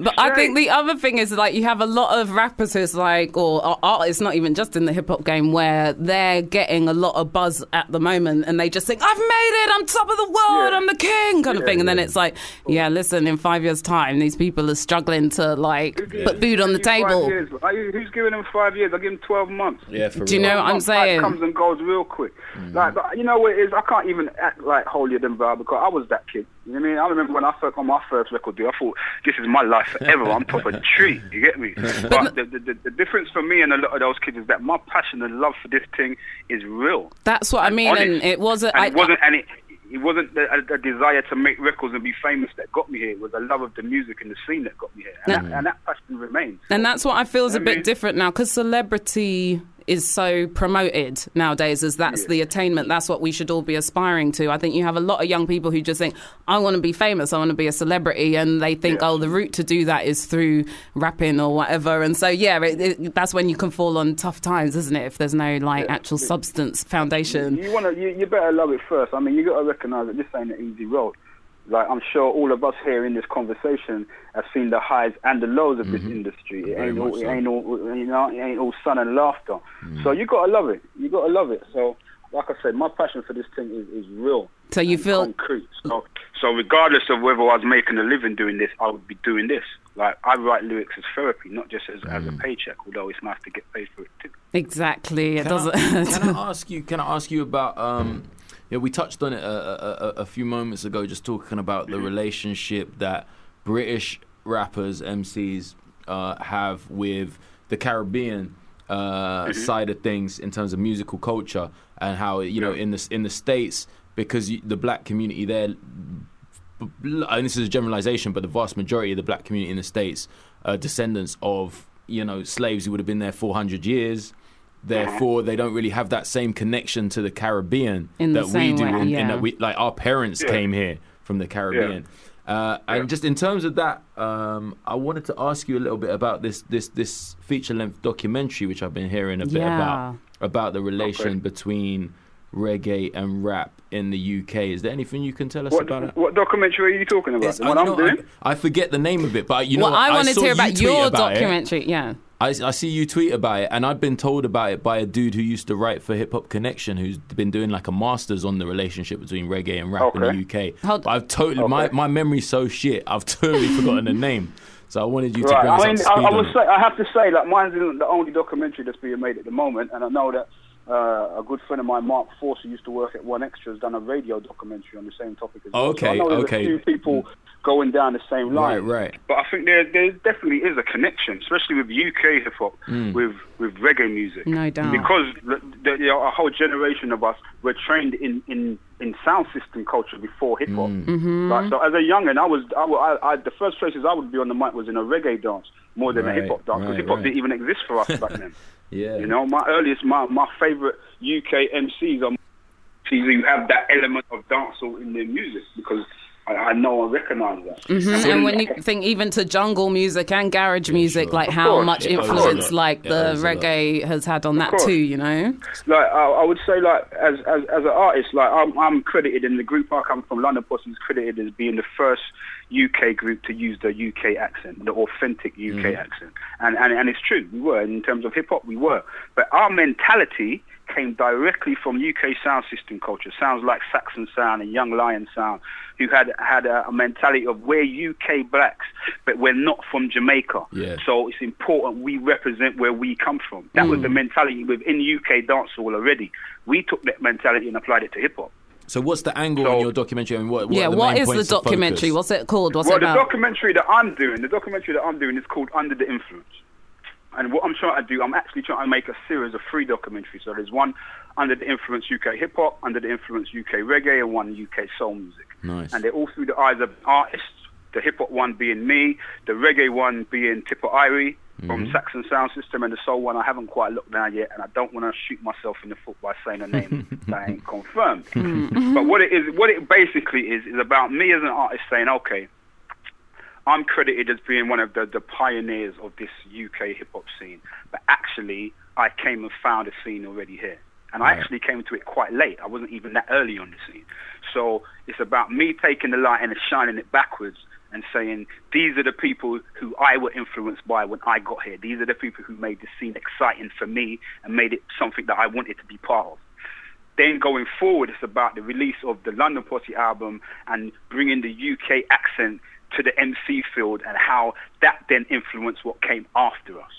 Speaker 4: But I think the other thing is like you have a lot of rappers who's like, or or artists, not even just in the hip hop game, where they're getting a lot of buzz at the moment, and they just think, "I've made it, I'm top of the world,
Speaker 9: Yeah.
Speaker 4: I'm the king," kind of
Speaker 9: Yeah,
Speaker 4: thing. And then it's like, yeah, listen, in five years' time, these people are struggling to like put food on the
Speaker 9: Give you five
Speaker 4: table.
Speaker 9: years. Are you- Who's giving him five years? I give him twelve months.
Speaker 5: Yeah, for
Speaker 4: Do you know
Speaker 5: real.
Speaker 4: what I'm
Speaker 9: Month, like,
Speaker 4: saying? Mm.
Speaker 9: comes and goes real quick. Like, but you know what it is? I can't even act like holier than thou because I was that kid. You know what I mean? I remember when I first on my first record deal, I thought this is my life forever. I'm top of the tree. You get me? But the, the, the, the difference for me and a lot of those kids is that my passion and love for this thing is real.
Speaker 4: That's what I mean,
Speaker 9: honest.
Speaker 4: and it wasn't.
Speaker 9: And
Speaker 4: I,
Speaker 9: it wasn't, and it, it wasn't the, a, a desire to make records and be famous that got me here. It was the love of the music and the scene that got me here, and, that, and that passion remains.
Speaker 4: And that's what I feel is a
Speaker 9: I
Speaker 4: bit
Speaker 9: mean-
Speaker 4: different now because celebrity is so promoted nowadays as that's the attainment that's what we should all be aspiring to i think you have a lot of young people who just think i want to be famous i want to be a celebrity and they think oh the route to do that is through rapping or whatever and so yeah it, it, that's when you can fall on tough times isn't it if there's no like actual substance foundation
Speaker 9: You want to, you, you better love it first. I mean, you got to recognise that this ain't an easy road. Like I'm sure all of us here in this conversation have seen the highs and the lows of this industry. It ain't, all, it ain't all, you know, it ain't all sun and laughter. So you got to love it. You got to love it. So, like I said, my passion for this thing is, is real.
Speaker 4: so you
Speaker 9: and
Speaker 4: feel
Speaker 9: concrete. So, so regardless of whether I was making a living doing this, I would be doing this. Like I write lyrics as therapy, not just as, as a paycheck. Although it's nice to get paid for it too.
Speaker 4: exactly it
Speaker 5: Can I-
Speaker 4: doesn't
Speaker 5: can I ask you? Can I ask you about? Um, yeah, we touched on it a, a, a- a few moments ago, just talking about the relationship that British rappers, MCs, uh, have with the Caribbean uh, side of things in terms of musical culture, and how you know in the in the states because you, the black community there and this is a generalization, but the vast majority of the black community in the states are descendants of you know slaves who would have been there 400 years. Therefore, they don't really have that same connection to the Caribbean
Speaker 4: In the
Speaker 5: that we
Speaker 4: same
Speaker 5: do,
Speaker 4: way,
Speaker 5: and- and
Speaker 4: yeah.
Speaker 5: that we like our parents came here from the Caribbean. Uh, and just in terms of that, um, I wanted to ask you a little bit about this this this feature length documentary, which I've been hearing a bit
Speaker 4: Yeah.
Speaker 5: about about the relation between reggae and rap in the UK. Is there anything you can tell us about it?
Speaker 9: What, what documentary are you talking about?
Speaker 5: Yes,
Speaker 9: The
Speaker 5: I-
Speaker 9: one
Speaker 5: you
Speaker 9: I'm
Speaker 5: know,
Speaker 9: doing.
Speaker 5: I, I forget the name of it, but you know,
Speaker 4: well
Speaker 5: what?
Speaker 4: i wanted
Speaker 5: saw
Speaker 4: to hear
Speaker 5: you
Speaker 4: about
Speaker 5: tweet
Speaker 4: your
Speaker 5: about it.
Speaker 4: documentary yeah
Speaker 5: I, I see you tweet about it, and I've been told about it by a dude who used to write for Hip Hop Connection, who's been doing like a master's on the relationship between reggae and rap
Speaker 9: Okay.
Speaker 5: in the UK.
Speaker 4: Hold-
Speaker 5: I've totally my my memory's so shit. I've totally forgotten the name. So I wanted you to bring us
Speaker 9: I
Speaker 5: up
Speaker 9: mean,
Speaker 5: to
Speaker 9: I,
Speaker 5: speed
Speaker 9: I
Speaker 5: on
Speaker 9: would
Speaker 5: it.
Speaker 9: say I have to say that mine's isn't the only documentary that's being made at the moment, and I know that uh, a good friend of mine, Mark Force, who used to work at One Extra, has done a radio documentary on the same topic as well. So
Speaker 5: Okay,
Speaker 9: I know there's
Speaker 5: okay.
Speaker 9: A few people going down the same line.
Speaker 5: Right, right.
Speaker 9: But I think there there definitely is a connection, especially with UK hip hop,
Speaker 5: Hmm.
Speaker 9: with with reggae music.
Speaker 4: No doubt.
Speaker 9: Because the, the, you know, a whole generation of us were trained in in, in sound system culture before hip hop.
Speaker 5: Hmm.
Speaker 4: Mm-hmm.
Speaker 9: Like, so as a youngin, I was I, wa- I, I the first places I would be on the mic was in a reggae dance more than a hip
Speaker 5: Right,
Speaker 9: hop dance because
Speaker 5: right,
Speaker 9: hip hop
Speaker 5: right.
Speaker 9: didn't even exist for us back then.
Speaker 5: Yeah.
Speaker 9: You know, my earliest my my favorite UK MCs are MCs who have that element of dancehall in their music because. I, I know and recognize that.
Speaker 4: Mhm, And when you think even to jungle music and garage music,
Speaker 5: sure.
Speaker 4: like
Speaker 9: Of
Speaker 4: how
Speaker 9: course.
Speaker 4: much
Speaker 5: Yeah, there's a
Speaker 4: influence
Speaker 5: lot.
Speaker 4: like
Speaker 5: Yeah,
Speaker 4: the
Speaker 5: there's a lot.
Speaker 4: reggae has had on that
Speaker 9: course.
Speaker 4: too, you know?
Speaker 9: Like I, I would say, like as as as an artist, like I'm I'm credited in the group I come from, London Possum is credited as being the first UK group to use the UK accent, the authentic UK accent, and and and it's true, we were in terms of hip hop, we were, but our mentality came directly from UK sound system culture, sounds like Saxon Sound and Young Lion Sound, who had had a, a mentality of we're UK blacks, but we're not from Jamaica,
Speaker 5: Yeah.
Speaker 9: so it's important we represent where we come from. That was the mentality within UK dancehall already. We took that mentality and applied it to hip hop.
Speaker 5: So what's the angle on
Speaker 9: So-
Speaker 5: your documentary? and what, what
Speaker 4: yeah,
Speaker 5: are the
Speaker 4: what
Speaker 5: main
Speaker 4: is the
Speaker 5: points of
Speaker 4: documentary?
Speaker 5: focus?
Speaker 4: What's it called? What's
Speaker 9: well,
Speaker 4: it
Speaker 9: the
Speaker 4: about?
Speaker 9: documentary that I'm doing, the documentary that I'm doing is called Under the Influence. And what I'm trying to do, I'm actually trying to make a series of three documentaries. So there's one under the influence UK hip hop, under the influence UK reggae, and one UK soul music.
Speaker 5: Nice.
Speaker 9: And they're all through the eyes of artists. The hip hop one being me, the reggae one being Tipper Irie
Speaker 4: Mm-hmm.
Speaker 9: from Saxon Sound System, and the soul one I haven't quite looked down yet, and I don't want to shoot myself in the foot by saying a name that ain't confirmed. but what it is, what it basically is, is about me as an artist saying, okay, I'm credited as being one of the, the pioneers of this UK hip hop scene, but actually, I came and found a scene already here. And I actually came to it quite late. I wasn't even that early on the scene. So it's about me taking the light and shining it backwards and saying, these are the people who I were influenced by when I got here. These are the people who made the scene exciting for me and made it something that I wanted to be part of then going forward, it's about the release of the London Posse album and bringing the UK accent to the MC field and how that then influenced what came after us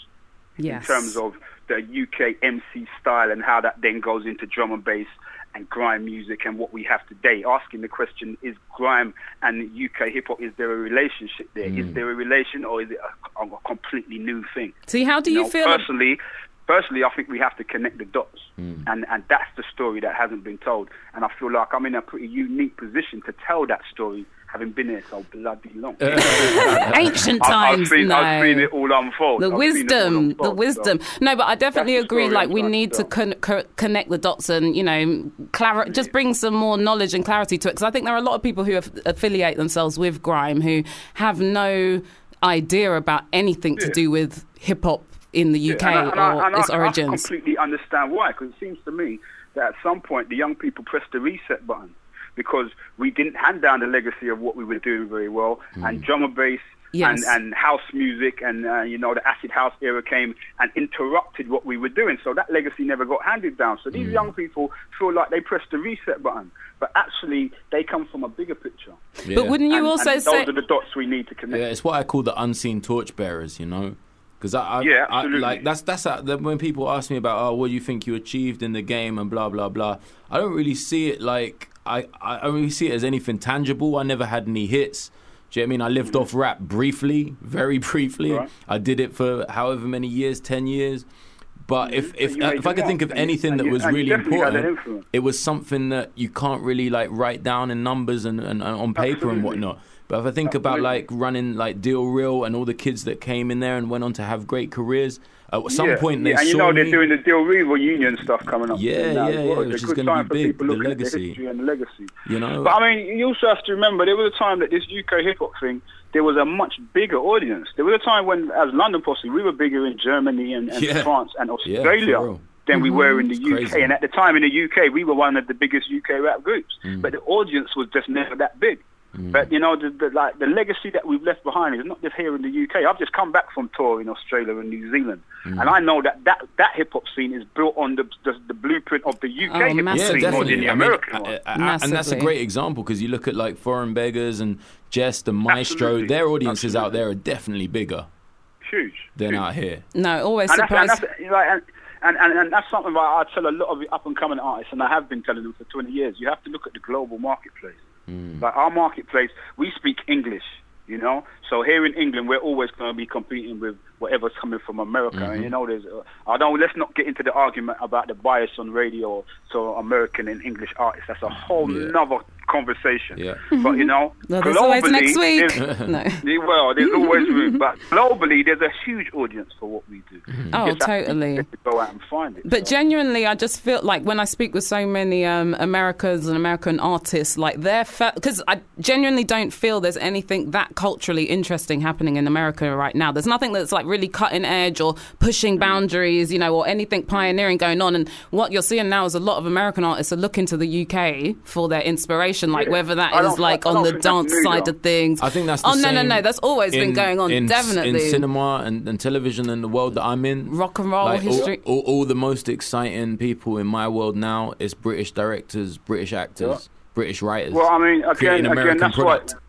Speaker 4: yes.
Speaker 9: in terms of the UK MC style and how that then goes into drum and bass and grime music and what we have today. Asking the question, is grime and UK hip hop, is there a relationship there? Is
Speaker 4: Mm.
Speaker 9: there a relation or is it a, a completely new thing?
Speaker 4: See, how do you
Speaker 9: know,
Speaker 4: feel? ab-
Speaker 9: personally? Personally, I think we have to connect the dots,
Speaker 4: Mm.
Speaker 9: and and that's the story that hasn't been told. And I feel like I'm in a pretty unique position to tell that story, having been here so bloody long.
Speaker 4: ancient
Speaker 9: I,
Speaker 4: times,
Speaker 9: have seen,
Speaker 4: no.
Speaker 9: I've seen it all unfold.
Speaker 4: the
Speaker 9: I've seen it all
Speaker 4: wisdom, the
Speaker 9: unfold, so-
Speaker 4: wisdom. No, but I definitely
Speaker 9: That's the
Speaker 4: agree.
Speaker 9: story
Speaker 4: Like
Speaker 9: I'm
Speaker 4: we
Speaker 9: trying to
Speaker 4: need to
Speaker 9: tell.
Speaker 4: con- co- connect the dots, and you know, clar- just bring some more knowledge and clarity to it. Because I think there are a lot of people who aff affiliate themselves with grime who have no idea about anything to do with hip hop in the UK
Speaker 9: Yeah, and I- and I-
Speaker 4: or
Speaker 9: and I-
Speaker 4: its
Speaker 9: I
Speaker 4: origins.
Speaker 9: completely understand why, because it seems to me that at some point the young people pressed the reset button because we didn't hand down the legacy of what we were doing very well, and drum and bass.
Speaker 4: Hmm. Yes.
Speaker 9: And, and house music and uh, you know the acid house era came and interrupted what we were doing so that legacy never got handed down so
Speaker 4: Hmm.
Speaker 9: these young people feel like they pressed the reset button but actually they come from a bigger picture
Speaker 4: But wouldn't you
Speaker 9: and,
Speaker 4: also
Speaker 9: and
Speaker 4: say?
Speaker 9: those are the dots we need to connect
Speaker 5: Yeah, it's what I call the unseen torchbearers, you know, because I, I,
Speaker 9: Yeah,
Speaker 5: I
Speaker 9: absolutely.
Speaker 5: like that's that's how, that when people ask me about oh, what do you think you achieved in the game and blah blah blah. I don't really see it like I I don't really see it as anything tangible. I never had any hits. Do you know what I mean? I lived off rap briefly, very briefly.
Speaker 9: Mm-hmm. Right.
Speaker 5: I did it for however many years, ten years. But if if,
Speaker 9: you made
Speaker 5: if I
Speaker 9: your
Speaker 5: could think
Speaker 9: mark,
Speaker 5: of
Speaker 9: Mm-hmm. and you-
Speaker 5: anything
Speaker 9: and
Speaker 5: that
Speaker 9: you-
Speaker 5: was
Speaker 9: and you
Speaker 5: really
Speaker 9: definitely had an
Speaker 5: important,
Speaker 9: influence.
Speaker 5: it was something that you can't really like write down in numbers and, and, and on paper and
Speaker 9: Absolutely.
Speaker 5: whatnot. But if I think about like running like Deal Real and all the kids that came in there and went on to have great careers, at some
Speaker 9: Yeah,
Speaker 5: point they
Speaker 9: yeah, and
Speaker 5: saw
Speaker 9: you know
Speaker 5: me.
Speaker 9: they're doing the Deal Reval Union stuff coming up.
Speaker 5: Yeah,
Speaker 9: soon now as
Speaker 5: yeah,
Speaker 9: well.
Speaker 5: yeah,
Speaker 9: It's a
Speaker 5: which is
Speaker 9: good
Speaker 5: gonna be
Speaker 9: time for
Speaker 5: big,
Speaker 9: people
Speaker 5: the
Speaker 9: looking at
Speaker 5: legacy.
Speaker 9: history and the legacy.
Speaker 5: You know?
Speaker 9: but I mean, you also have to remember there was a time that this UK hip hop thing, there was a much bigger audience. There was a time when, as London Posse, we were bigger in Germany and, and
Speaker 5: Yeah.
Speaker 9: France and
Speaker 5: Yeah, for
Speaker 9: Australia.
Speaker 5: real.
Speaker 9: than we were in the UK,
Speaker 5: Mm, crazy.
Speaker 9: and at the time in the UK, we were one of the biggest UK rap groups,
Speaker 5: Mm.
Speaker 9: but the audience was just never that big. But you know, the, the like the legacy that we've left behind is not just here in the UK. I've just come back from tour in Australia and New Zealand,
Speaker 5: Mm.
Speaker 9: and I know that that, that hip hop scene is built on the the, the blueprint of the
Speaker 4: Oh,
Speaker 9: UK hip hop
Speaker 5: yeah,
Speaker 4: massive.
Speaker 9: scene more
Speaker 5: definitely.
Speaker 9: than the
Speaker 5: I mean,
Speaker 9: American
Speaker 5: I-
Speaker 9: one.
Speaker 5: I- I- and that's a
Speaker 4: Massively.
Speaker 5: great example because you look at like Foreign Beggars and Jest and Maestro,
Speaker 9: Absolutely.
Speaker 5: their audiences out
Speaker 9: Absolutely.
Speaker 5: there are definitely bigger
Speaker 9: Huge.
Speaker 5: than
Speaker 9: huge.
Speaker 5: out here.
Speaker 4: no, always
Speaker 9: and that's, and,
Speaker 4: surprised.
Speaker 9: that's, you know, and, and, and, and that's something that I tell a lot of up and coming artists, and I have been telling them for 20 years. You have to look at the global marketplace. Like our marketplace, we speak English, you know. So here in England, we're always going to be competing with whatever's coming from America. And you know, there's. Uh, I don't. Let's not get into the argument about the bias on radio to American and English artists. That's a whole nother conversation.
Speaker 5: Yeah.
Speaker 9: But you know,
Speaker 4: Mm-hmm. Well, there's always
Speaker 9: globally,
Speaker 4: next week.
Speaker 9: there's-
Speaker 4: no.
Speaker 9: yeah, well, there's always room, but globally, there's a huge audience for what we do.
Speaker 4: Oh,
Speaker 9: You just have to
Speaker 4: totally.
Speaker 9: Go out and find it.
Speaker 4: But genuinely, I just feel like when I speak with so many um, Americans and American artists, like they're because I genuinely don't feel there's anything that culturally interesting happening in America right now. There's nothing that's like really cutting edge or pushing
Speaker 9: Mm.
Speaker 4: boundaries, you know, or anything pioneering going on. And what you're seeing now is a lot of American artists are looking to the UK for their inspiration, like
Speaker 9: Yeah.
Speaker 4: whether
Speaker 9: I
Speaker 4: that is
Speaker 9: don't-
Speaker 4: like
Speaker 9: I
Speaker 4: on
Speaker 9: don't
Speaker 4: the
Speaker 9: think that's
Speaker 4: dance
Speaker 9: new,
Speaker 4: side
Speaker 9: though.
Speaker 4: of things.
Speaker 5: I think that's. The
Speaker 4: oh no no
Speaker 5: same
Speaker 4: no, that's always been
Speaker 5: in-
Speaker 4: going on
Speaker 5: in, s-
Speaker 4: definitely.
Speaker 5: in cinema and, and television and the world that I'm in.
Speaker 4: Rock and roll
Speaker 5: Like, all-
Speaker 4: history.
Speaker 5: All, all the most exciting people in my world now is British directors, British actors, British writers.
Speaker 9: Well, I mean,
Speaker 5: creating
Speaker 9: again, again,
Speaker 5: American
Speaker 9: that's
Speaker 5: product.
Speaker 9: why,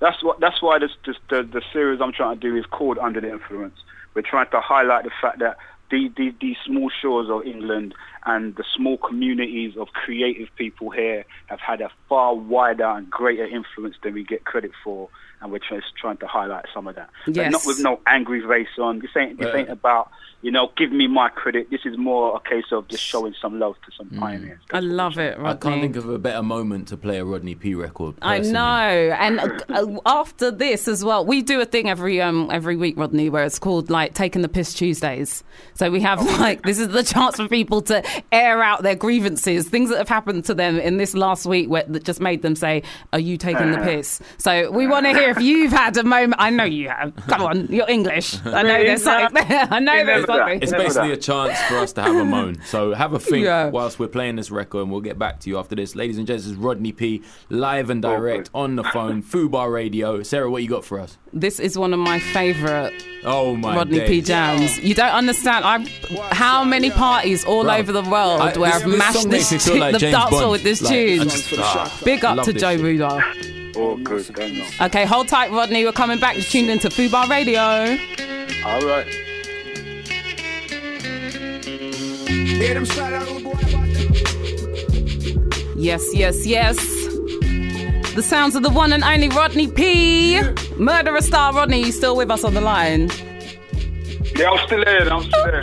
Speaker 9: that's why, that's why this, this, the, the series I'm trying to do is called Under the Influence. We're trying to highlight the fact that the, the, these small shores of England and the small communities of creative people here have had a far wider and greater influence than we get credit for, and we're just trying to highlight some of that. But
Speaker 4: Yes.
Speaker 9: not with no angry race on. This ain't, this
Speaker 5: Yeah.
Speaker 9: ain't about, you know, give me my credit. This is more a case of just showing some love to some pioneers.
Speaker 4: I love it, Rodney.
Speaker 5: Mm. I can't think of a better moment to play a Rodney P record.
Speaker 4: I
Speaker 5: personally.
Speaker 4: know, and uh, uh, after this as well, we do a thing every um every week, Rodney, where it's called like taking the piss Tuesdays. So we
Speaker 5: Oh,
Speaker 4: have like this is the chance for people to air out their grievances, things that have happened to them in this last week where, that just made them say, "Are you taking the piss?" So we want to hear if you've had a moment. I know you have. Come on, you're English. I know there's something. there. I know there's
Speaker 9: Remember that.
Speaker 4: something.
Speaker 5: It's
Speaker 9: Remember
Speaker 5: basically
Speaker 9: that.
Speaker 5: a chance for us to have a moan. So have a think
Speaker 4: Yeah.
Speaker 5: whilst we're playing this record, and we'll get back to you after this. Ladies and gents, this is Rodney P, live and direct on the phone, Fubar Radio. Sarah, what you got for us?
Speaker 4: This is one of my favorite
Speaker 5: Oh my
Speaker 4: Rodney P.
Speaker 5: days.
Speaker 4: Jams. You don't understand. I'm how many parties all
Speaker 5: Bro.
Speaker 4: over the world
Speaker 5: I-
Speaker 4: where
Speaker 5: this-
Speaker 4: I've
Speaker 5: this
Speaker 4: mashed
Speaker 5: song
Speaker 4: this
Speaker 5: makes me feel
Speaker 4: tune,
Speaker 5: like
Speaker 4: the
Speaker 5: James
Speaker 4: dance floor
Speaker 5: Bond.
Speaker 4: with this
Speaker 5: Like, I
Speaker 4: tune.
Speaker 5: just- ah,
Speaker 4: Big up
Speaker 5: love
Speaker 4: to
Speaker 5: this
Speaker 4: Joe
Speaker 5: shit.
Speaker 4: Rudolph.
Speaker 9: All good, don't know.
Speaker 4: Okay, hold tight, Rodney. We're coming back. You're tuned into Fubar Radio.
Speaker 9: All right.
Speaker 4: Yes, yes, yes. The sounds of the one and only Rodney P. Murderer star Rodney, you still with us on the line?
Speaker 9: Yeah, I'm still here. I'm still here.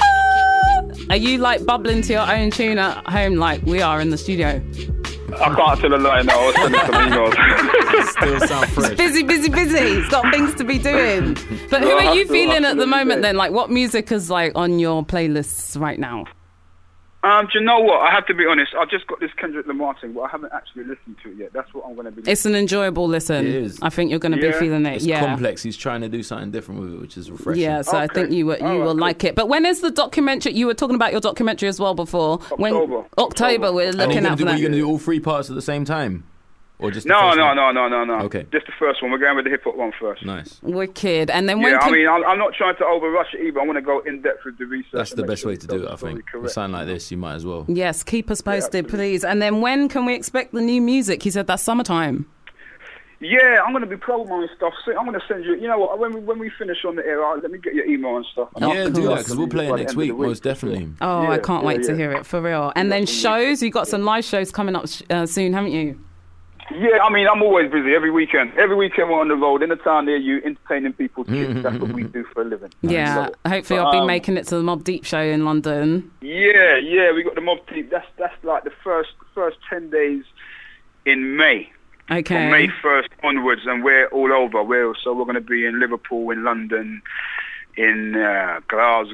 Speaker 4: Are you like bubbling to your own tune at home like we are in the studio?
Speaker 9: I can't tell a lie now. I was sending some emails.
Speaker 5: Still sound fresh.
Speaker 4: busy, busy, busy. He's got things to be doing. But who
Speaker 9: Well,
Speaker 4: are you
Speaker 9: that's all I
Speaker 4: feeling at
Speaker 9: can
Speaker 4: the moment
Speaker 9: say.
Speaker 4: then? Like, what music is like on your playlists right now?
Speaker 9: um, do you know what? I have to be honest. I've just got this Kendrick Lamar thing, but I haven't actually listened to it yet. That's what I'm going to be.
Speaker 4: It's an enjoyable listen.
Speaker 5: It is.
Speaker 4: I think you're going to be
Speaker 9: Yeah.
Speaker 4: feeling it.
Speaker 5: It's
Speaker 4: yeah.
Speaker 5: complex. He's trying to do something different with it, which is refreshing.
Speaker 4: Yeah, so I
Speaker 9: Okay.
Speaker 4: think you were, you
Speaker 9: All right,
Speaker 4: will
Speaker 9: cool.
Speaker 4: like it. But when is the documentary? You were talking about your documentary as well before. When
Speaker 9: October.
Speaker 4: October, we're
Speaker 5: And
Speaker 4: looking
Speaker 5: you
Speaker 4: out for
Speaker 5: do,
Speaker 4: that.
Speaker 5: you going to do all three parts at the same time, or just the
Speaker 9: no,
Speaker 5: first
Speaker 9: no,
Speaker 5: one?
Speaker 9: no, no, no, no.
Speaker 5: Okay.
Speaker 9: Just the first one. We're going with the hip hop one first.
Speaker 5: Nice.
Speaker 4: Wicked. And then when
Speaker 9: Yeah,
Speaker 4: can
Speaker 9: I mean, I'm, I'm not trying to overrush it either. I want to go in depth with the research.
Speaker 5: That's
Speaker 9: and
Speaker 5: the
Speaker 9: make
Speaker 5: best
Speaker 9: sure
Speaker 5: way
Speaker 9: we've
Speaker 5: to
Speaker 9: got
Speaker 5: do it,
Speaker 9: the
Speaker 5: I
Speaker 9: story
Speaker 5: think. With
Speaker 9: correct.
Speaker 5: something like this, you might as well.
Speaker 4: yes, keep us posted,
Speaker 9: absolutely.
Speaker 4: please. And then when can we expect the new music? He said that's summertime.
Speaker 9: Yeah, I'm going to be promoting stuff. So I'm going to send you. You know what? When we when we finish on the air, I'll, let me get your email and stuff.
Speaker 4: Oh,
Speaker 5: yeah, do
Speaker 4: cool.
Speaker 5: that because we'll play it
Speaker 9: By the
Speaker 5: next
Speaker 9: end of
Speaker 5: week,
Speaker 9: the week,
Speaker 5: most definitely.
Speaker 4: Oh, I
Speaker 9: Yeah,
Speaker 4: can't
Speaker 9: yeah,
Speaker 4: wait to
Speaker 9: yeah.
Speaker 4: hear it for real. And then shows, you got some live shows coming up sh- uh, soon, haven't you?
Speaker 9: Yeah, I mean, I'm always busy every weekend. Every weekend we're on the road in a town near you, entertaining people.
Speaker 5: Mm-hmm,
Speaker 9: kids. That's what we do for a living.
Speaker 4: Yeah,
Speaker 9: So-
Speaker 4: hopefully I'll be
Speaker 9: Um,
Speaker 4: making it to the Mob Deep show in London.
Speaker 9: Yeah, yeah, we got the mob team. That's that's like the first first ten days in May, from May
Speaker 4: Okay.
Speaker 9: first onwards, and we're all over. We're so we're going to be in Liverpool, in London, in uh,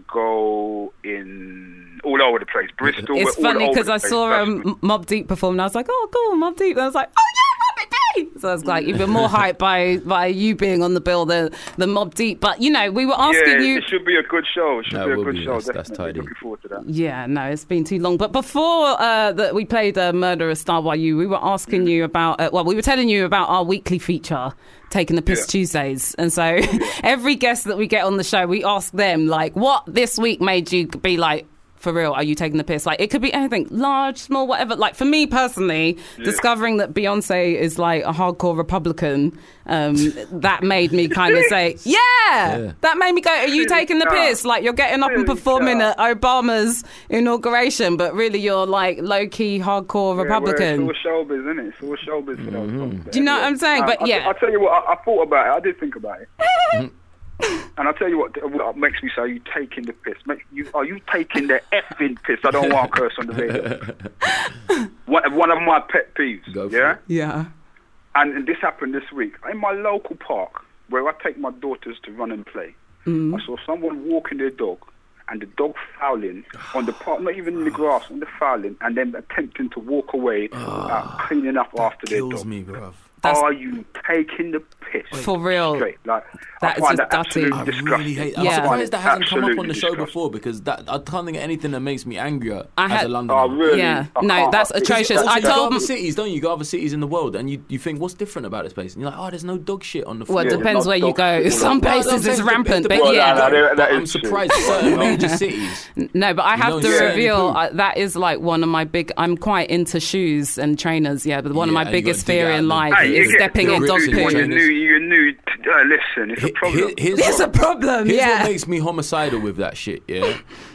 Speaker 9: Glasgow, in all over the place. Bristol.
Speaker 4: It's
Speaker 9: we're all
Speaker 4: funny
Speaker 9: over
Speaker 4: because
Speaker 9: the
Speaker 4: I
Speaker 9: place.
Speaker 4: saw
Speaker 9: That's-
Speaker 4: um, Mob Deep perform and I was like, oh, cool, Mob Deep. And I was like, oh, yeah, Mob Deep. So I was like, even more hyped by, by you being on the bill than, than Mob Deep. But, you know, we were asking
Speaker 9: Yeah,
Speaker 4: you.
Speaker 9: it should be a good show. It should
Speaker 5: That
Speaker 9: be a
Speaker 5: will
Speaker 9: good
Speaker 5: be-
Speaker 9: show.
Speaker 5: that's- that's
Speaker 9: definitely.
Speaker 5: tidy.
Speaker 9: Looking forward to that.
Speaker 4: Yeah, no, it's been too long. But before uh, that, we played uh, Murderer Star Why You. We were asking you about, uh, well, we were telling you about our weekly feature, Taking the Piss
Speaker 9: Yeah.
Speaker 4: Tuesdays. And so every guest that we get on the show, we ask them, like, what this week made you be like, for real, are you taking the piss? Like, it could be anything, large, small, whatever. Like, for me personally, discovering that Beyonce is like a hardcore Republican, um, that made me kind of say, yeah, that made me go, are you taking the
Speaker 9: Yeah.
Speaker 4: piss? Like, you're getting up and
Speaker 9: Really,
Speaker 4: performing
Speaker 9: yeah.
Speaker 4: at Obama's inauguration, but really you're like low key hardcore
Speaker 9: Yeah,
Speaker 4: Republican.
Speaker 9: well, it's all showbiz, isn't it? It's all showbiz. for those
Speaker 5: Mm-hmm.
Speaker 9: folks.
Speaker 4: Do you know what I'm saying?
Speaker 9: Um,
Speaker 4: But
Speaker 9: I-
Speaker 4: yeah.
Speaker 9: I'll tell you what, I, I thought about it. I did think about it.
Speaker 5: Mm-hmm.
Speaker 9: and I'll tell you what, what makes me say, are you taking the piss? Make, you, are you taking the effing piss? I don't want to curse on the radio. one, one of my pet peeves.
Speaker 5: Go for
Speaker 9: yeah?
Speaker 5: it.
Speaker 4: Yeah.
Speaker 9: and, and this happened this week in my local park where I take my daughters to run and play.
Speaker 5: Mm.
Speaker 9: I saw someone walking their dog, and the dog fouling on the park, not even in the grass, on the fouling, and then attempting to walk away without cleaning up after their
Speaker 5: Ah, Kills
Speaker 9: dog.
Speaker 5: me, bruv.
Speaker 4: That's-
Speaker 9: Are you taking the piss?
Speaker 4: For real.
Speaker 9: Straight, like,
Speaker 4: That
Speaker 9: I
Speaker 4: is
Speaker 9: find
Speaker 4: just
Speaker 9: that absolutely
Speaker 4: dirty.
Speaker 5: I
Speaker 9: disgusting.
Speaker 5: really hate. I'm
Speaker 4: Yeah.
Speaker 5: surprised that hasn't come up on the
Speaker 9: Absolutely
Speaker 5: show
Speaker 9: disgusting.
Speaker 5: before because that I can't think of anything that makes me angrier
Speaker 4: I
Speaker 5: as
Speaker 4: had-
Speaker 5: a Londoner.
Speaker 9: Oh, really?
Speaker 4: Yeah.
Speaker 9: I
Speaker 4: No,
Speaker 9: can't-
Speaker 4: that's
Speaker 9: it's-
Speaker 4: atrocious.
Speaker 9: it's-
Speaker 5: Also,
Speaker 4: I
Speaker 5: you go
Speaker 4: told-
Speaker 5: other cities, don't you? You go other cities in the world, and you, you think what's different about this place? And you're like, oh, there's no dog shit on the floor.
Speaker 4: Well, it
Speaker 9: Yeah,
Speaker 4: depends
Speaker 9: not
Speaker 4: where you
Speaker 9: dog
Speaker 4: go.
Speaker 9: shit.
Speaker 4: Some
Speaker 9: No,
Speaker 5: No,
Speaker 4: places
Speaker 5: no,
Speaker 4: it's
Speaker 5: no,
Speaker 4: rampant, but
Speaker 5: no, no,
Speaker 4: yeah.
Speaker 5: no,
Speaker 9: that-
Speaker 5: but
Speaker 9: that
Speaker 5: I'm
Speaker 9: is
Speaker 5: surprised certain major cities.
Speaker 4: No, but I have
Speaker 5: know,
Speaker 4: to
Speaker 5: you certainly
Speaker 4: reveal
Speaker 5: do.
Speaker 4: uh, that is like one of my big. I'm quite into shoes and trainers, yeah. But one
Speaker 5: Yeah,
Speaker 4: of
Speaker 5: and
Speaker 4: my
Speaker 5: you gotta
Speaker 4: biggest
Speaker 5: dig
Speaker 4: fear
Speaker 5: out
Speaker 4: in
Speaker 5: the-
Speaker 4: life
Speaker 5: Hey,
Speaker 4: is
Speaker 5: you get
Speaker 4: stepping
Speaker 5: your
Speaker 4: in dog
Speaker 5: roots in
Speaker 4: poo.
Speaker 9: You
Speaker 5: Trainers.
Speaker 9: knew, you knew. Uh, listen, it's a
Speaker 5: Here-
Speaker 9: problem.
Speaker 5: here's
Speaker 4: It's a
Speaker 5: what-
Speaker 4: problem,
Speaker 5: Here's
Speaker 4: yeah.
Speaker 5: what makes me homicidal with that shit. Yeah,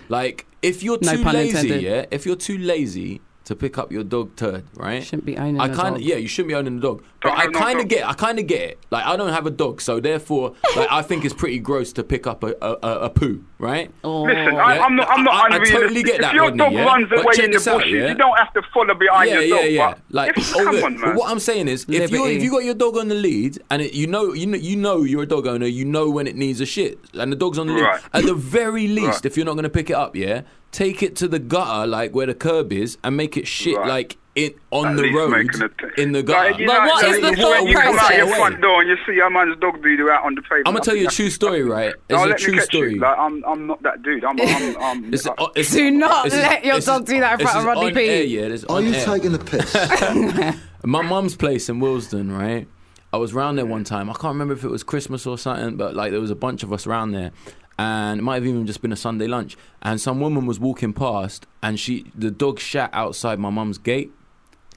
Speaker 5: like if you're
Speaker 4: No
Speaker 5: too
Speaker 4: pun
Speaker 5: lazy,
Speaker 4: intended.
Speaker 5: yeah, if you're too lazy to pick up your dog turd, right?
Speaker 4: Shouldn't be owning
Speaker 5: I
Speaker 4: a
Speaker 5: kind
Speaker 4: dog.
Speaker 5: yeah, you shouldn't be owning a dog. But
Speaker 9: Don't
Speaker 5: I
Speaker 9: own no
Speaker 5: kind of
Speaker 9: dog.
Speaker 5: get, I kind of get it. Like I don't have a dog, so therefore, like I think it's pretty gross to pick up a a, a, a poo, right?
Speaker 4: Oh.
Speaker 9: Listen, I,
Speaker 5: Oh. Yeah.
Speaker 9: I'm not. I'm not
Speaker 5: I- I- I
Speaker 9: unrealistic.
Speaker 5: totally get that,
Speaker 9: If your
Speaker 5: Rodney,
Speaker 9: dog
Speaker 5: yeah?
Speaker 9: runs
Speaker 5: But
Speaker 9: away
Speaker 5: check
Speaker 9: in the
Speaker 5: this out,
Speaker 9: bushes,
Speaker 5: yeah?
Speaker 9: you don't have to follow behind your dog. but
Speaker 5: Like,
Speaker 9: if,
Speaker 5: all
Speaker 9: come
Speaker 5: the-
Speaker 9: on, man.
Speaker 5: what I'm saying is, if you if
Speaker 4: Liberty.
Speaker 5: you got your dog on the lead, and it, you know you know you know you're a dog owner, you know when it needs a shit, and the dog's on the lead.
Speaker 9: Right.
Speaker 5: At the very least,
Speaker 9: Right.
Speaker 5: if you're not going to pick it up, yeah, take it to the gutter, like where the curb is, and make it shit
Speaker 9: Right.
Speaker 5: like it on
Speaker 9: At
Speaker 5: the
Speaker 9: least
Speaker 5: road
Speaker 9: making a t-
Speaker 5: in the gutter.
Speaker 9: Like, you
Speaker 4: But
Speaker 9: know,
Speaker 4: what
Speaker 9: so
Speaker 4: is
Speaker 9: it's
Speaker 4: the
Speaker 9: like
Speaker 4: thought
Speaker 9: When you come out your
Speaker 4: process?
Speaker 9: front door and you see your man's dog do out on the pavement,
Speaker 5: I'm gonna tell
Speaker 9: I think
Speaker 5: you a
Speaker 9: that's-
Speaker 5: true story, right? It's
Speaker 9: No,
Speaker 5: a
Speaker 9: let me
Speaker 5: true
Speaker 9: catch
Speaker 5: story.
Speaker 9: You. Like, I'm, I'm not that dude. I'm, I'm, I'm
Speaker 5: It's-
Speaker 9: I-
Speaker 5: uh, it's-
Speaker 4: Do not
Speaker 5: this is-
Speaker 4: let your
Speaker 5: this
Speaker 4: dog
Speaker 5: is-
Speaker 4: do that in
Speaker 5: this
Speaker 4: front of
Speaker 5: is
Speaker 4: Rodney
Speaker 5: on
Speaker 4: P.
Speaker 5: air, yeah, this is
Speaker 10: Are
Speaker 5: on
Speaker 10: you
Speaker 5: air.
Speaker 10: taking the piss?
Speaker 5: My mum's place in Willesden, right? I was round there one time. I can't remember if it was Christmas or something, but like there was a bunch of us round there, and it might have even just been a Sunday lunch. And some woman was walking past, and she the dog shat outside my mum's gate,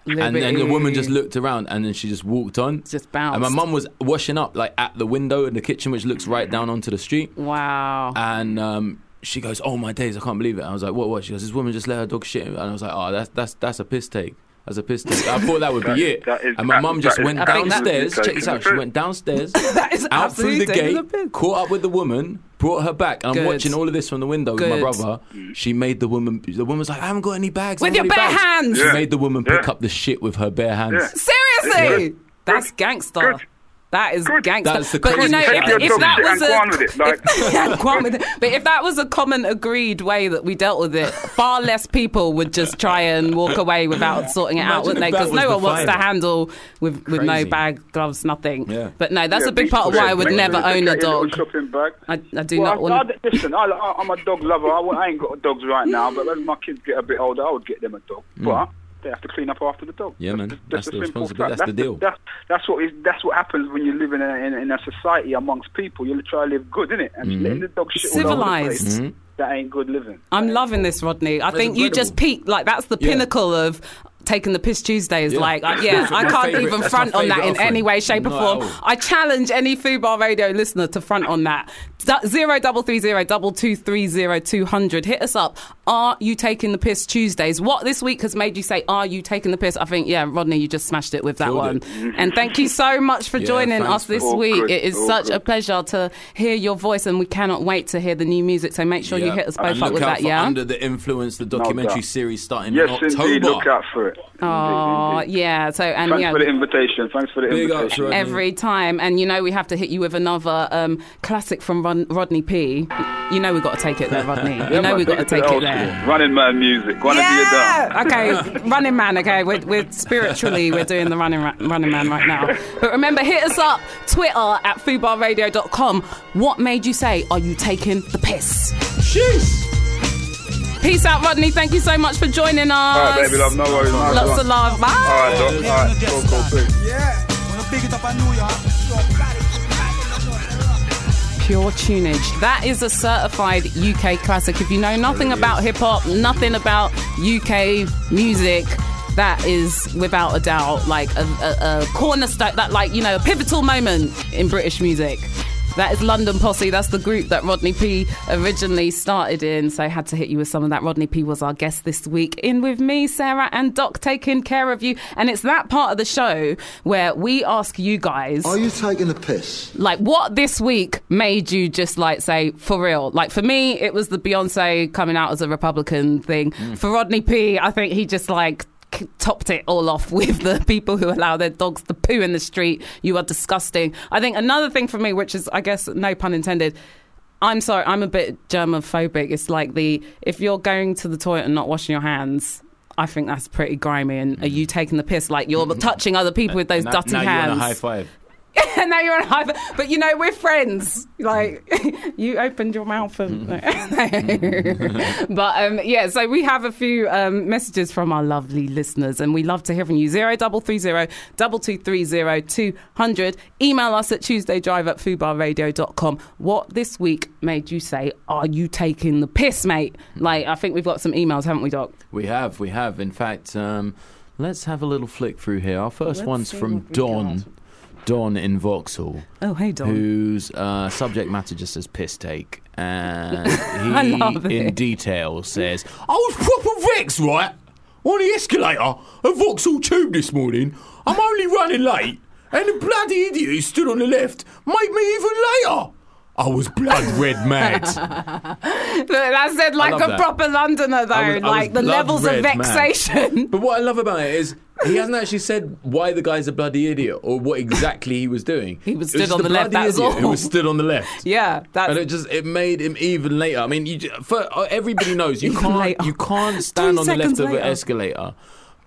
Speaker 5: and then the woman just looked around, and then she just walked on.
Speaker 4: Just bounced.
Speaker 5: And my mum was washing up like at the window in the kitchen, which looks right down onto the street.
Speaker 4: Wow.
Speaker 5: And um, she goes, "Oh my days, I can't believe it." I was like, "What? What?" She goes, "This woman just let her dog shit," and I was like, "Oh, that's that's that's a piss take." That's a piss take. I thought that would be it.
Speaker 9: that is-
Speaker 5: and my
Speaker 9: that-
Speaker 5: mum just
Speaker 9: that is
Speaker 5: went
Speaker 4: absolutely
Speaker 5: downstairs.
Speaker 9: taking
Speaker 5: Check this
Speaker 9: the
Speaker 5: out. She
Speaker 9: piss.
Speaker 5: went downstairs,
Speaker 4: That is
Speaker 5: out through the
Speaker 4: absolutely taking the piss.
Speaker 5: gate, caught up with the woman, brought her back. And I'm
Speaker 4: Good.
Speaker 5: watching all of this from the window with my
Speaker 4: Good.
Speaker 5: brother. She made the woman. The woman's like, "I haven't got any bags." I
Speaker 4: With
Speaker 5: haven't
Speaker 4: your
Speaker 5: got any
Speaker 4: bare
Speaker 5: bags."
Speaker 4: hands.
Speaker 5: She
Speaker 9: Yeah.
Speaker 5: made the woman pick
Speaker 9: Yeah.
Speaker 5: up the shit with her bare hands.
Speaker 9: Yeah.
Speaker 4: Seriously,
Speaker 9: Good.
Speaker 4: that's
Speaker 9: Good.
Speaker 4: gangster.
Speaker 9: Good.
Speaker 4: That is
Speaker 9: Good.
Speaker 4: gangster.
Speaker 5: That's the
Speaker 4: but you
Speaker 5: crazy
Speaker 4: know,
Speaker 5: shit.
Speaker 4: if,
Speaker 5: Take your
Speaker 4: if
Speaker 5: dog
Speaker 4: that
Speaker 5: shit
Speaker 9: and
Speaker 4: was
Speaker 9: go
Speaker 4: a,
Speaker 9: on with it, like-
Speaker 4: if, go on with it. But if that was a common agreed way that we dealt with it, far less people would just try and walk away without sorting it out,
Speaker 5: Imagine
Speaker 4: wouldn't they?
Speaker 5: if that
Speaker 4: Because no
Speaker 5: was
Speaker 4: one
Speaker 5: the
Speaker 4: wants to
Speaker 5: final.
Speaker 4: handle with with no
Speaker 5: Crazy.
Speaker 4: bag, gloves, nothing.
Speaker 5: Yeah.
Speaker 4: But no, that's
Speaker 9: Yeah,
Speaker 4: a big
Speaker 9: beach
Speaker 4: part of
Speaker 9: ball.
Speaker 4: why I would
Speaker 9: Make
Speaker 4: never
Speaker 9: sure you
Speaker 4: own a
Speaker 9: take your little
Speaker 4: dog.
Speaker 9: shopping bag.
Speaker 4: I, I do
Speaker 9: Well,
Speaker 4: not want.
Speaker 9: I, I, listen, I, I, I'm a dog lover. I, won't- I ain't got dogs right now, but when my kids get a bit older, I would get them a dog.
Speaker 4: Mm.
Speaker 9: But they have to clean up after the dog.
Speaker 5: Yeah, man. That's
Speaker 9: a
Speaker 5: the
Speaker 9: simple
Speaker 5: responsibility.
Speaker 9: fact.
Speaker 5: That's the deal.
Speaker 9: that's, that's what is. That's what happens when you live in a, in, in a society amongst people. You try to live good, innit? And letting the dog shit all over the place.
Speaker 4: Mm-hmm. Civilized. Mm-hmm.
Speaker 9: That ain't good living.
Speaker 4: I'm loving this, Rodney. I think you just
Speaker 5: incredible.
Speaker 4: peaked. Like that's the
Speaker 5: Yeah.
Speaker 4: pinnacle of taking the piss Tuesdays.
Speaker 5: Yeah.
Speaker 4: Like, I, yeah,
Speaker 5: That's
Speaker 4: I
Speaker 5: my
Speaker 4: can't
Speaker 5: favourite-
Speaker 4: even
Speaker 5: that's my
Speaker 4: front on that in
Speaker 5: favourite
Speaker 4: any
Speaker 5: offering.
Speaker 4: way, shape, or
Speaker 5: Not
Speaker 4: form.
Speaker 5: at all.
Speaker 4: I challenge any Fubar Radio listener to front on that. Du- Zero double three zero double two three zero two hundred. Hit us up. Are you taking the piss Tuesdays? What this week has made you say, "Are you taking the piss"? I think, yeah, Rodney, you just smashed it with that
Speaker 5: Killed
Speaker 4: one.
Speaker 5: it.
Speaker 4: And thank you so much for
Speaker 5: Yeah,
Speaker 4: joining
Speaker 5: thanks
Speaker 4: us
Speaker 5: for-
Speaker 4: this
Speaker 9: All
Speaker 4: week.
Speaker 9: good,
Speaker 4: It is
Speaker 9: all
Speaker 4: such a
Speaker 9: good.
Speaker 4: pleasure to hear your voice, and we cannot wait to hear the new music. So make sure you
Speaker 5: Yeah.
Speaker 4: hit us both
Speaker 5: and
Speaker 4: up
Speaker 5: look
Speaker 4: with
Speaker 5: out
Speaker 4: that.
Speaker 5: for
Speaker 4: Yeah.
Speaker 5: Under the Influence, the documentary
Speaker 9: doubt.
Speaker 5: series starting
Speaker 9: Yes,
Speaker 5: in October.
Speaker 9: indeed. Look out for it. Indeed,
Speaker 4: Oh,
Speaker 9: indeed.
Speaker 4: yeah. So, and
Speaker 9: Thanks
Speaker 4: yeah.
Speaker 9: for the invitation. Thanks for the
Speaker 5: Big ups,
Speaker 9: invitation.
Speaker 5: Rodney.
Speaker 4: Every time, and you know we have to hit you with another um, classic from Ron- Rodney P. You know we got to take it there, Rodney. You know we got to take it there.
Speaker 9: Running man music. One of you down.
Speaker 4: Yeah. Okay, Running Man. Okay, we're, we're spiritually we're doing the Running Ra- Running Man right now. But remember, hit us up Twitter at foobarradio.com. What made you say, "Are you taking the piss"? Jeez. Peace out, Rodney. Thank you so much for joining us.
Speaker 9: All right, baby love. No worries. Nice
Speaker 4: Lots
Speaker 9: one.
Speaker 4: of love. Bye.
Speaker 9: All right, dog. All right. Cool, cool, cool.
Speaker 4: Pure tunage. That is a certified UK classic. If you know nothing about hip hop, nothing about UK music, that is without a doubt like a, a, a cornerstone, that like, you know, a pivotal moment in British music. That is London Posse. That's the group that Rodney P originally started in. So I had to hit you with some of that. Rodney P was our guest this week. In with me, Sarah and Doc taking care of you. And it's that part of the show where we ask you guys
Speaker 10: Are you taking the piss?
Speaker 4: like what this week made you just like say for real like for me
Speaker 5: Mm.
Speaker 4: it was the beyonce coming out as a republican thing for rodney p i think he just like c- topped it all off with the people who allow their dogs to poo in the street. You are disgusting. I think another thing for me, which is, I guess, no pun intended. I'm sorry, I'm a bit germophobic. It's like the if you're going to the toilet and not washing your hands. I think that's pretty grimy. And are you taking the piss? Like you're touching other people with those
Speaker 5: Mm. Uh, now,
Speaker 4: dirty
Speaker 5: now
Speaker 4: hands.
Speaker 5: you want a high five.
Speaker 4: and now you're on a high five. But you know, we're friends. Like, you opened your mouth and.
Speaker 5: Mm-hmm.
Speaker 4: but um, yeah, so we have a few um, messages from our lovely listeners, and we love to hear from you. 0330 2230 200. Email us at TuesdayDrive at foobarradio.com. What this week made you say, Are you taking the piss, mate?
Speaker 5: Hmm.
Speaker 4: Like, I think we've got some emails, haven't we, Doc?
Speaker 5: We have, we have. In fact, um, let's have a little flick through here. Our 1st
Speaker 4: Let's
Speaker 5: one's
Speaker 4: see
Speaker 5: from
Speaker 4: what we
Speaker 5: Don. Don in Vauxhall,
Speaker 4: Oh, hey, Don.
Speaker 5: whose uh, subject matter just says piss take. And
Speaker 4: I love
Speaker 5: he, in
Speaker 4: it.
Speaker 5: detail, says, I was proper vexed, right? On the escalator at Vauxhall Tube this morning. I'm only running late. And the bloody idiot who stood on the left made me even later. I was blood red mad.
Speaker 4: That said, like
Speaker 5: love
Speaker 4: a
Speaker 5: that.
Speaker 4: proper Londoner, though.
Speaker 5: I was- I was
Speaker 4: like, the
Speaker 5: blood
Speaker 4: levels of
Speaker 5: red, man.
Speaker 4: vexation.
Speaker 5: But what I love about it is he hasn't actually said why the guy's a bloody idiot or what exactly he was doing.
Speaker 4: He was
Speaker 5: It
Speaker 4: stood
Speaker 5: just
Speaker 4: on
Speaker 5: a
Speaker 4: the left,
Speaker 5: bloody
Speaker 4: that's
Speaker 5: idiot Who
Speaker 4: all.
Speaker 5: was stood on the left?
Speaker 4: Yeah, that's
Speaker 5: And it just it made him even later. I mean, you, ju- for, uh, everybody knows you
Speaker 4: Even
Speaker 5: can't
Speaker 4: later.
Speaker 5: you can't stand
Speaker 4: Two
Speaker 5: on the left
Speaker 4: seconds
Speaker 5: of an
Speaker 4: later.
Speaker 5: escalator.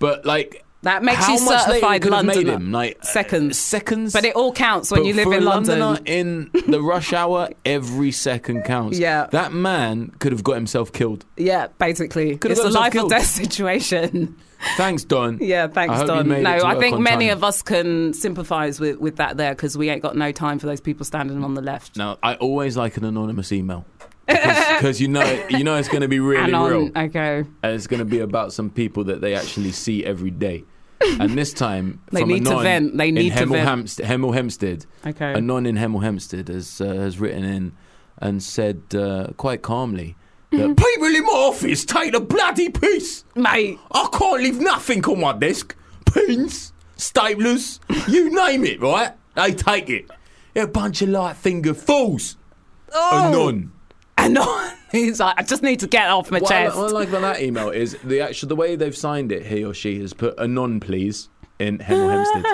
Speaker 5: But like
Speaker 4: That makes
Speaker 5: how
Speaker 4: you
Speaker 5: much later
Speaker 4: certified
Speaker 5: could have made
Speaker 4: Londoner.
Speaker 5: him like uh,
Speaker 4: Seconds.
Speaker 5: seconds.
Speaker 4: But it all counts when
Speaker 5: But
Speaker 4: you live
Speaker 5: for
Speaker 4: in
Speaker 5: a
Speaker 4: London.
Speaker 5: Londoner in the rush hour, every second counts.
Speaker 4: Yeah.
Speaker 5: that man could have got himself killed.
Speaker 4: Yeah, basically.
Speaker 5: Could've
Speaker 4: it's
Speaker 5: got
Speaker 4: a
Speaker 5: himself
Speaker 4: life
Speaker 5: killed.
Speaker 4: or death situation.
Speaker 5: Thanks, Don.
Speaker 4: yeah,
Speaker 5: I
Speaker 4: thanks,
Speaker 5: hope you
Speaker 4: Don.
Speaker 5: made it
Speaker 4: No,
Speaker 5: to
Speaker 4: I
Speaker 5: work
Speaker 4: think
Speaker 5: on
Speaker 4: many
Speaker 5: time.
Speaker 4: of us can sympathise with, with that there because we ain't got no time for those people standing on the left.
Speaker 5: Now, I always like an anonymous email because you know you know it's going to be really
Speaker 4: and on,
Speaker 5: real,
Speaker 4: okay.
Speaker 5: and it's going to be about some people that they actually see every day. And this time,
Speaker 4: They
Speaker 5: from
Speaker 4: need to
Speaker 5: anon
Speaker 4: vent. They need
Speaker 5: in
Speaker 4: to
Speaker 5: Hemel,
Speaker 4: vent.
Speaker 5: Hamst- Hemel Hempstead.
Speaker 4: Okay.
Speaker 5: Anon in Hemel Hempstead has uh, has written in and said uh, quite calmly that people in my office take the bloody piss.
Speaker 4: Mate,
Speaker 5: I can't leave nothing on my desk. Pins, staplers, you name it, right? They take it. They're a bunch of light fingered fools. Anon.
Speaker 4: and on. He's like, I just need to get off my
Speaker 5: What I,
Speaker 4: chest.
Speaker 5: li- what I like about that email is the actual the way they've signed it. He or she has put anon, please, in Hemel Hempstead.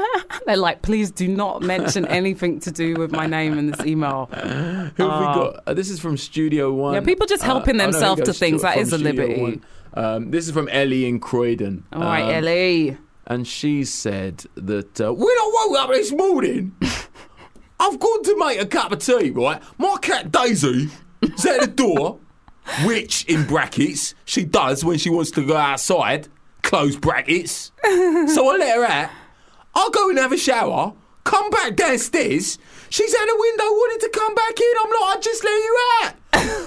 Speaker 4: They're like, please do not mention anything to do with my name in this email.
Speaker 5: Who have we got? Uh, this is from Studio One.
Speaker 4: Oh. Yeah, people just helping
Speaker 5: oh, no, here
Speaker 4: themselves
Speaker 5: we go.
Speaker 4: to things.
Speaker 5: Stu-
Speaker 4: That
Speaker 5: from
Speaker 4: is a
Speaker 5: Studio
Speaker 4: liberty.
Speaker 5: One. Um, this is from Ellie in Croydon.
Speaker 4: All right,
Speaker 5: Um,
Speaker 4: Ellie.
Speaker 5: and she said that uh, when I woke up this morning, I've gone to make a cup of tea, right? My cat Daisy is at the door, which in brackets she does when she wants to go outside, close brackets. So I let her out. I'll go and have a shower, come back downstairs. She's out the window wanting to come back in. I'm like, I just let you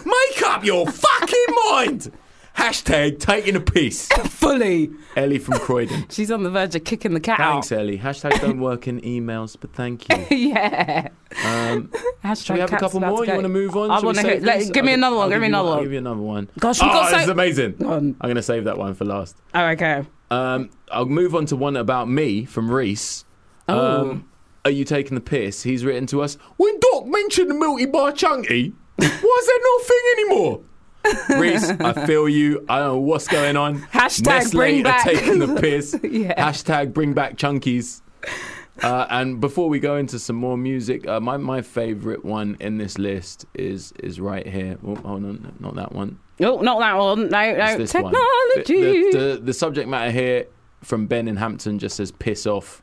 Speaker 5: out. Make up your fucking mind. Hashtag taking a piss.
Speaker 4: Fully.
Speaker 5: Ellie from Croydon.
Speaker 4: She's on the verge of kicking the cat
Speaker 5: Thanks,
Speaker 4: out.
Speaker 5: Ellie. Hashtag don't work in emails, but thank you.
Speaker 4: yeah.
Speaker 5: Um,
Speaker 4: Hashtag
Speaker 5: do we have a
Speaker 4: cat's
Speaker 5: couple
Speaker 4: about
Speaker 5: more?
Speaker 4: to
Speaker 5: You
Speaker 4: go.
Speaker 5: want to move on?
Speaker 4: I
Speaker 5: Shall we
Speaker 4: want to
Speaker 5: save
Speaker 4: hear. Let,
Speaker 5: these?
Speaker 4: give me
Speaker 5: I'll-
Speaker 4: another one.
Speaker 5: I'll
Speaker 4: Give me
Speaker 5: you
Speaker 4: another
Speaker 5: I'll
Speaker 4: one.
Speaker 5: Give you another one.
Speaker 4: Gosh, we've
Speaker 5: oh,
Speaker 4: got
Speaker 5: this is
Speaker 4: so-
Speaker 5: amazing.
Speaker 4: on.
Speaker 5: I'm going to save that one for last.
Speaker 4: Oh, okay.
Speaker 5: Um, I'll move on to one about me from Reese. Um,
Speaker 4: Oh.
Speaker 5: are you taking the piss? He's written to us. When Doc mentioned the multi bar chunky, why's that not a thing anymore? Reese, I feel you. I don't know what's going on.
Speaker 4: Hashtag
Speaker 5: Nestle
Speaker 4: bring
Speaker 5: are
Speaker 4: back-
Speaker 5: taking the piss.
Speaker 4: Yeah.
Speaker 5: Hashtag bring back chunkies. Uh, and before we go into some more music, uh, my, my favorite one in this list is is right here. Oh, hold on, not that one.
Speaker 4: Oh, not that one. No,
Speaker 5: It's
Speaker 4: no.
Speaker 5: this
Speaker 4: Oh, Technology.
Speaker 5: One. The, the, the, the subject matter here from Ben in Hampton just says piss off.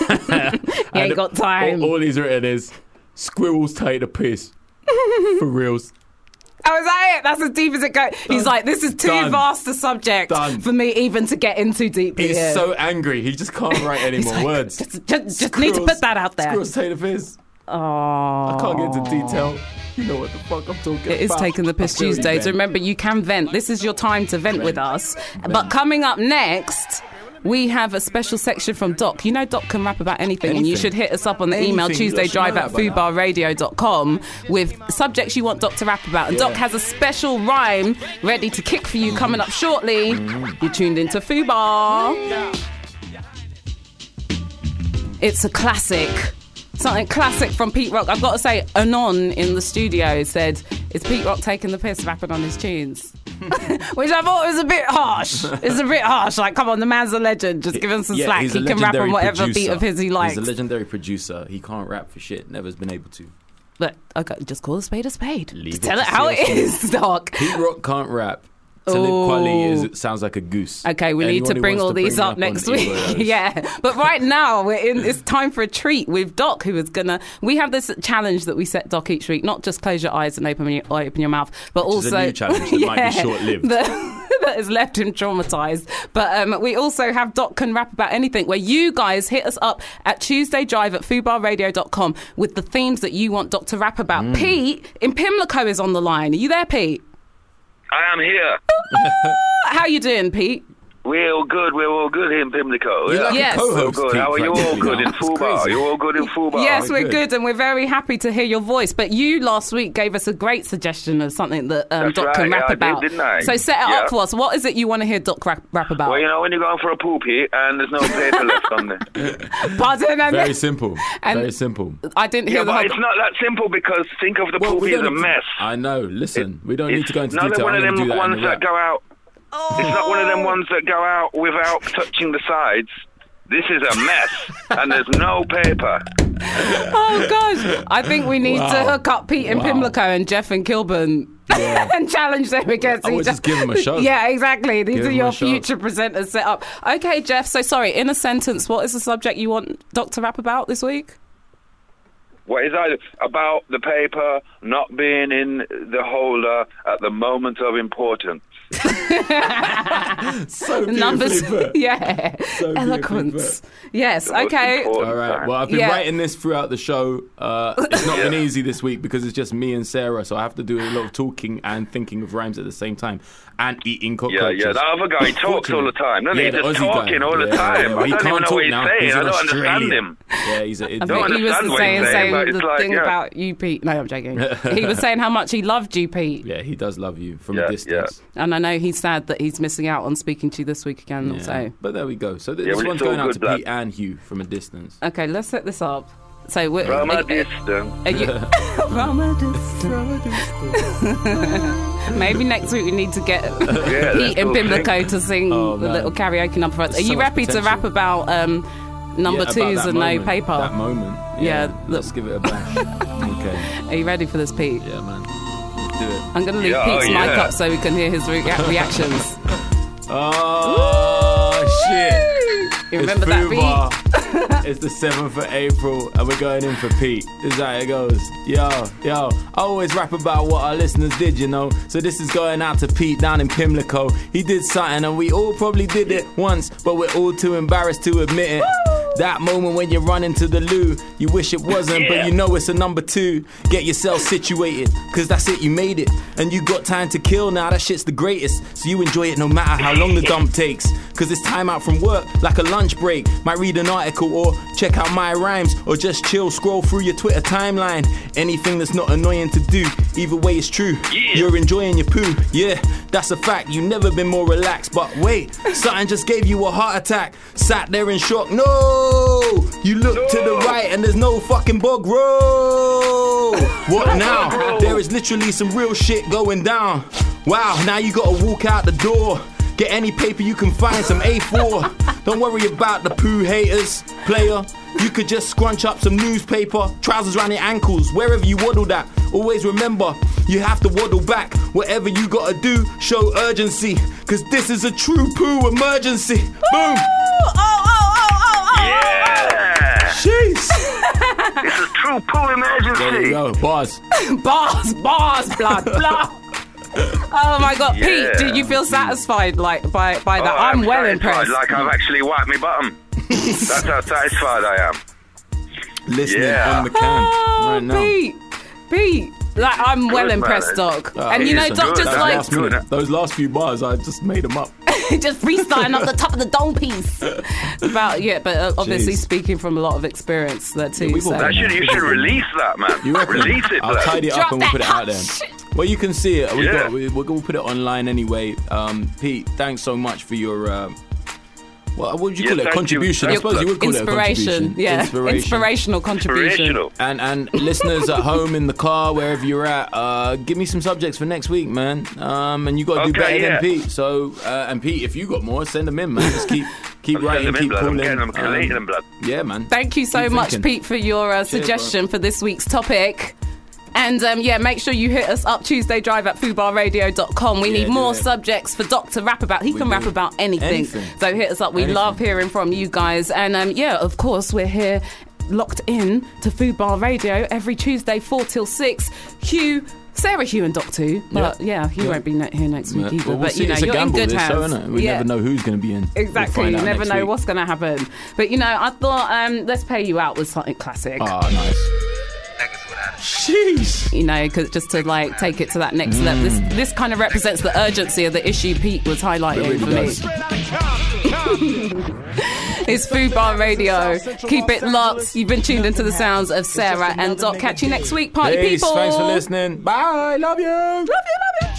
Speaker 4: you ain't
Speaker 5: And
Speaker 4: got time.
Speaker 5: All, all he's written is squirrels take the piss. For reals.
Speaker 4: oh, is that it? That's as deep as it goes. He's like, this is too
Speaker 5: Done.
Speaker 4: vast a subject
Speaker 5: Done.
Speaker 4: for me even to get into deeply.
Speaker 5: He's
Speaker 4: here.
Speaker 5: so angry. He just can't write any
Speaker 4: He's
Speaker 5: more
Speaker 4: like,
Speaker 5: words.
Speaker 4: Just, just, just need to put
Speaker 5: Squirrels-
Speaker 4: that out there.
Speaker 5: Squirrels take the piss.
Speaker 4: Oh.
Speaker 5: I can't get into detail. You know what the fuck I'm talking about.
Speaker 4: It is Taking the Piss
Speaker 5: I feel you,
Speaker 4: Tuesdays.
Speaker 5: Ben.
Speaker 4: Remember, you can vent. This is your time to vent with us. But coming up next, we have a special section from Doc. You know, Doc can rap about anything, and you
Speaker 5: Anything.
Speaker 4: should hit us up on the email
Speaker 5: Anything. You guys
Speaker 4: TuesdayDrive
Speaker 5: know that
Speaker 4: at
Speaker 5: by now.
Speaker 4: foobarradio.com with subjects you want Doc to rap about. And Doc
Speaker 5: Yeah.
Speaker 4: has a special rhyme ready to kick for you coming up shortly. You're tuned into Foobar. It's a classic something classic from Pete Rock. I've got to say, Anon in the studio said, is Pete Rock taking the piss rapping on his tunes, which I thought was a bit harsh. It's a bit harsh. Like, come on, the man's a legend. Just give him some slack.
Speaker 5: he's a
Speaker 4: He can rap on
Speaker 5: legendary
Speaker 4: whatever beat
Speaker 5: producer.
Speaker 4: of his he likes.
Speaker 5: He's a legendary producer. He can't rap for shit. Never's been able to.
Speaker 4: But okay, just call a spade a spade.
Speaker 5: Leave
Speaker 4: Just
Speaker 5: it
Speaker 4: tell
Speaker 5: to
Speaker 4: it how it
Speaker 5: Seal
Speaker 4: is, Doc.
Speaker 5: Pete Rock can't rap. Talib Kweli is it sounds like a goose.
Speaker 4: Okay, we
Speaker 5: Anyone
Speaker 4: need
Speaker 5: who
Speaker 4: to bring
Speaker 5: wants
Speaker 4: all these
Speaker 5: bring
Speaker 4: up
Speaker 5: on
Speaker 4: next
Speaker 5: either
Speaker 4: week.
Speaker 5: of those.
Speaker 4: yeah. But right now, we're in, it's time for a treat with Doc, who is going to. We have this challenge that we set Doc each week not just close your eyes and open your, open your mouth, but
Speaker 5: Which
Speaker 4: also.
Speaker 5: is a new challenge that might be
Speaker 4: Yeah,
Speaker 5: short-lived.
Speaker 4: That, that has left him traumatized. But um, we also have Doc Can Rap About Anything, where you guys hit us up at Tuesday Drive at foobarradio.com with the themes that you want Doc to rap about.
Speaker 5: Mm.
Speaker 4: Pete in Pimlico is on the line. Are you there, Pete?
Speaker 10: I am here.
Speaker 4: How you doing, Pete?
Speaker 10: We're all good. We're all good here in Pimlico.
Speaker 5: You're like a
Speaker 4: Yes.
Speaker 5: co-host,
Speaker 10: Good.
Speaker 5: Pete,
Speaker 10: How are you all
Speaker 5: practically
Speaker 10: good
Speaker 5: now.
Speaker 10: in
Speaker 5: It's
Speaker 10: Fubar?
Speaker 5: crazy.
Speaker 10: You're all good in Fubar.
Speaker 4: Yes, we're
Speaker 5: good.
Speaker 4: good. and we're very happy to hear your voice. But you last week gave us a great suggestion of something that um,
Speaker 10: That's
Speaker 4: Doc can
Speaker 10: right,
Speaker 4: rap
Speaker 10: I did,
Speaker 4: about.
Speaker 10: didn't I?
Speaker 4: So set it
Speaker 10: Yeah.
Speaker 4: up for us. What is it you want to hear Doc rap, rap about?
Speaker 10: Well, you know, when you're going for a poopy and there's no paper left on there.
Speaker 4: Pardon, and
Speaker 5: Very simple.
Speaker 4: And-
Speaker 5: Very simple.
Speaker 4: I didn't hear
Speaker 10: Yeah,
Speaker 4: the
Speaker 10: but
Speaker 4: whole.
Speaker 10: it's not that simple because think of the poopy as a
Speaker 5: need to-
Speaker 10: mess.
Speaker 5: I know. Listen, we don't need
Speaker 10: It's
Speaker 5: to go into
Speaker 10: not
Speaker 5: detail.
Speaker 10: one
Speaker 5: I'm gonna
Speaker 10: of them
Speaker 5: do that in
Speaker 10: ones
Speaker 5: the
Speaker 10: that
Speaker 5: rap.
Speaker 10: go out. It's not one of them ones that go out without touching the sides. This is a mess, and there's no paper.
Speaker 4: Oh gosh! I think we need to
Speaker 5: Wow.
Speaker 4: hook up Pete and
Speaker 5: Wow.
Speaker 4: Pimlico and Jeff and Kilburn.
Speaker 5: Yeah.
Speaker 4: and challenge them against
Speaker 5: I would
Speaker 4: each
Speaker 5: just
Speaker 4: other.
Speaker 5: give 'em a show.
Speaker 4: Yeah, exactly. These
Speaker 5: Give
Speaker 4: are
Speaker 5: 'em a
Speaker 4: your
Speaker 5: show.
Speaker 4: future presenters set up. Okay, Jeff. So sorry. In a sentence, what is the subject you want Doc to rap about this week?
Speaker 10: What is that about the paper not being in the holder at the moment of importance?
Speaker 5: So
Speaker 4: Numbers.
Speaker 5: beautifully put.
Speaker 4: yeah.
Speaker 5: So
Speaker 4: Eloquence. Yes.
Speaker 10: What's
Speaker 4: Okay.
Speaker 10: important
Speaker 5: All right.
Speaker 10: time?
Speaker 5: Well, I've been
Speaker 4: Yeah.
Speaker 5: writing this throughout the show. Uh, it's not been easy this week because it's just me and Sarah, so I have to do a lot of talking and thinking of rhymes at the same time and eating
Speaker 10: Yeah,
Speaker 5: cockroaches.
Speaker 10: yeah. The other guy he talks all the time. doesn't he?
Speaker 5: Yeah,
Speaker 10: he's
Speaker 5: the
Speaker 10: just
Speaker 5: Aussie guy.
Speaker 10: talking all the
Speaker 5: Yeah,
Speaker 10: time.
Speaker 5: yeah,
Speaker 10: I
Speaker 5: he
Speaker 10: don't
Speaker 5: can't
Speaker 10: even know
Speaker 5: talk
Speaker 10: what he's
Speaker 5: now.
Speaker 10: saying.
Speaker 5: He's
Speaker 10: I
Speaker 5: in
Speaker 10: don't understand
Speaker 5: Australia.
Speaker 10: him.
Speaker 5: Yeah, he's an
Speaker 4: I
Speaker 5: idiot.
Speaker 10: No,
Speaker 4: think
Speaker 10: I
Speaker 4: Um, he was the
Speaker 10: understand what
Speaker 4: saying,
Speaker 10: you're saying, but
Speaker 4: saying
Speaker 10: it's
Speaker 4: the
Speaker 10: like,
Speaker 4: thing
Speaker 10: yeah.
Speaker 4: about you, Pete. No, I'm joking. he was saying how much he loved you, Pete.
Speaker 5: Yeah, he does love you from
Speaker 10: Yeah,
Speaker 5: a distance.
Speaker 4: And I know he's sad that he's missing out on speaking to you this week again.
Speaker 5: Yeah.
Speaker 4: So,
Speaker 5: But there we go. So th-
Speaker 10: Yeah,
Speaker 5: this
Speaker 10: we're
Speaker 5: one's
Speaker 10: still
Speaker 5: going out
Speaker 10: good,
Speaker 5: to
Speaker 10: lad.
Speaker 5: Pete and Hugh from a distance.
Speaker 4: okay, let's set this up. So, we're,
Speaker 10: From
Speaker 4: are-
Speaker 10: a distance.
Speaker 4: are you- From a distance. Maybe next week we need to get
Speaker 10: Yeah,
Speaker 4: Pete
Speaker 10: that's
Speaker 4: and
Speaker 10: all
Speaker 4: Pimlico to sing
Speaker 5: Oh,
Speaker 4: the
Speaker 5: man.
Speaker 4: little karaoke number for us. Are
Speaker 5: so
Speaker 4: you
Speaker 5: much
Speaker 4: happy to
Speaker 5: potential.
Speaker 4: rap about um, number
Speaker 5: Yeah, about
Speaker 4: twos
Speaker 5: that
Speaker 4: and
Speaker 5: moment,
Speaker 4: no paper?
Speaker 5: That moment. Yeah.
Speaker 4: Yeah,
Speaker 5: let's
Speaker 4: look.
Speaker 5: give it a bash. okay.
Speaker 4: Are you ready for this, Pete?
Speaker 5: Yeah, man. Let's do it.
Speaker 4: I'm going to leave
Speaker 10: Yeah, oh,
Speaker 4: Pete's mic
Speaker 10: yeah.
Speaker 4: up so we can hear his re- reactions.
Speaker 5: Oh shit!
Speaker 4: You remember that beat?
Speaker 5: Fubar. it's the 7th of April, and we're going in for Pete. This is how it goes. Yo, yo. I always rap about what our listeners did, you know. So this is going out to Pete down in Pimlico. He did something, and we all probably did it once, but we're all too embarrassed to admit it. That moment when you run into the loo, you wish it wasn't, but you know it's a number two. Get yourself situated, cause that's it, you made it. And you got time to kill now, that shit's the greatest. So you enjoy it no matter how long the dump takes. Cause it's time out from work, like a lunch break. Might read an article or check out my rhymes, or just chill, scroll through your Twitter timeline. Anything that's not annoying to do, either way it's true. You're enjoying your poo, yeah, that's a fact. You've never been more relaxed, but wait, something just gave you a heart attack. Sat there in shock, no! You look to the right and there's no fucking bug roll. What now? There is literally some real shit going down. Wow, now you gotta walk out the door. Get any paper you can find, some A4. Don't worry about the poo haters, player. You could just scrunch up some newspaper, trousers round your ankles, wherever you waddled at. Always remember, you have to waddle back. Whatever you gotta do, show urgency. Cause this is a true poo emergency. Boom!
Speaker 10: oh. Yeah.
Speaker 5: Jeez!
Speaker 10: It's a true poo
Speaker 5: There you
Speaker 10: emergency.
Speaker 5: go, bars.
Speaker 4: bars, bars, blah, blah. Oh my god, Pete!
Speaker 10: Yeah.
Speaker 4: Did you feel satisfied like by by
Speaker 10: Oh,
Speaker 4: that? I'm, well
Speaker 10: satisfied,
Speaker 4: impressed.
Speaker 10: Like I've actually wiped my bottom. That's how satisfied I am.
Speaker 5: Listening
Speaker 10: Yeah.
Speaker 5: on the can
Speaker 4: oh,
Speaker 5: right now.
Speaker 4: Pete, Pete, like I'm well
Speaker 10: man.
Speaker 4: impressed, Doc.
Speaker 5: Oh,
Speaker 4: and you know,
Speaker 5: listen,
Speaker 4: Doc
Speaker 10: good,
Speaker 4: just
Speaker 5: that
Speaker 10: man.
Speaker 4: like
Speaker 5: last minute-
Speaker 10: Good.
Speaker 5: those last few bars, I just made them up.
Speaker 4: just freestyling off the top of the dome piece. About yeah, but uh, obviously
Speaker 5: Jeez.
Speaker 4: speaking from a lot of experience there too.
Speaker 5: we've all
Speaker 4: so.
Speaker 5: done
Speaker 10: That should, you should release that, man.
Speaker 5: You reckon?
Speaker 10: Release it,
Speaker 5: I'll
Speaker 10: man.
Speaker 5: tidy it up and we'll put it out there. Well, you can see it. We
Speaker 10: Yeah.
Speaker 5: got, we, we'll, we'll put it online anyway. Um, Pete, thanks so much for your. Um, Well, uh, what would you
Speaker 10: Yeah,
Speaker 5: call it?
Speaker 10: thank
Speaker 5: A
Speaker 10: you.
Speaker 5: contribution. I
Speaker 10: Your
Speaker 5: suppose you would call it a
Speaker 4: Inspiration,
Speaker 5: contribution.
Speaker 4: yeah,
Speaker 5: Inspiration.
Speaker 4: inspirational contribution.
Speaker 10: Inspirational.
Speaker 5: And and listeners at home, in the car, wherever you're at, uh, give me some subjects for next week, man. Um, and you got to do
Speaker 10: Okay,
Speaker 5: better than
Speaker 10: yeah.
Speaker 5: Pete. So uh, and Pete, if you got more, send them in, man. Just keep keep
Speaker 10: I'm
Speaker 5: writing,
Speaker 10: sending
Speaker 5: keep
Speaker 10: them in, blood. I'm
Speaker 5: calling.
Speaker 10: getting them, I'm
Speaker 5: Um,
Speaker 10: collating them, blood.
Speaker 5: yeah, man.
Speaker 4: Thank you so
Speaker 5: Keep
Speaker 4: much,
Speaker 5: thinking.
Speaker 4: Pete, for your uh,
Speaker 5: Cheers,
Speaker 4: suggestion for this week's topic. And um, yeah, make sure you hit us up Tuesday Drive at foobarradio.com. We
Speaker 5: Yeah,
Speaker 4: need
Speaker 5: do
Speaker 4: more
Speaker 5: that.
Speaker 4: subjects for Doc to rap about. He can
Speaker 5: do.
Speaker 4: rap about anything.
Speaker 5: Anything.
Speaker 4: So hit us up. We
Speaker 5: Anything.
Speaker 4: love hearing from you guys. And um, yeah, of course, we're here locked in to Food Bar Radio every Tuesday, 4 till 6. Hugh, Sarah, Hugh, and Doc too. But yeah, Hugh
Speaker 5: Yeah.
Speaker 4: won't be ne- here next week
Speaker 5: Yeah,
Speaker 4: either.
Speaker 5: well, we'll
Speaker 4: but
Speaker 5: see.
Speaker 4: you know,
Speaker 5: it's a
Speaker 4: you're
Speaker 5: gamble,
Speaker 4: in good
Speaker 5: this,
Speaker 4: hands.
Speaker 5: so, innit? We
Speaker 4: Yeah.
Speaker 5: never know who's going to be in. We'll
Speaker 4: Exactly.
Speaker 5: find
Speaker 4: you
Speaker 5: out
Speaker 4: never
Speaker 5: next
Speaker 4: know
Speaker 5: week.
Speaker 4: what's going to happen. But you know, I thought um, let's pay you out with something classic.
Speaker 5: Ah, nice. Jeez.
Speaker 4: You know, 'cause just to like take it to that next level. This
Speaker 5: Mm.
Speaker 4: this kind of represents the urgency of the issue Pete was highlighting
Speaker 5: It really
Speaker 4: for
Speaker 5: does.
Speaker 4: me. It's Food Bar Radio. Keep it locked. You've been tuned into the sounds of Sarah and Doc. Catch you next week, party
Speaker 5: Peace.
Speaker 4: people.
Speaker 5: Thanks for listening. Bye. Love you.
Speaker 4: Love you, love you.